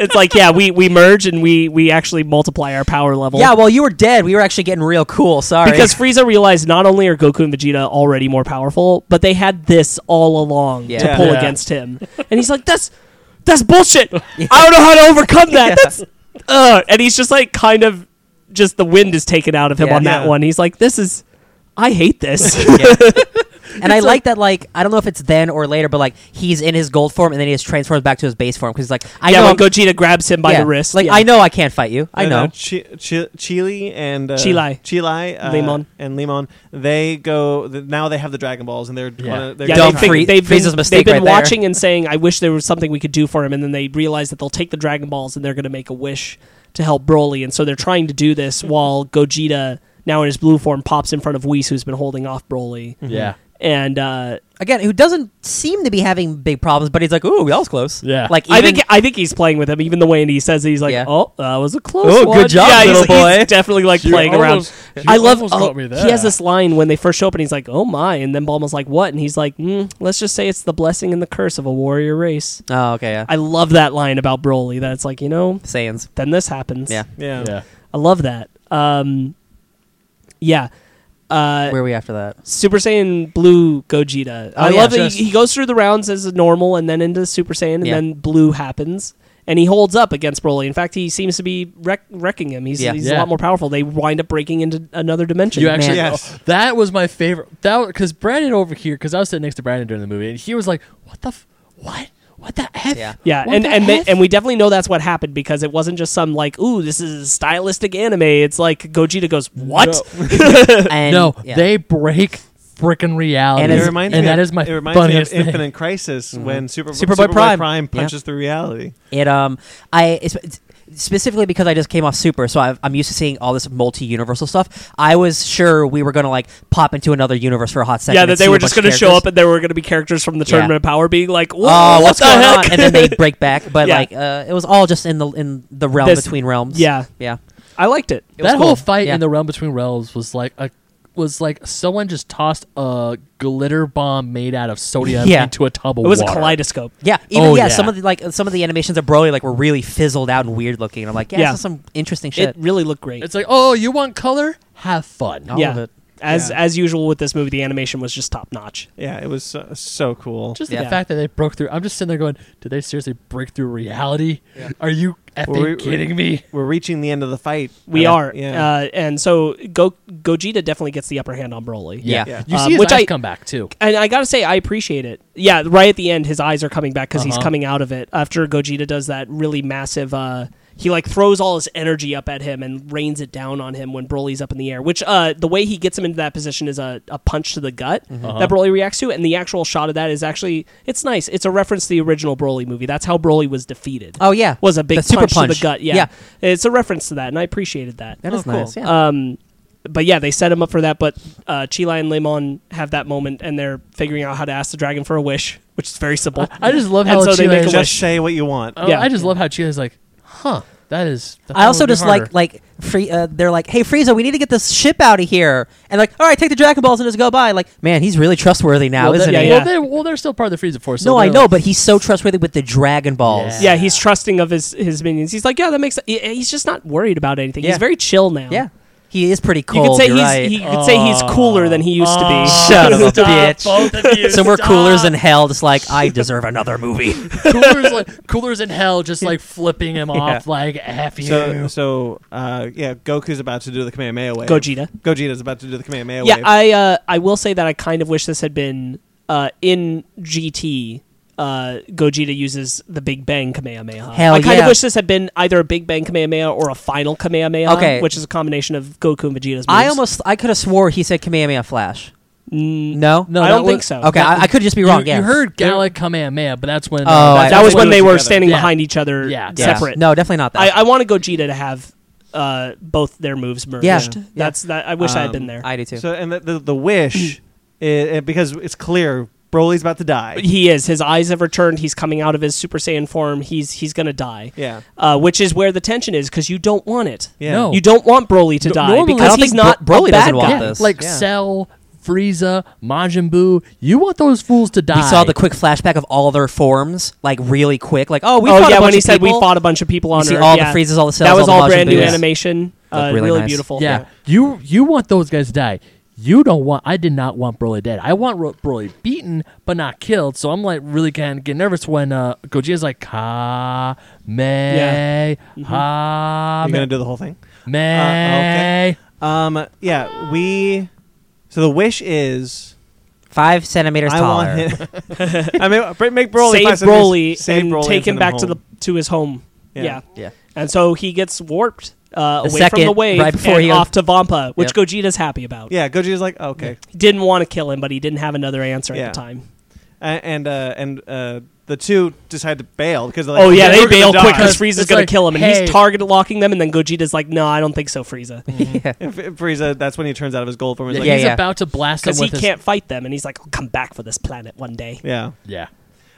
D: it's like, yeah, we we merge and we we actually multiply our power level.
B: yeah, well, you were dead. We were actually getting real cool. Sorry.
D: because Frieza realized not only are Goku and Vegeta already more powerful, but they had this all along
B: Yeah.
D: to
B: Yeah.
D: pull
E: Yeah.
D: against him, and he's like, "That's that's bullshit. I don't know how to overcome that." That's uh, and he's just like kind of just the wind is taken out of him
B: Yeah.
D: on that
C: Yeah.
D: one. He's like, "This is." I hate this.
B: and I like, that. Like I don't know if it's then or later, but like he's in his gold form and then he just transforms back to his base form because like I
D: yeah,
B: know
D: when
B: I'm-
D: Gogeta grabs him by
B: yeah,
D: the wrist.
B: Like
D: yeah.
B: I know I can't fight you. I
C: No,
B: know.
C: no, uh, Chi- Chi- Chile and uh,
D: Chile.
C: Chile, uh,
D: Limon.
C: and Limon. They go. th- Now they have the Dragon Balls, and they're
A: Yeah.
C: gonna- they're
D: Yeah,
C: gonna
B: Dumb
D: they
C: try-
D: think-
B: Free-
D: they've
B: Frieza's
D: been,
B: mistake
D: they've
B: right
D: been
B: there.
D: watching and saying, "I wish there was something we could do for him," and then they realize that they'll take the Dragon Balls and they're going to make a wish to help Broly, and so they're trying to do this while Gogeta, now in his blue form, pops in front of Whis, who's been holding off Broly,
A: Yeah.
D: and uh,
B: Again, who doesn't seem to be having big problems, but he's like, ooh, that was close.
A: Yeah.
B: Like
D: I
B: even-
D: think I think he's playing with him. Even the way and he says it, he's like,
B: Yeah.
D: "Oh, that was a close
B: Oh, good
D: one."
B: job,
D: yeah, he's,
B: little
D: he's
B: boy.
D: definitely like
A: You
D: playing
A: almost-
D: around.
A: you
D: I love.
A: almost
D: oh,
A: got me
D: He has
A: there.
D: this line when they first show up, and he's like, "Oh my!" And then Bulma's like, "What?" And he's like, mm, "Let's just say it's the blessing and the curse of a warrior race."
B: Oh, okay. Yeah.
D: I love that line about Broly. That it's like you know,
B: Saiyans.
D: then this happens.
B: Yeah.
C: Yeah.
A: Yeah.
D: I love that. Um, yeah. Uh,
B: Where are we after that?
D: Super Saiyan Blue Gogeta.
B: Oh,
D: I
B: yeah,
D: love that
B: just-
D: he, he goes through the rounds as a normal and then into Super Saiyan and
B: Yeah.
D: then Blue happens and he holds up against Broly. In fact, he seems to be wreck- wrecking him. He's,
B: Yeah.
D: he's a
A: Yeah.
D: lot more powerful. They wind up breaking into another dimension.
A: You actually,
C: Man. Yes.
A: oh, that was my favorite. That because Brandon over here, because I was sitting next to Brandon during the movie, and he was like, "What the, f- what, what the f?
B: Yeah.
D: yeah,
A: What
D: and
A: the
D: and they,
A: f?"
D: and we definitely know that's what happened because it wasn't just some like, ooh, this is a stylistic anime. It's like Gogeta goes, what?
B: And,
A: no,
B: yeah.
A: they break freaking reality,
B: And
A: and,
B: it's-
C: it reminds me
A: that
C: of,
A: is my
C: it reminds
A: funniest
C: me of
A: thing.
C: Infinite Crisis when Super,
B: Superboy
C: Superboy
B: Prime.
C: Prime,
B: Yeah.
C: punches through reality.
B: It um I it's, it's- specifically because I just came off Super, so I've, I'm used to seeing all this multi-universal stuff. I was sure we were gonna like pop into another universe for a hot second.
D: yeah,
B: and
D: that they
B: see a
D: were
B: bunch
D: just
B: of
D: going to show
B: characters.
D: up and there were going to be characters from the
B: Yeah.
D: Tournament of Power being like, whoa,
B: Oh,
D: what
B: what's
D: the
B: going
D: heck?
B: on? And then they break back, but
D: Yeah.
B: like uh, it was all just in the in the realm
D: This-
B: between realms.
D: yeah,
B: yeah.
D: I liked it. It was
A: that
D: cool.
A: whole fight
B: Yeah.
A: in the realm between realms was like a was like someone just tossed a glitter bomb made out of sodium
B: Yeah.
A: into a tub of
D: It was a
A: water.
D: kaleidoscope.
B: Yeah, even
A: Oh,
B: yeah,
A: yeah.
B: some of the like some of the animations of Broly like were really fizzled out and weird looking. And I'm like, yeah,
D: Yeah.
B: this is some interesting shit.
D: It really looked great.
A: It's like, oh, you want color? Have fun.
B: all
D: yeah.
B: of it.
D: As
C: Yeah.
D: as usual with this movie, the animation was just top notch.
C: Yeah, it was so, so cool.
A: Just
B: Yeah.
A: the fact that they broke through. I'm just sitting there going, did they seriously break through reality? Are you effing
C: we- we-
A: kidding me?
C: We're reaching the end of the fight.
D: We
C: Yeah.
D: are,
C: Yeah.
D: uh, and so Go- Gogeta definitely gets the upper hand on Broly.
B: Yeah.
C: Yeah.
A: You
D: Um,
A: see his
D: which
A: eyes
D: I-
A: come back too.
D: and I gotta say, I appreciate it. Yeah, right at the end, his eyes are coming back because he's
A: Uh-huh.
D: coming out of it after Gogeta does that really massive. Uh, he like throws all his energy up at him and rains it down on him when Broly's up in the air. Which uh, the way he gets him into that position is a, a punch to the gut
B: Mm-hmm.
D: that Broly reacts to, and the actual shot of that is actually it's nice. It's a reference to the original Broly movie. That's how Broly was defeated.
B: Oh yeah,
D: was a big
B: the super
D: punch,
B: punch
D: to the gut. Yeah.
B: yeah,
D: it's a reference to that, and I appreciated that.
B: that is
C: cool.
B: nice. Yeah.
D: Um, but yeah, they set him up for that. But uh, Chile and Lemon have that moment, and they're figuring out how to ask the dragon for a wish, which is very simple.
A: I just love
D: And
A: how
D: so they
A: Chile
D: make a
A: just-
D: wish.
C: Just say what you want.
A: Oh,
D: Yeah.
A: I just love how Chile's like, huh, that is. that
B: I also
A: would be
B: just
A: harder.
B: like like free. Uh, they're like, "Hey, Frieza, we need to get this ship out of here." And like, "All right, take the Dragon Balls and just go by." Like, man, he's really trustworthy now,
A: well, they-
B: isn't
D: yeah,
B: he?
A: Well,
D: yeah.
A: they, well, they're still part of the Frieza Force. so
B: No, I
A: they're
B: know,
A: like-
B: but he's so trustworthy with the Dragon Balls.
D: yeah, he's trusting of his his minions. He's like, yeah, that makes. he- He's just not worried about anything.
B: Yeah.
D: He's very chill now.
B: yeah. He is pretty
D: you
B: cold.
D: could say
B: you're
D: he's
B: right.
D: he could say he's cooler than he used to be.
A: "Oh,
B: Shut up,
A: Stop,
B: bitch.
A: both of you,
B: so we're
A: stop.
B: coolers than hell. Just like I deserve another movie.
A: coolers like coolers in hell, just like flipping him off like f you.
C: So, so uh, yeah, Goku's about to do the Kamehameha wave.
D: Gogeta.
C: Gogeta's about to do the Kamehameha
D: Yeah,
C: wave.
D: I uh, I will say that I kind of wish this had been uh, in GT. Uh, Gogeta uses the Big Bang Kamehameha.
B: Hell
D: I kind
B: yeah.
D: of wish this had been either a Big Bang Kamehameha or a Final Kamehameha,
B: Okay.
D: which is a combination of Goku and Vegeta's moves.
B: I almost I could have swore he said Kamehameha Flash.
D: Mm,
B: No,
A: No,
D: I
A: that
D: don't
A: was-
D: think so.
B: Okay,
D: That,
B: I, I could just be
A: you,
B: wrong. yeah,
A: you heard Gallic Kamehameha, but that's when. uh,
B: Oh, I-
A: that's
D: that was
C: when
D: when
C: they
D: they
C: were
D: were
C: together.
D: standing
A: Yeah.
D: behind each other,
A: Yeah.
B: Yeah.
D: separate.
B: No, definitely not that.
D: I, I wanted Gogeta to have uh, both their moves merged.
B: Yeah. Yeah.
D: That's that. I wish I had
C: Um,
D: been there.
B: I do too.
C: So and the the, the wish, i i- because it's clear Broly's about to die.
D: He is. His eyes have returned. He's coming out of his Super Saiyan form. He's he's gonna die.
C: yeah.
D: Uh, which is where the tension is because you don't want it.
C: Yeah.
A: No.
D: You don't want Broly to
A: No-
D: die
A: normally-
D: because
A: I don't
D: he's
B: think
D: not
B: Bro-
D: Broly
B: Broly
D: a bad
B: doesn't want
D: guy.
B: this.
A: Like
C: Yeah.
A: Cell, Frieza, Majin Buu. You want those fools to die.
B: We saw the quick flashback of all their forms, like really quick. Like, oh, we
D: oh
B: fought
D: yeah,
B: a bunch
D: when he
B: of
D: said we
B: people.
D: fought a bunch of people on
B: You see
D: Earth.
B: all the
D: yeah.
B: freezes, all the cells,
D: That was
B: all,
D: all,
B: the Majin
D: brand new
B: Buus.
C: Boos.
D: animation. Uh,
B: Looked
D: really,
B: really nice.
D: beautiful.
A: Yeah. You you want those guys to die. You don't want. I did not want Broly dead. I want Ro- Broly beaten but not killed. So I'm like really kind of get nervous when uh, Gojilla's like Ka me ha
C: You're
A: me.
C: gonna do the whole thing.
A: me."
C: Um. Yeah. We. So the wish is
B: five centimeters
C: I
B: taller.
C: want him. I mean, uh, br- make Broly
D: Save
C: five centimeters-
D: Broly
C: Save
D: and
C: Broly
D: take him
C: send
D: back to the
C: home.
D: to his home.
C: Yeah.
D: Yeah.
B: Yeah.
D: And so he gets warped uh,
B: The
D: away from
B: second,
D: the wave
B: right before
D: and
B: he-
D: off to Vampa, which
B: Yep.
D: Gogeta's happy about.
C: Yeah. Goji's like okay,
D: He didn't want to kill him, but he didn't have another answer
C: Yeah.
D: at the time.
C: A- and uh, and uh, the two decide to bail because they're like,
D: Oh yeah,
C: "We're
D: they
C: gonna
D: bail
C: die."
D: quick because
A: It's-
D: Frieza's
A: it's
D: gonna
A: like,
D: kill him, and
A: hey.
D: he's target locking them, and then Gogeta's like, "No, I don't think so, Frieza,"
C: And F- Frieza, that's when he turns out of his gold form. He's
A: Yeah,
C: like,
B: Yeah,
A: he's
B: yeah.
A: about to blast him
D: because he
A: with his
D: can't fight them, and he's like, "I'll come back for this planet one day."
C: yeah.
A: yeah.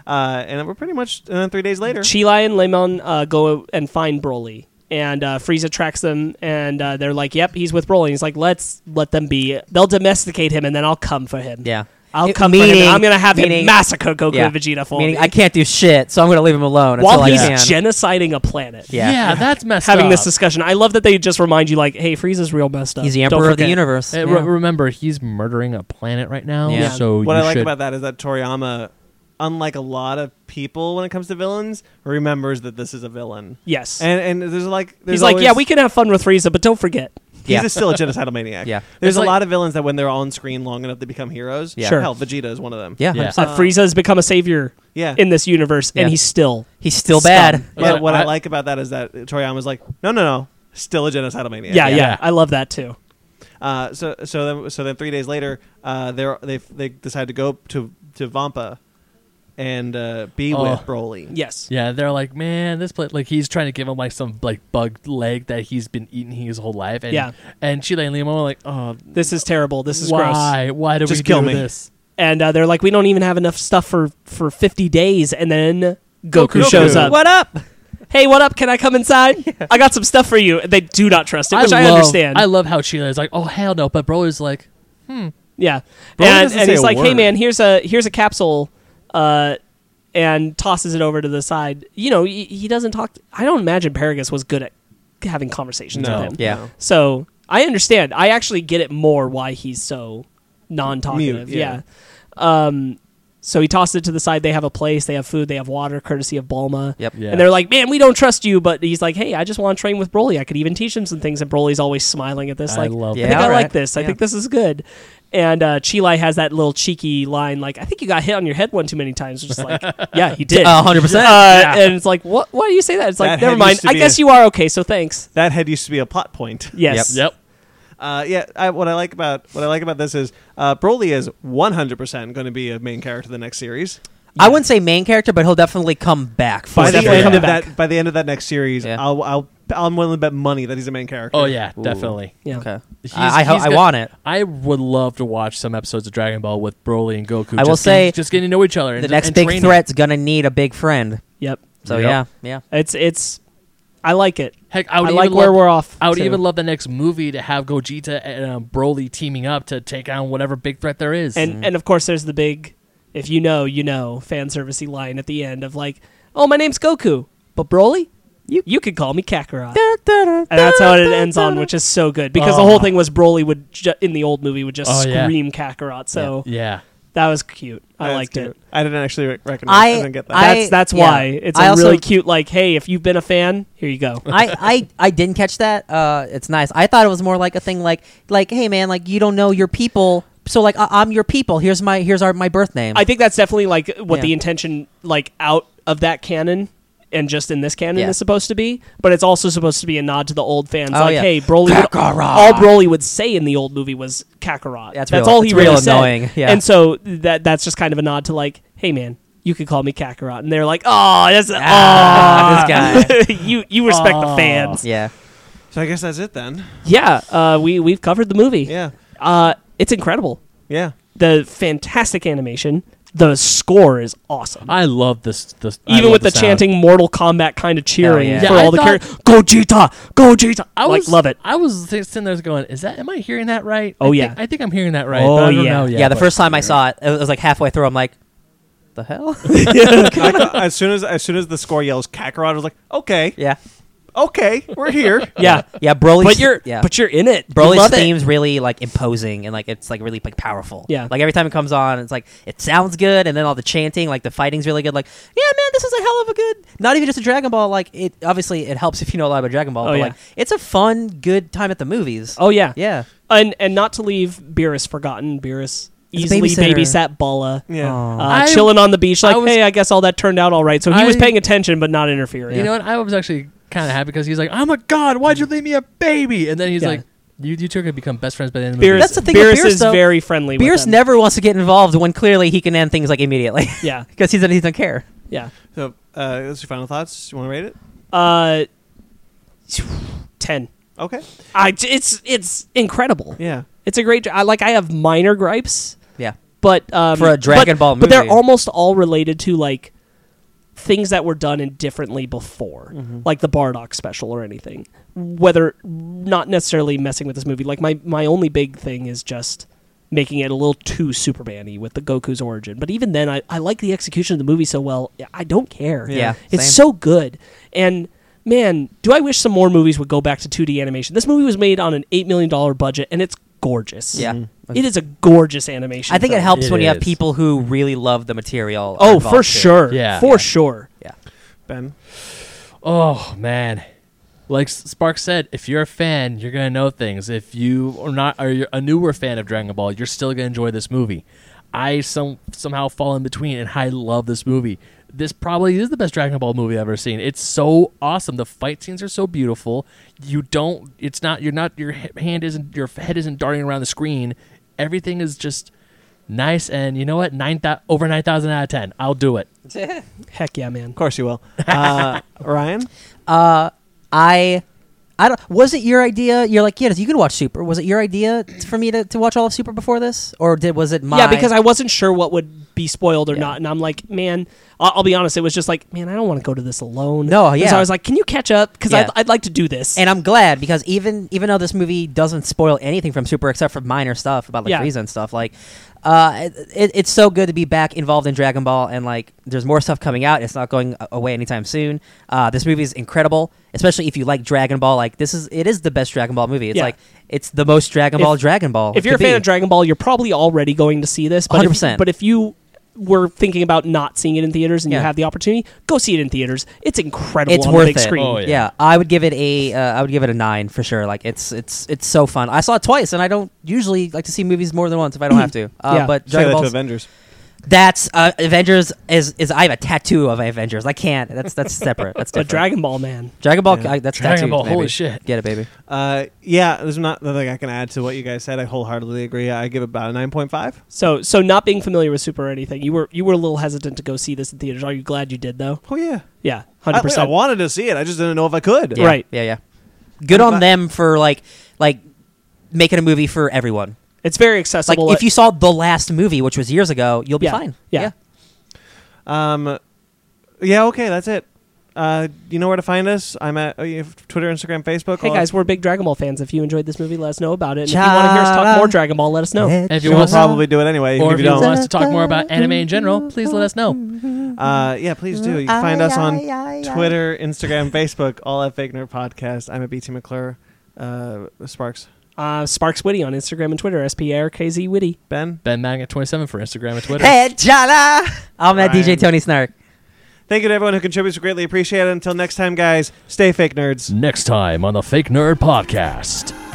C: Uh, and then we're pretty much and then three days later.
D: Chilai and Lemon uh, go and find Broly, and uh, Frieza tracks them, and uh, they're like, "Yep, he's with Broly." And he's like, "Let's let them be. They'll domesticate him, and then I'll come for him.
B: Yeah.
D: I'll
B: It-
D: come for him.
B: meaning-
D: and I'm gonna have
B: meaning-
D: him massacre Goku
B: Yeah.
D: and Vegeta for
B: Meaning,
D: me
B: I can't do shit, so I'm gonna leave him alone
D: while
B: until
D: he's
B: I can.
D: genociding a planet."
B: Yeah.
A: that's messed
D: Having
A: up.
D: this discussion, I love that they just remind you, like, "Hey, Frieza's real messed up.
B: he's the
D: Don't
B: emperor of the
D: forget."
B: universe.
A: Hey,
B: Yeah.
A: re- remember, he's murdering a planet right now.
B: Yeah.
A: So
C: what
A: you
C: I like
A: should-
C: about that is that Toriyama, unlike a lot of people when it comes to villains, remembers that this is a villain.
D: Yes,
C: And and there's like there's
D: he's like,
C: always-
D: "Yeah, we can have fun with Frieza, but don't forget."
C: He's
B: Yeah.
C: a- still a genocidal maniac.
B: Yeah.
C: There's
A: It's
C: a
A: like-
C: lot of villains that when they're on screen long enough, they become heroes.
B: Yeah.
D: Sure.
C: Hell, Vegeta is one of them.
B: yeah,
A: Yeah.
B: 100%.
D: Uh, Frieza has become a savior
C: Yeah.
D: in this universe,
B: Yeah.
D: and he's still
B: he's still
D: Scum.
B: bad.
C: yeah.
A: Yeah,
C: what I,
A: I-
C: like about that is that Toriyama's like, no, no, no, still a genocidal maniac.
D: yeah, yeah,
A: Yeah.
D: I love that too.
C: Uh, so so then so then three days later, uh, they're they they decide to go to to Vampa, and uh, be
A: Oh.
C: with Broly.
D: Yes.
A: Yeah, they're like, man, this place. Like, he's trying to give him like some like bug leg that he's been eating his whole life. And,
D: Yeah.
A: And Chile and Limo are like, oh,
D: This is terrible. This is gross.
A: why? Why do
C: Just
A: we
C: kill
A: do
C: me.
A: this?
D: And uh, they're like, we don't even have enough stuff for for 50 days. And then Goku,
A: Goku.
D: shows up.
B: What up?
D: Hey, what up? Can I come inside? I got some stuff for you. And They do not trust it, which I,
A: love,
D: understand.
A: I love how Chile is like, oh hell no, but Broly's like,
D: yeah.
C: Broly
D: and
C: doesn't
D: and
C: say
D: he's
C: a
D: like, hey
C: word.
D: man, here's a here's a capsule, uh, and tosses it over to the side. You know, he, he doesn't talk. I don't imagine Paragus was good at having conversations
C: No.
D: with him.
B: Yeah.
D: So I understand. I actually get it more why he's so non-talkative.
C: Mute, yeah.
D: yeah. Um, so he tosses it to the side. They have a place. They have food. They have water, courtesy of Bulma.
B: Yep.
A: Yeah.
D: And they're like, "Man, we don't trust you." But he's like, "Hey, I just want to train with Broly. I could even teach him some things." And Broly's always smiling at this.
A: I
D: Like,
A: love
D: I
B: Yeah,
A: that.
D: think I
B: alright.
D: like this. I
B: Yeah.
D: think this is good. And uh, Chilai has that little cheeky line, like, "I think you got hit on your head one too many times." Just like, "Yeah, you did."
B: Uh, 100%.
D: Uh, And it's like, "What? Why do you say that?" It's
C: That
D: like,
C: head
D: "Never mind.
C: used to
D: I
C: be
D: guess
C: a-
D: you are okay. So thanks."
C: That head used to be a plot point.
D: Yes.
A: Yep.
C: Uh, yeah, I, what I like about what I like about this is uh, Broly is 100% going to be a main character the next series.
B: I wouldn't say main character, but he'll definitely come back. For
C: By the
B: sure.
D: definitely
C: end
D: coming
C: of
D: back.
C: that, by the end of that next series,
B: Yeah.
C: I'll, I'll I'm willing to bet money that he's a main character.
A: Oh yeah, definitely.
D: Yeah.
B: Okay.
A: He's-
B: I I, ho-
A: he's
B: I
A: got-
B: want it.
A: I would love to watch some episodes of Dragon Ball with Broly and Goku.
B: I will
A: just getting-
B: say,
A: just getting to know each other. And,
B: The next
A: and
B: big
A: training.
B: threat's gonna need a big friend.
D: Yep.
B: So
A: Yep.
B: yeah, yeah.
D: It's it's. I like it.
A: Heck, I
D: I,
A: would
D: like
A: even
D: where
A: love,
D: we're off.
A: I would
D: to.
A: even love the next movie to have Gogeta and um, Broly teaming up to take on whatever big threat there is.
B: Mm-hmm.
D: and and of course there's the big, if you know, you know, fan servicey line at the end of like, oh my name's Goku, but Broly, you you could call me Kakarot.
B: And
D: And that's how it ends on, which is so good because the
A: Oh.
D: whole thing was Broly would ju- in the old movie would just
A: Oh, yeah.
D: scream Kakarot. So
A: yeah,
D: that was cute. I
C: That's
D: liked
C: cute.
D: it.
C: I didn't actually re- recognize. I,
B: I-
C: didn't get that.
B: I-
D: That's that's
B: yeah.
D: why it's a
B: I also-
D: really cute. Like, hey, if you've been a fan, here you go.
B: I, I I didn't catch that. Uh, it's nice. I thought it was more like a thing like like hey man like you don't know your people so like I- I'm your people. Here's my here's our my birth name.
D: I think that's definitely like what
B: Yeah.
D: the intention like out of that canon and just in this canon
B: Yeah.
D: is supposed to be, but it's also supposed to be a nod to the old fans.
B: Oh,
D: like,
B: yeah.
D: hey, Broly, would,
B: Kakarot.
D: all Broly would say in the old movie was Kakarot.
B: That's real-
D: all he
B: it's
D: really
B: real
D: said.
B: annoying, yeah.
D: And so that that's just kind of a nod to like, hey man, you could call me Kakarot, and they're like, oh, that's
B: Ah,
D: aw."
B: this guy.
D: you you respect
A: Aw.
D: the fans. Yeah,
B: yeah.
C: so I guess that's it then.
D: uh, we we've covered the movie.
C: Yeah,
D: Uh, it's incredible.
C: yeah.
D: The fantastic animation. the score is awesome.
A: I love this. this I
D: Even
A: love
D: with the,
A: sound.
D: chanting Mortal Kombat kind of cheering
B: yeah.
D: for
A: Yeah, I
D: all the
A: thought-
D: characters, Gogeta, Gogeta,
A: I
D: like
A: was,
D: love it.
A: I was sitting there going, "Is that? Am I hearing that right? I
D: Oh,
A: think-
D: yeah.
A: I think I'm hearing that right.
D: Oh,
A: but I don't
D: yeah.
A: know
B: Yeah,
A: yet,
B: the
A: but-
B: first time I saw it, it was like halfway through. I'm like, the hell?
E: I ca- as soon as as soon as the score yells Kakarot, I was like, okay,
B: yeah,
E: okay, we're here.
D: Yeah,
B: yeah. Broly,
D: but you're
B: yeah.
D: but you're in it. You
B: Broly's
D: love it.
B: theme's really like imposing and like it's like really like powerful.
D: Yeah.
B: Like every time it comes on, it's like it sounds good, and then all the chanting, like the fighting's really good. Like, yeah, man, this is a hell of a good. Not even just a Dragon Ball. Like it obviously it helps if you know a lot about Dragon Ball.
D: Oh,
B: but
D: yeah.
B: like it's a fun, good time at the movies.
D: Oh yeah,
B: yeah.
D: and and not to leave Beerus forgotten. Beerus
B: It's a
D: easily
B: babysitter.
D: babysat Bala.
E: Yeah.
B: Aw.
D: Uh,
A: I-
D: chilling on the beach, like,
A: I was-
D: hey, I guess all that turned out all right. So he was
A: I-
D: paying attention, but not interfering.
A: You know what? I was actually kind of happy because he's like, "I'm a god. Why'd you leave me a baby?" And then he's
D: Yeah.
A: like, "You you two are gonna become best friends by the end of the
D: Beerus,
A: movie."
B: That's the thing with
D: Beerus,
B: Beerus,
D: is
B: though.
D: very friendly. with
B: Beerus
D: them.
B: never wants to get involved when clearly he can end things like immediately
D: Yeah,
B: because he doesn't care.
D: yeah.
E: So, uh, that's your final thoughts. You want to rate it?
D: Uh, ten.
E: Okay.
D: I it's it's incredible.
E: Yeah.
D: It's a great. dra- I like. I have minor gripes,
B: Yeah.
D: but um,
B: For a Dragon
D: but,
B: Ball
D: but they're
B: movie.
D: almost all related to like things that were done indifferently before, like the Bardock special or anything. Whether not necessarily messing with this movie, like my my only big thing is just making it a little too Superman-y with the Goku's origin. But even then, I, I like the execution of the movie so well. I don't care.
B: Yeah.
D: It's
B: same.
D: so good. And man, do I wish some more movies would go back to 2D animation. This movie was made on an $8 million budget and it's gorgeous.
B: Yeah.
D: It is a gorgeous animation.
B: I think Mm-hmm. it
D: film.
B: helps
A: It
B: when you have
A: is.
B: people who really love the material. are
D: Oh,
B: involved,
D: for
B: too.
D: sure.
A: Yeah.
D: For
A: Yeah.
D: sure.
B: Yeah.
E: Ben.
A: Oh man. Like S- Spark said, if you're a fan, you're gonna know things. If you are not are you a newer fan of Dragon Ball, you're still gonna enjoy this movie. I some somehow fall in between, and I love this movie. This probably is the best Dragon Ball movie I've ever seen. It's so awesome. The fight scenes are so beautiful. You don't. It's not. You're not. Your h- hand isn't. Your head isn't darting around the screen. Everything is just nice. And you know what? Nine thou- over nine thousand out of ten. I'll do it.
D: Heck yeah, man.
E: Of course you will.
C: Uh, Ryan,
B: Uh, I, I don't. Was it your idea? You're like, yes, you can watch Super. Was it your idea t- for me to, to watch all of Super before this, or did was it my?
D: Yeah, because I wasn't sure what would be spoiled or
B: Yeah.
D: not. And I'm like, man, I'll, I'll be honest. It was just like, man, I don't want to go to this alone.
B: No,
D: And So
B: yeah.
D: I was like, can you catch up? Because
B: Yeah.
D: I'd, I'd like to do this.
B: And I'm glad because even even though this movie doesn't spoil anything from Super except for minor stuff about like
D: Yeah.
B: Frieza and stuff, like uh, it- it, it's so good to be back involved in Dragon Ball and like there's more stuff coming out. It's not going a- away anytime soon. Uh, this movie is incredible, especially if you like Dragon Ball. Like this is it is the best Dragon Ball movie. It's
D: Yeah.
B: like it's the most Dragon
D: If-
B: Ball Dragon Ball. it
D: if you're a
B: could
D: fan
B: be.
D: of Dragon Ball, you're probably already going to see this. But if-
B: 100%.
D: But if you were thinking about not seeing it in theaters and you
B: Yeah.
D: have the opportunity, go see it in theaters. It's incredible
B: it's
D: on
B: worth
D: the big
B: it.
D: screen.
A: Oh,
B: yeah.
A: yeah.
B: I would give it a uh, I would give it a nine for sure. Like it's it's it's so fun. I saw it twice, and I don't usually like to see movies more than once if I don't have to. Uh,
D: Yeah.
B: But
E: Say
B: Dragon
E: that to
B: Ball,
E: Avengers.
B: that's uh, Avengers is is I have a tattoo of Avengers. I can't. That's that's separate. That's
D: But
B: different.
D: Dragon Ball, man.
B: Dragon Ball.
E: Yeah.
B: I, that's
A: Dragon
B: tattoo.
A: Ball, holy
B: baby.
A: shit.
B: Get it, baby.
E: Uh, yeah, there's not nothing I can add to what you guys said. I wholeheartedly agree. I give it about a nine point five.
D: So so not being familiar with Super or anything, you were you were a little hesitant to go see this in theaters. Are you glad you did though?
E: Oh yeah,
D: Yeah,
E: I,
D: hundred
E: I
D: percent.
E: wanted to see it. I just didn't know if I could.
B: Yeah.
D: Right.
B: Yeah. Yeah. Good on
E: glad-
B: them for like like making a movie for everyone.
D: It's very
B: Like
D: accessible. Uh,
B: if you saw the last movie, which was years ago, you'll be
D: Yeah.
B: fine.
D: Yeah.
E: Um, yeah. Okay, that's it. Uh, you know where to find us. I'm at uh, you have Twitter, Instagram, Facebook.
D: Hey
E: all-
D: guys, we're big Dragon Ball fans. If you enjoyed this movie, let us know about it. And if you want to hear us talk
B: Cha-ra.
D: more Dragon Ball, let us know.
A: If you
E: We'll
A: want,
E: probably do it anyway. even
A: or
E: if
A: if
E: you
A: you want
E: don't.
A: us to talk more about anime in general, please let us know.
E: Uh, yeah, please do. You can find us on Twitter, Instagram, Facebook, all at Fake Nerd Podcast. I'm at BT McClure. Uh, Sparks,
D: Uh, Sparks Witty on Instagram and Twitter. S P A R K Z Witty.
E: Ben.
A: Ben Magnet 27 for Instagram and Twitter.
B: Hey, Jala. I'm at DJ
E: Ryan.
B: Tony Snark.
E: Thank you to everyone who contributes. We greatly appreciate it. Until next time, guys, stay fake nerds.
A: Next time on the Fake Nerd Podcast.